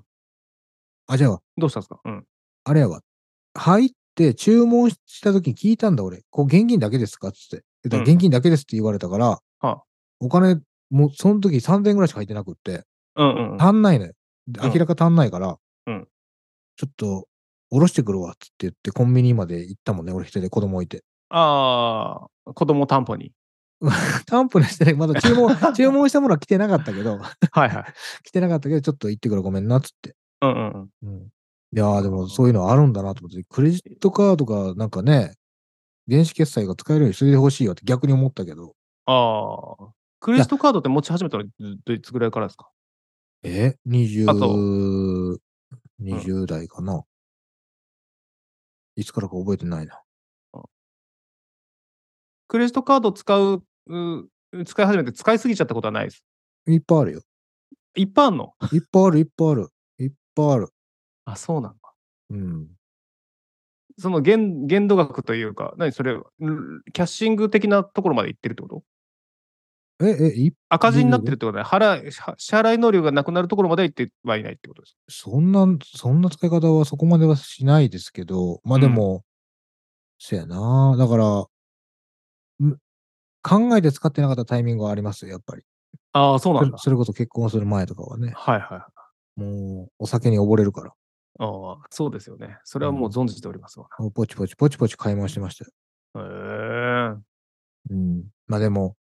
[SPEAKER 2] あ、じゃあ、
[SPEAKER 1] どうしたんですかうん。
[SPEAKER 2] あれやわ。入って注文した時に聞いたんだ俺。こう、現金だけですかつって。だから
[SPEAKER 1] うん
[SPEAKER 2] 現金だけですって言われたから、
[SPEAKER 1] あ
[SPEAKER 2] お金、もうその時3000円ぐらいしか入ってなくって、
[SPEAKER 1] うんうん。
[SPEAKER 2] 足んないのよ。で
[SPEAKER 1] うん
[SPEAKER 2] 明らか足んないから、
[SPEAKER 1] うん
[SPEAKER 2] ちょっと、おろしてくるわっつって言って、コンビニまで行ったもんね、俺一人で子供置いて。
[SPEAKER 1] ああ、子供担保に。
[SPEAKER 2] 担保にしてね、まだ注文、注文したものは来てなかったけど、
[SPEAKER 1] はいはい。
[SPEAKER 2] 来てなかったけど、ちょっと行ってくるごめんなっつって。
[SPEAKER 1] うんうん
[SPEAKER 2] うんいやー、でもそういうのあるんだなと思って、クレジットカードがなんかね、電子決済が使えるようにしてほしいよって逆に思ったけど、
[SPEAKER 1] ああ。クレジットカードって持ち始めたのいつぐらいからですか
[SPEAKER 2] え ?20、
[SPEAKER 1] あと
[SPEAKER 2] 20代かな、いつからか覚えてないな。
[SPEAKER 1] クレジットカード使う、う使い始めて使いすぎちゃったことはないです。
[SPEAKER 2] いっぱいあるよ。
[SPEAKER 1] いっぱいあんの
[SPEAKER 2] いっぱいある、いっぱいある。いっぱいある。
[SPEAKER 1] あ、そうなんだ。
[SPEAKER 2] うん。
[SPEAKER 1] その限限度額というか、何それ、ルキャッシング的なところまで行ってるってこと
[SPEAKER 2] え、え、い
[SPEAKER 1] 赤字になってるってことだね。払い支支払い能力がなくなるところまでは行ってはいないってことです。
[SPEAKER 2] そんな、そんな使い方はそこまではしないですけど、まあでも、そやな。だから、ん考えて使ってなかったタイミングはありますよ、やっぱり。
[SPEAKER 1] ああ、そう
[SPEAKER 2] そ
[SPEAKER 1] な
[SPEAKER 2] れ
[SPEAKER 1] んだ。
[SPEAKER 2] それこそ結婚する前とかはね、
[SPEAKER 1] はいはい。
[SPEAKER 2] もうお酒に溺れるから、
[SPEAKER 1] ああ、そうですよね。それはもう存じておりますわ。
[SPEAKER 2] もうポチポチポチポチ買い物してましたよ。
[SPEAKER 1] へえ
[SPEAKER 2] うん。まあでも、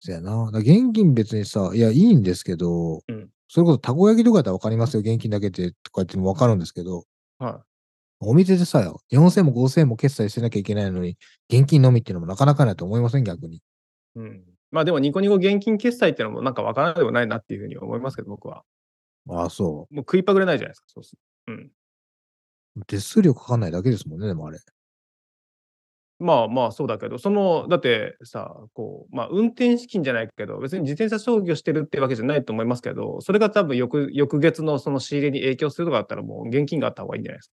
[SPEAKER 2] そやな。だから現金別にさ、いや、いいんですけど、
[SPEAKER 1] うん
[SPEAKER 2] それこそたこ焼きとかやったらわかりますよ、現金だけでとかっていうのもわかるんですけど、
[SPEAKER 1] は
[SPEAKER 2] お店でさよ、4000も5000も決済してなきゃいけないのに、現金のみっていうのもなかなかないと思いません、逆に。
[SPEAKER 1] い。うん。まあでも、ニコニコ現金決済っていうのもなんかわからなでもないなっていうふうに思いますけど、僕は。
[SPEAKER 2] ああ、そ
[SPEAKER 1] もう食いっぱぐれないじゃないですか。そうっす。うん。
[SPEAKER 2] う。手数料かかんないだけですもんね、でもあれ。
[SPEAKER 1] まあまあそうだけど、その、だってさ、こう、まあ運転資金じゃないけど、別に自転車操業してるってわけじゃないと思いますけど、それが多分翌翌月のその仕入れに影響するとかだったらもう現金があった方がいいんじゃないですか。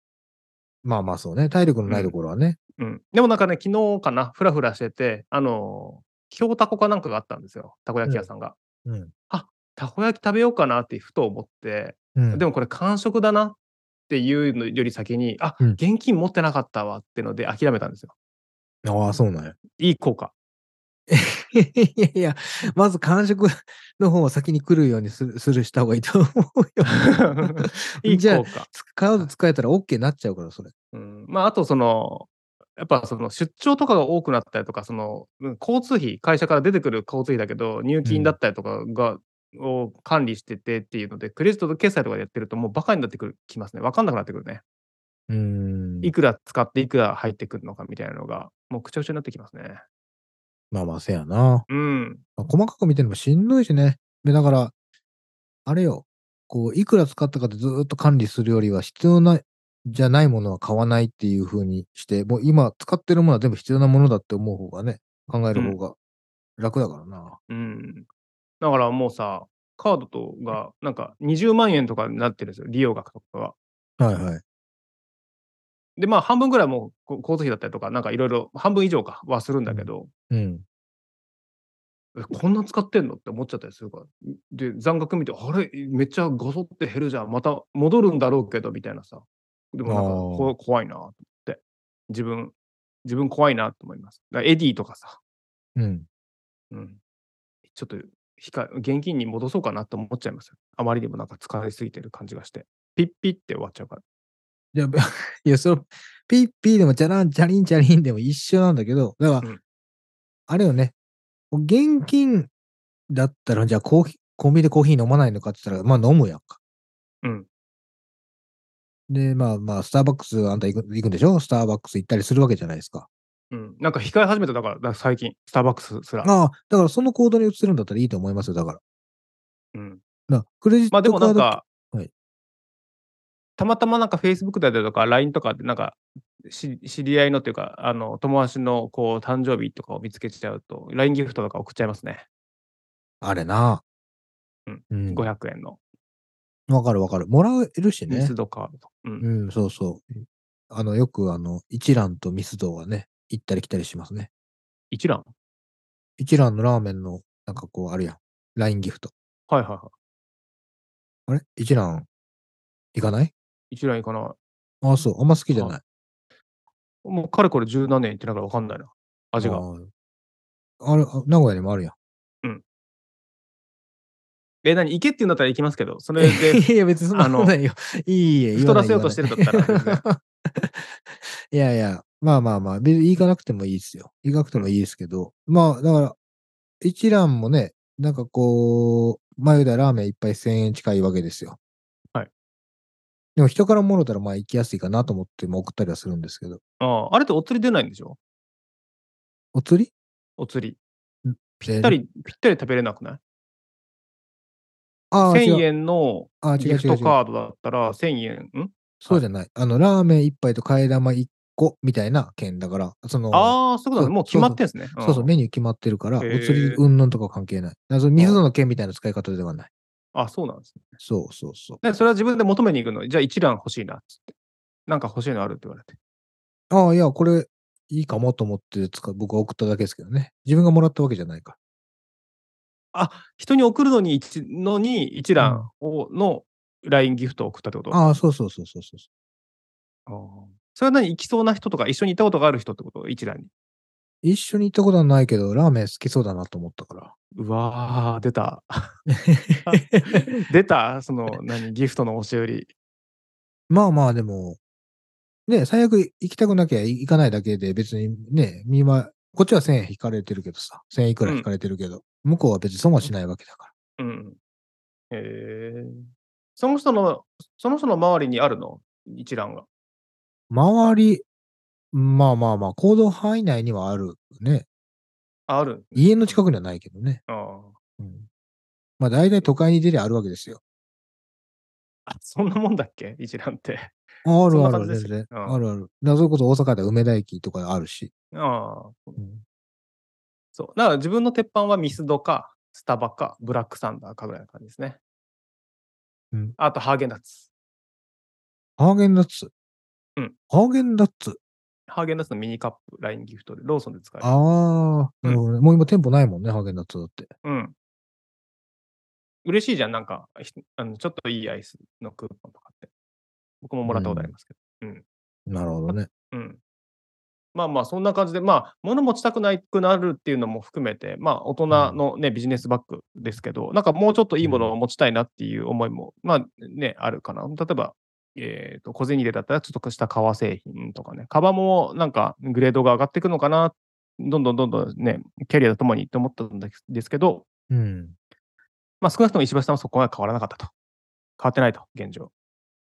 [SPEAKER 2] まあまあそうね、体力のないところはね。
[SPEAKER 1] うん。でもなんかね、昨日かな、ふらふらしてて、あの、京タコかなんかがあったんですよ。たこ焼き屋さんが。
[SPEAKER 2] うん。
[SPEAKER 1] たこ焼き食べようかなってふと思って、
[SPEAKER 2] うん。
[SPEAKER 1] で
[SPEAKER 2] も、
[SPEAKER 1] もこれ完食だなっていうのより先に、あ、
[SPEAKER 2] うん
[SPEAKER 1] 現金持ってなかったわってので諦めたんですよ。
[SPEAKER 2] ああ、そうなんや。
[SPEAKER 1] いい効 果。
[SPEAKER 2] いやいや、まず完食の方を先に来るようにするするした方がいいと思うよ。
[SPEAKER 1] いい
[SPEAKER 2] じゃあ
[SPEAKER 1] 効果。
[SPEAKER 2] カード使えたら OK になっちゃうから、それ。
[SPEAKER 1] うん、まあ、あとその、やっぱその出張とかが多くなったりとか、そのうん交通費、会社から出てくる交通費だけど、入
[SPEAKER 2] うん
[SPEAKER 1] 金だったりとかが、を管理しててっていうので、クレジット決済とかでやってると、もうバカになってくるきますね。分かんなくなってくるね。
[SPEAKER 2] うーん
[SPEAKER 1] いくら使って、いくら入ってくるのかみたいなのが、もうくちゃくちゃになってきますね。
[SPEAKER 2] まあまあ、せやな。
[SPEAKER 1] うん。
[SPEAKER 2] まあ細かく見てるのもしんどいしね。で、だから、あれよ、こう、いくら使ったかってずーっと管理するよりは、必要な、じゃないものは買わないっていう風にして、もう今使ってるものは全部必要なものだって思う方がね、考える方が楽だからな。
[SPEAKER 1] うん。だからもうさ、カードとが、なんか20万円とかになってるんですよ、利用額とかが。
[SPEAKER 2] はいはい。
[SPEAKER 1] で、まあ、半分ぐらいもうこ交通費だったりとか、なんかいろいろ、半分以上かはするんだけど、
[SPEAKER 2] うん。
[SPEAKER 1] えこんな使ってんのって思っちゃったりするから。で、残額見て、あれ、めっちゃごそって減るじゃん。また戻るんだろうけど、みたいなさ。でもなんか
[SPEAKER 2] あー
[SPEAKER 1] こ怖いなと思って。自分、自分怖いなと思います。だからエディとかさ、
[SPEAKER 2] うん。
[SPEAKER 1] うん、ちょっと控え現金に戻そうかなと思っちゃいますよ。あまりにもなんか使いすぎてる感じがして。ピッピッって終わっちゃうから。
[SPEAKER 2] いや、べ いや、その、ピッピーでも、チャラン、チャリン、チャリンでも一緒なんだけど、だから、
[SPEAKER 1] うん
[SPEAKER 2] あれよね、現金だったら、じゃあコーヒー、コンビニでコーヒー飲まないのかって言ったら、まあ飲むやんか。
[SPEAKER 1] うん。
[SPEAKER 2] で、まあまあ、スターバックス、あんた行く行くんでしょスターバックス行ったりするわけじゃないですか。
[SPEAKER 1] うん、なんか控え始めただから、だから最近、スターバックスすら。
[SPEAKER 2] ああ、だからその行動に移るんだったらいいと思いますよ、だから。
[SPEAKER 1] うん、
[SPEAKER 2] だからクレジット
[SPEAKER 1] ま
[SPEAKER 2] カ
[SPEAKER 1] あで
[SPEAKER 2] ード、
[SPEAKER 1] もなんか、
[SPEAKER 2] はい
[SPEAKER 1] たまたまなんか Facebook だったりとか LINE とかでなんかし知り合いのっていうかあの友達のこう誕生日とかを見つけちゃうと LINE ギフトとか送っちゃいますね、
[SPEAKER 2] あれな。
[SPEAKER 1] うん
[SPEAKER 2] うん。
[SPEAKER 1] 500円の
[SPEAKER 2] わかるわかる。もらえるしね
[SPEAKER 1] 密。度カードとか。うん
[SPEAKER 2] うん、そうそう。あの、よくあの、一蘭とミスドはね、行ったり来たりしますね。
[SPEAKER 1] 一覧
[SPEAKER 2] 一蘭のラーメンの、なんかこう、あるやん。ラインギフト。
[SPEAKER 1] はいはいはい。
[SPEAKER 2] あれ一蘭、行かない
[SPEAKER 1] 一覧いいかな。
[SPEAKER 2] ああ、そう。あんま好きじゃない。
[SPEAKER 1] もうかれこれ十何年行ってないから分かんないな。味が。
[SPEAKER 2] あーあれ、あ名古屋にもあるやん。
[SPEAKER 1] え、何行けって言うんだったら行きますけど、それで
[SPEAKER 2] いや、別にそんな
[SPEAKER 1] あの
[SPEAKER 2] ことないよ。いいえ、
[SPEAKER 1] 太らせようとしてるんだったら全然。
[SPEAKER 2] いやいや、まあまあまあ、別に行かなくてもいいですよ。行かなくてもいいですけど、まあ、だから、一蘭もね、なんかこう、前だラーメン一杯1000円近いわけですよ。
[SPEAKER 1] はい。
[SPEAKER 2] でも人からもろたら、まあ行きやすいかなと思って、まあ送ったりはするんですけど、
[SPEAKER 1] あああれってお釣り出ないんでしょ
[SPEAKER 2] お釣り
[SPEAKER 1] お釣り。
[SPEAKER 2] ぴ
[SPEAKER 1] ぴったり、ぴったり食べれなくない
[SPEAKER 2] ああ、違
[SPEAKER 1] ?1000
[SPEAKER 2] う。
[SPEAKER 1] 円の
[SPEAKER 2] ああ、違う
[SPEAKER 1] ギ
[SPEAKER 2] 違う
[SPEAKER 1] フ
[SPEAKER 2] 違
[SPEAKER 1] ト
[SPEAKER 2] う。
[SPEAKER 1] カードだったら1000円。ん
[SPEAKER 2] そうじゃない。あの、ラーメン一杯と替え玉一個みたいな券だから、その、
[SPEAKER 1] ああ、そういうこと
[SPEAKER 2] そう
[SPEAKER 1] ね。もう決まってんですね。
[SPEAKER 2] そうそう、
[SPEAKER 1] ん
[SPEAKER 2] メニュー決まってるから、お
[SPEAKER 1] へ
[SPEAKER 2] 釣
[SPEAKER 1] ー
[SPEAKER 2] りうんぬんとか関係ない。だからその水野の券みたいな使い方ではない。
[SPEAKER 1] あ、そうなんですね。
[SPEAKER 2] そうそうそう。
[SPEAKER 1] でそれは自分で求めに行くの。じゃあ一覧欲しいなっつって。なんか欲しいのあるって言われて。
[SPEAKER 2] ああ、いや、これ、いいかもと思って使う僕は送っただけですけどね。自分がもらったわけじゃないか
[SPEAKER 1] あ、人に送るのに一のに一覧を、の LINE ギフトを送ったってこと
[SPEAKER 2] ら。ああ、そうそうそうそうそうそ
[SPEAKER 1] あーそれは何行きそうな人とか一緒に行ったことがある人ってこと一覧に。
[SPEAKER 2] う。一緒に行ったことはないけど、ラーメン好きそうだなと思った から。
[SPEAKER 1] うわー、出た。 出たその、何、ギフトの押し売り。
[SPEAKER 2] まあまあ、でも、ね、最悪行きたくなきゃ行かないだけで、別にね、見まこっちは1000円引かれてるけどさ、1000円いくら引かれてるけど、向こうは別に損はしないわけだから。
[SPEAKER 1] うん。へえその人の、その人の周りにあるの一覧が。
[SPEAKER 2] 周り、まあまあまあ、行動範囲内にはあるね。
[SPEAKER 1] あ、ある。
[SPEAKER 2] 家の近くにはないけどね。
[SPEAKER 1] あー
[SPEAKER 2] うん、まあ大体都会に出りゃあるわけですよ。
[SPEAKER 1] あ。そんなもんだっけ一覧って。
[SPEAKER 2] あ
[SPEAKER 1] そ
[SPEAKER 2] あ
[SPEAKER 1] ん
[SPEAKER 2] る
[SPEAKER 1] な
[SPEAKER 2] ある、
[SPEAKER 1] 感じで
[SPEAKER 2] 全
[SPEAKER 1] すよ
[SPEAKER 2] 然。
[SPEAKER 1] うん
[SPEAKER 2] あるある。だからそれこそ大阪では梅田駅とかあるし。
[SPEAKER 1] ああ。
[SPEAKER 2] うん
[SPEAKER 1] そう。だから自分の鉄板はミスドか、スタバか、ブラックサンダーかぐらいの感じですね。
[SPEAKER 2] うん
[SPEAKER 1] あと、ハーゲンダッツ。
[SPEAKER 2] ハーゲンダッツ。
[SPEAKER 1] うん
[SPEAKER 2] ハーゲンダッツ。
[SPEAKER 1] ハーゲンダッツのミニカップ、ラインギフトで、ローソンで使える。
[SPEAKER 2] ああ、
[SPEAKER 1] うん
[SPEAKER 2] なるほどね。もう今店舗ないもんね、ハーゲンダッツだって。
[SPEAKER 1] うん。嬉しいじゃん、なんか、ひあのちょっといいアイスのクーポンとかって。僕ももらったことありますけど。
[SPEAKER 2] なるほどね。
[SPEAKER 1] うん。まあまあ、そんな感じで、まあ、物持ちたくなくなるっていうのも含めて、まあ、大人のね、ビジネスバッグですけど、なんかもうちょっといいものを持ちたいなっていう思いも、まあね、あるかな。例えば、えー、と小銭入れだったら、ちょっとした革製品とかね、カバンもなんかグレードが上がっていくのかな、どんどんどんどんね、キャリアとともにって思ったんですですけど、
[SPEAKER 2] うん。
[SPEAKER 1] まあ、少なくとも石橋さんはそこは変わらなかったと。変わってないと、現状。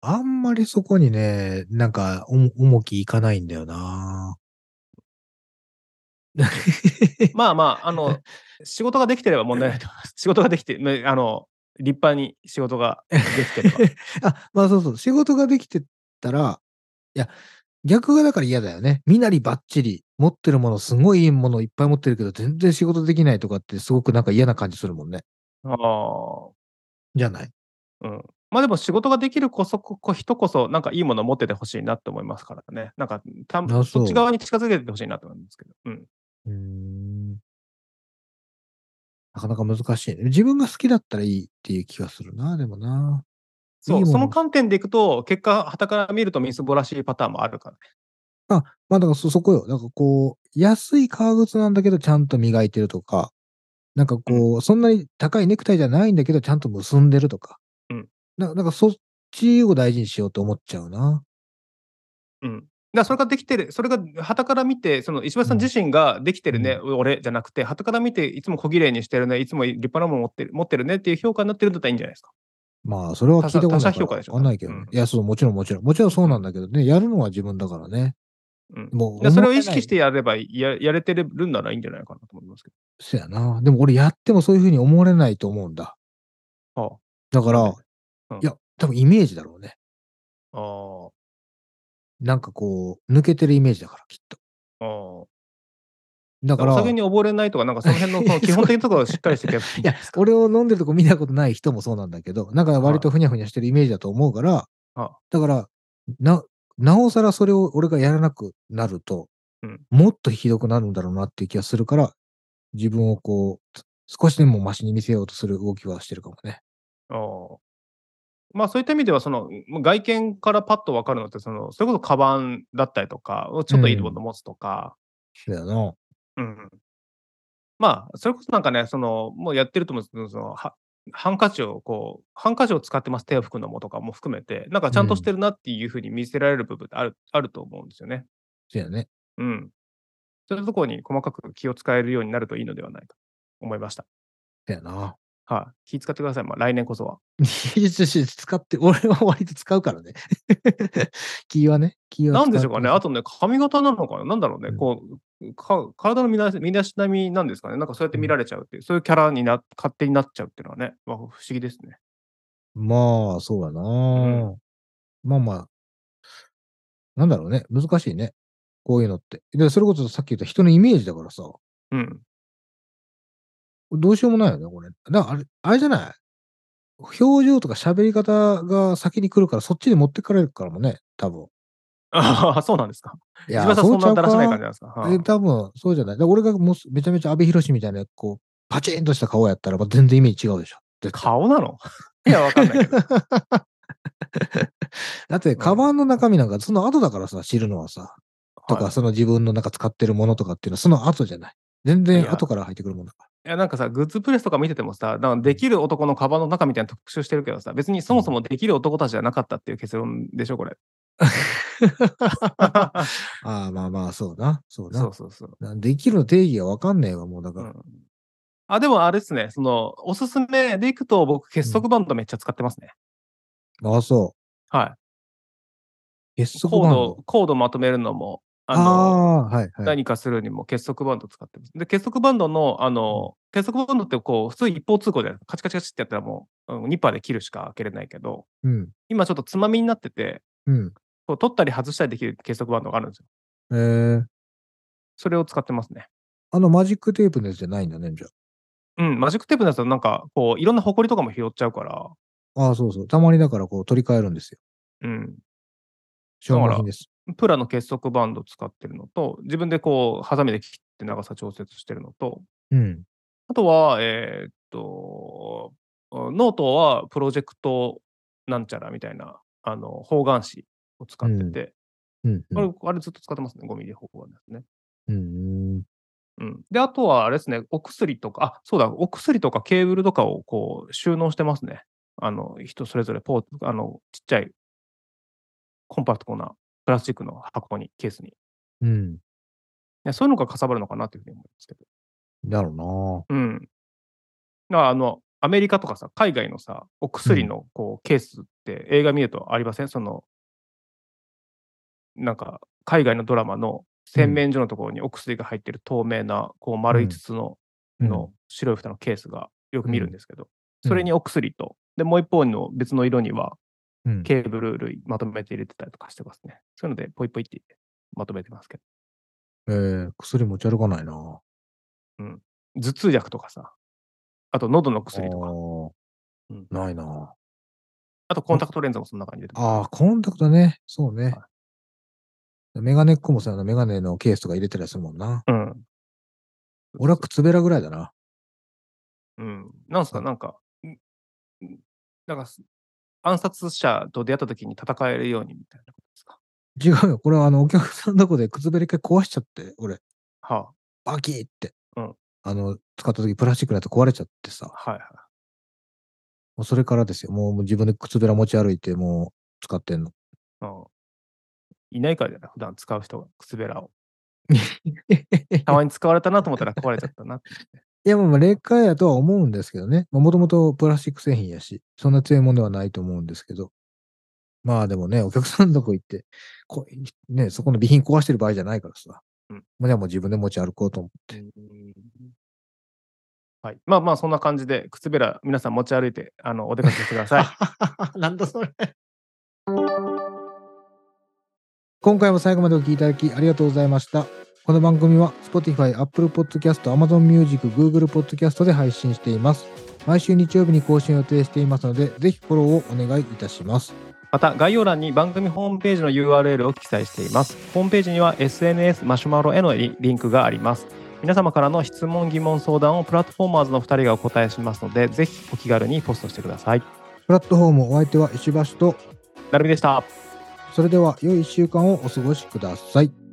[SPEAKER 2] あんまりそこにね、なんか、おも重きいかないんだよな。
[SPEAKER 1] まあまあ、あ の、仕事ができてれば問題ないと思います。仕事ができて、ねあの、立派に仕事 ができてれば。
[SPEAKER 2] あ、まあそうそう。仕事ができてたら、いや、逆がだから嫌だよね。身なりばっちり、持ってるもの、すごいいいものいっぱい持ってるけど、全然仕事できないとかって、すごくなんか嫌な感じするもんね。
[SPEAKER 1] あ
[SPEAKER 2] じゃない
[SPEAKER 1] あ、うん。まあでも仕事ができるこそここ人こそ、なんかいいものを持っててほしいなって思いますからね。なんかた
[SPEAKER 2] あそう
[SPEAKER 1] そっち側に近づけてほしいなと思うんですけど。うん。
[SPEAKER 2] うーん。なかなか難しいね。自分が好きだったらいいっていう気がするな、でもな。
[SPEAKER 1] そう
[SPEAKER 2] いいもの
[SPEAKER 1] その観点でいくと、結果、はたから見るとみすぼらしいパターンもあるからね。
[SPEAKER 2] まあだからそ、そこよ。なんかこう、安い革靴なんだけどちゃんと磨いてるとか、なんかこう、そんなに高いネクタイじゃないんだけどちゃんと結んでるとか。
[SPEAKER 1] うん
[SPEAKER 2] ななんかそっちを大事にしようと思っちゃうな。
[SPEAKER 1] うん。だからそれができてる、それが旗から見て、その石橋さん
[SPEAKER 2] うん
[SPEAKER 1] 自身ができてるね、俺じゃなくて、旗から見て、いつも小綺麗にしてるね、いつも立派なもの持ってる持ってるねっていう評価になってるんだったらいいんじゃないですか。
[SPEAKER 2] まあ、それは聞いたことない
[SPEAKER 1] 他者
[SPEAKER 2] から。
[SPEAKER 1] 評価でしょ
[SPEAKER 2] わかんないけどね、
[SPEAKER 1] うん
[SPEAKER 2] いや、そう、もちろんもちろん。もちろんそうなんだけどね、やるのは自分だからね。
[SPEAKER 1] うん、
[SPEAKER 2] もう
[SPEAKER 1] でそれを
[SPEAKER 2] 思わない
[SPEAKER 1] 意識してやればいいや、やれてるんならいいんじゃないかなと思いますけ
[SPEAKER 2] そうやな。でも俺やってもそういうふうに思われないと思うんだ。
[SPEAKER 1] ああ
[SPEAKER 2] だから、
[SPEAKER 1] なんでうん
[SPEAKER 2] いや、多分イメージだろうね。
[SPEAKER 1] ど。
[SPEAKER 2] なんかこう、抜けてるイメージだから、きっと。
[SPEAKER 1] ああ、ああ。
[SPEAKER 2] だから、
[SPEAKER 1] お酒に溺れないとか、なんかその辺のその基本的なところをしっかりしていけばいいんじ
[SPEAKER 2] い
[SPEAKER 1] ゃ
[SPEAKER 2] や
[SPEAKER 1] ないです、か。
[SPEAKER 2] 俺を飲んでるとこ見たことない人もそうなんだけど、だから割とふにゃふにゃしてるイメージだと思うから、
[SPEAKER 1] は
[SPEAKER 2] だから、な、なおさらそれを俺がやらなくなると、
[SPEAKER 1] うん
[SPEAKER 2] もっとひどくなるんだろうなっていう気がするから、自分をこう、少しでもマシに見せようとする動きはしてるかもね。
[SPEAKER 1] おーまあそういった意味では、そのもう外見からパッと分かるのってその、それこそカバンだったりとか、ちょっといいこと持つとか、
[SPEAKER 2] だよな。
[SPEAKER 1] うんまあそれこそなんかね、そのもうやってると思うんですけど、そのはハンカチをこう、ハンカチを使ってます、手を拭くのもとかも含めて、なんかちゃんとしてるなっていうふうに見せられる部分ってある,、あると思うんですよね。
[SPEAKER 2] そうやね。
[SPEAKER 1] うん。そういうところに細かく気を使えるようになるといいのではないかと思いました。
[SPEAKER 2] そうやな。
[SPEAKER 1] はい。気使ってください。まあ来年こそは。
[SPEAKER 2] いや使って、俺は割と使うからね。 気はね。気は使
[SPEAKER 1] なんでしょうかね。あ
[SPEAKER 2] あ
[SPEAKER 1] とね、髪型なのかななんだろうね。
[SPEAKER 2] うん
[SPEAKER 1] こう、か体の身な身だしなみなんですかね。なんかそうやって見られちゃうっていう、そういうキャラにな、勝手になっちゃうっていうのはね、まあ、不思議ですね。
[SPEAKER 2] まあ、そうやな、まあまあ、なんだろうね。難しいね。こういうのって。で、それこそさっき言った人のイメージだからさ、
[SPEAKER 1] うん。
[SPEAKER 2] どうしようもないよね、これ。だからあれ、あれじゃない表情とか喋り方が先に来るから、そっちに持ってかれるからもね、多分。
[SPEAKER 1] ああ、そうなんですか。
[SPEAKER 2] い
[SPEAKER 1] 石破さん、そん
[SPEAKER 2] ちゃ
[SPEAKER 1] な
[SPEAKER 2] う
[SPEAKER 1] だらしない感じなんですか。は
[SPEAKER 2] え
[SPEAKER 1] い
[SPEAKER 2] 多分、そうじゃない。だから俺がもうすめちゃめちゃ安倍博みたいな、こう、パチンとした顔やったら、まあ全然イメージ違うでしょ。絶対
[SPEAKER 1] 顔なの いや、わかんないけ ど。
[SPEAKER 2] だって、カバンの中身なんか、その後だからさ、知るのはさ。と
[SPEAKER 1] は
[SPEAKER 2] か、その自分のなんか使ってるものとかっていうのは、その後じゃない。全然
[SPEAKER 1] や
[SPEAKER 2] 後から入ってくるものだか
[SPEAKER 1] い、いやなんかさ、グッズプレスとか見ててもさ、なんかできる男のカバンの中みたいな特集してるけどさ、別にそもそもできる男たちじゃなかったっていう結論でしょ、これ。
[SPEAKER 2] ら。ああ、まあまあ、そうな。そ う
[SPEAKER 1] そ
[SPEAKER 2] な
[SPEAKER 1] う。そうそう。
[SPEAKER 2] なできるの定義がわかんねえわ、もうだか
[SPEAKER 1] う
[SPEAKER 2] ら。
[SPEAKER 1] んあ、でもあれですね、その、おすすめでいくと、僕、結束バンドめっちゃ使ってますね。
[SPEAKER 2] ああ、そ
[SPEAKER 1] は
[SPEAKER 2] う。
[SPEAKER 1] い。
[SPEAKER 2] 結束
[SPEAKER 1] コ
[SPEAKER 2] バ
[SPEAKER 1] ー
[SPEAKER 2] ン
[SPEAKER 1] ド
[SPEAKER 2] ド。、
[SPEAKER 1] コードまとめるのも、あの、
[SPEAKER 2] ああー、はいはい。
[SPEAKER 1] 何かするにも結束バンド使ってます。で、結束バンドの、あの、結束バンドってこう、普通一方通行じゃないカチカチカチってやったらもう、うんニッパーで切るしか開けれないけど、
[SPEAKER 2] うん。
[SPEAKER 1] 今ちょっとつまみになってて、
[SPEAKER 2] うん。
[SPEAKER 1] こう取ったり外したりできる結束バンドがあるんですよ。
[SPEAKER 2] えー、
[SPEAKER 1] それを使ってますね。
[SPEAKER 2] あのマジックテープのやつじゃないんだね、じゃ
[SPEAKER 1] うん、マジックテープのやつはなんか、こう、いろんなホコリとかも拾っちゃうから、
[SPEAKER 2] あ。ああ、そうそう。たまにだからこう取り替えるんですよ。
[SPEAKER 1] うん、
[SPEAKER 2] 消耗品です。
[SPEAKER 1] プラの結束バンド使ってるのと、自分でこう、ハサミで切って長さ調節してるのと、
[SPEAKER 2] うん。
[SPEAKER 1] あとは、えーっと、ノートはプロジェクトなんちゃらみたいな、あの、方眼紙を使ってて、
[SPEAKER 2] うん。う
[SPEAKER 1] あ
[SPEAKER 2] ん
[SPEAKER 1] れあれずっと使ってますね、5ミリ方眼ですね。
[SPEAKER 2] うん。
[SPEAKER 1] うん。で、あとはあれですね、お薬とか、あ、そうだ、お薬とかケーブルとかをこう、収納してますね。あの、人それぞれポーズ、あの、ちっちゃい、コンパクトなプラスチックの箱に、ケースに。
[SPEAKER 2] うん。
[SPEAKER 1] ねそういうのがかさばるのかなというふうに思いますけど。
[SPEAKER 2] だろ
[SPEAKER 1] うん。だからあの、アメリカとかさ、海外のさ、お薬のこうケースって映画見るとありませんその、なんか、海外のドラマの洗面所のところにお薬が入ってる透明な、こう丸い
[SPEAKER 2] うん
[SPEAKER 1] 筒の,、
[SPEAKER 2] うな。
[SPEAKER 1] の白い蓋のケースがよく見るんですけど、
[SPEAKER 2] うん
[SPEAKER 1] それにお薬と、で、もう一方の別の色には
[SPEAKER 2] うん。
[SPEAKER 1] ケーブル類まとめて入れてたりとかしてますね。そういうので、ポイポイってまとめてますけど。
[SPEAKER 2] えー、薬持ち歩かないな。
[SPEAKER 1] 頭痛薬とかさ、あと喉の薬と
[SPEAKER 2] あ
[SPEAKER 1] か、
[SPEAKER 2] ー
[SPEAKER 1] うん
[SPEAKER 2] ないな。
[SPEAKER 1] あとコンタクトレンズもそんな感じで。
[SPEAKER 2] ああ、コンタクトね。そうね。
[SPEAKER 1] は
[SPEAKER 2] メガネっ子もさ、あのメガネのケースとか入れたりするもんな。
[SPEAKER 1] うん。
[SPEAKER 2] 俺は靴べらぐらいだな。
[SPEAKER 1] うん。なんすか、なんか、んんなんかす、暗殺者と出会った時に戦えるようにみたいなことですか。
[SPEAKER 2] 違うよ。これはあの、お客さんのとこで靴べら一回壊しちゃって、俺、
[SPEAKER 1] は
[SPEAKER 2] バキーって。
[SPEAKER 1] うん
[SPEAKER 2] あの、使った時プラスチックのやつ壊れちゃってさ。
[SPEAKER 1] あ、はいはい。
[SPEAKER 2] もうそれからですよ。もうもう自分で靴べら持ち歩いて、もう使っ てんの。
[SPEAKER 1] うんいないからじゃない、普段使う人が、靴べらを。たまに使われたなと思ったら壊れちゃったなって。
[SPEAKER 2] いや、まあまあ、劣化やとは思うんですけどね。もともとプラスチック製品やし、そんな強いものではないと思うんですけど。まあでもね、お客さんのとこ行って、こね、そこの備品壊してる場合じゃないからさ。
[SPEAKER 1] うん
[SPEAKER 2] まあじゃあもう自分で持ち歩こうと思って。
[SPEAKER 1] はい、まあまあ、そんな感じで、靴べら、皆さん持ち歩いて、あのお出かけしてください。
[SPEAKER 2] なんだそれ。今回も最後までお聞きいただきありがとうございました。この番組は Spotify、Apple Podcast、Amazon Music、Google Podcast で配信しています。毎週日曜日に更新を予定していますので、ぜひフォローをお願いいたします。
[SPEAKER 1] また概要欄に番組ホームページの URL を記載しています。ホームページには SNS マシュマロへのリンクがあります。皆様からの質問、疑問、相談をプラットフォーマーズの2人がお答えしますので、ぜひお気軽にポストしてください。
[SPEAKER 2] プラットフォームお相手は石橋と、
[SPEAKER 1] なるみでした。
[SPEAKER 2] それでは良い1週間をお過ごしください。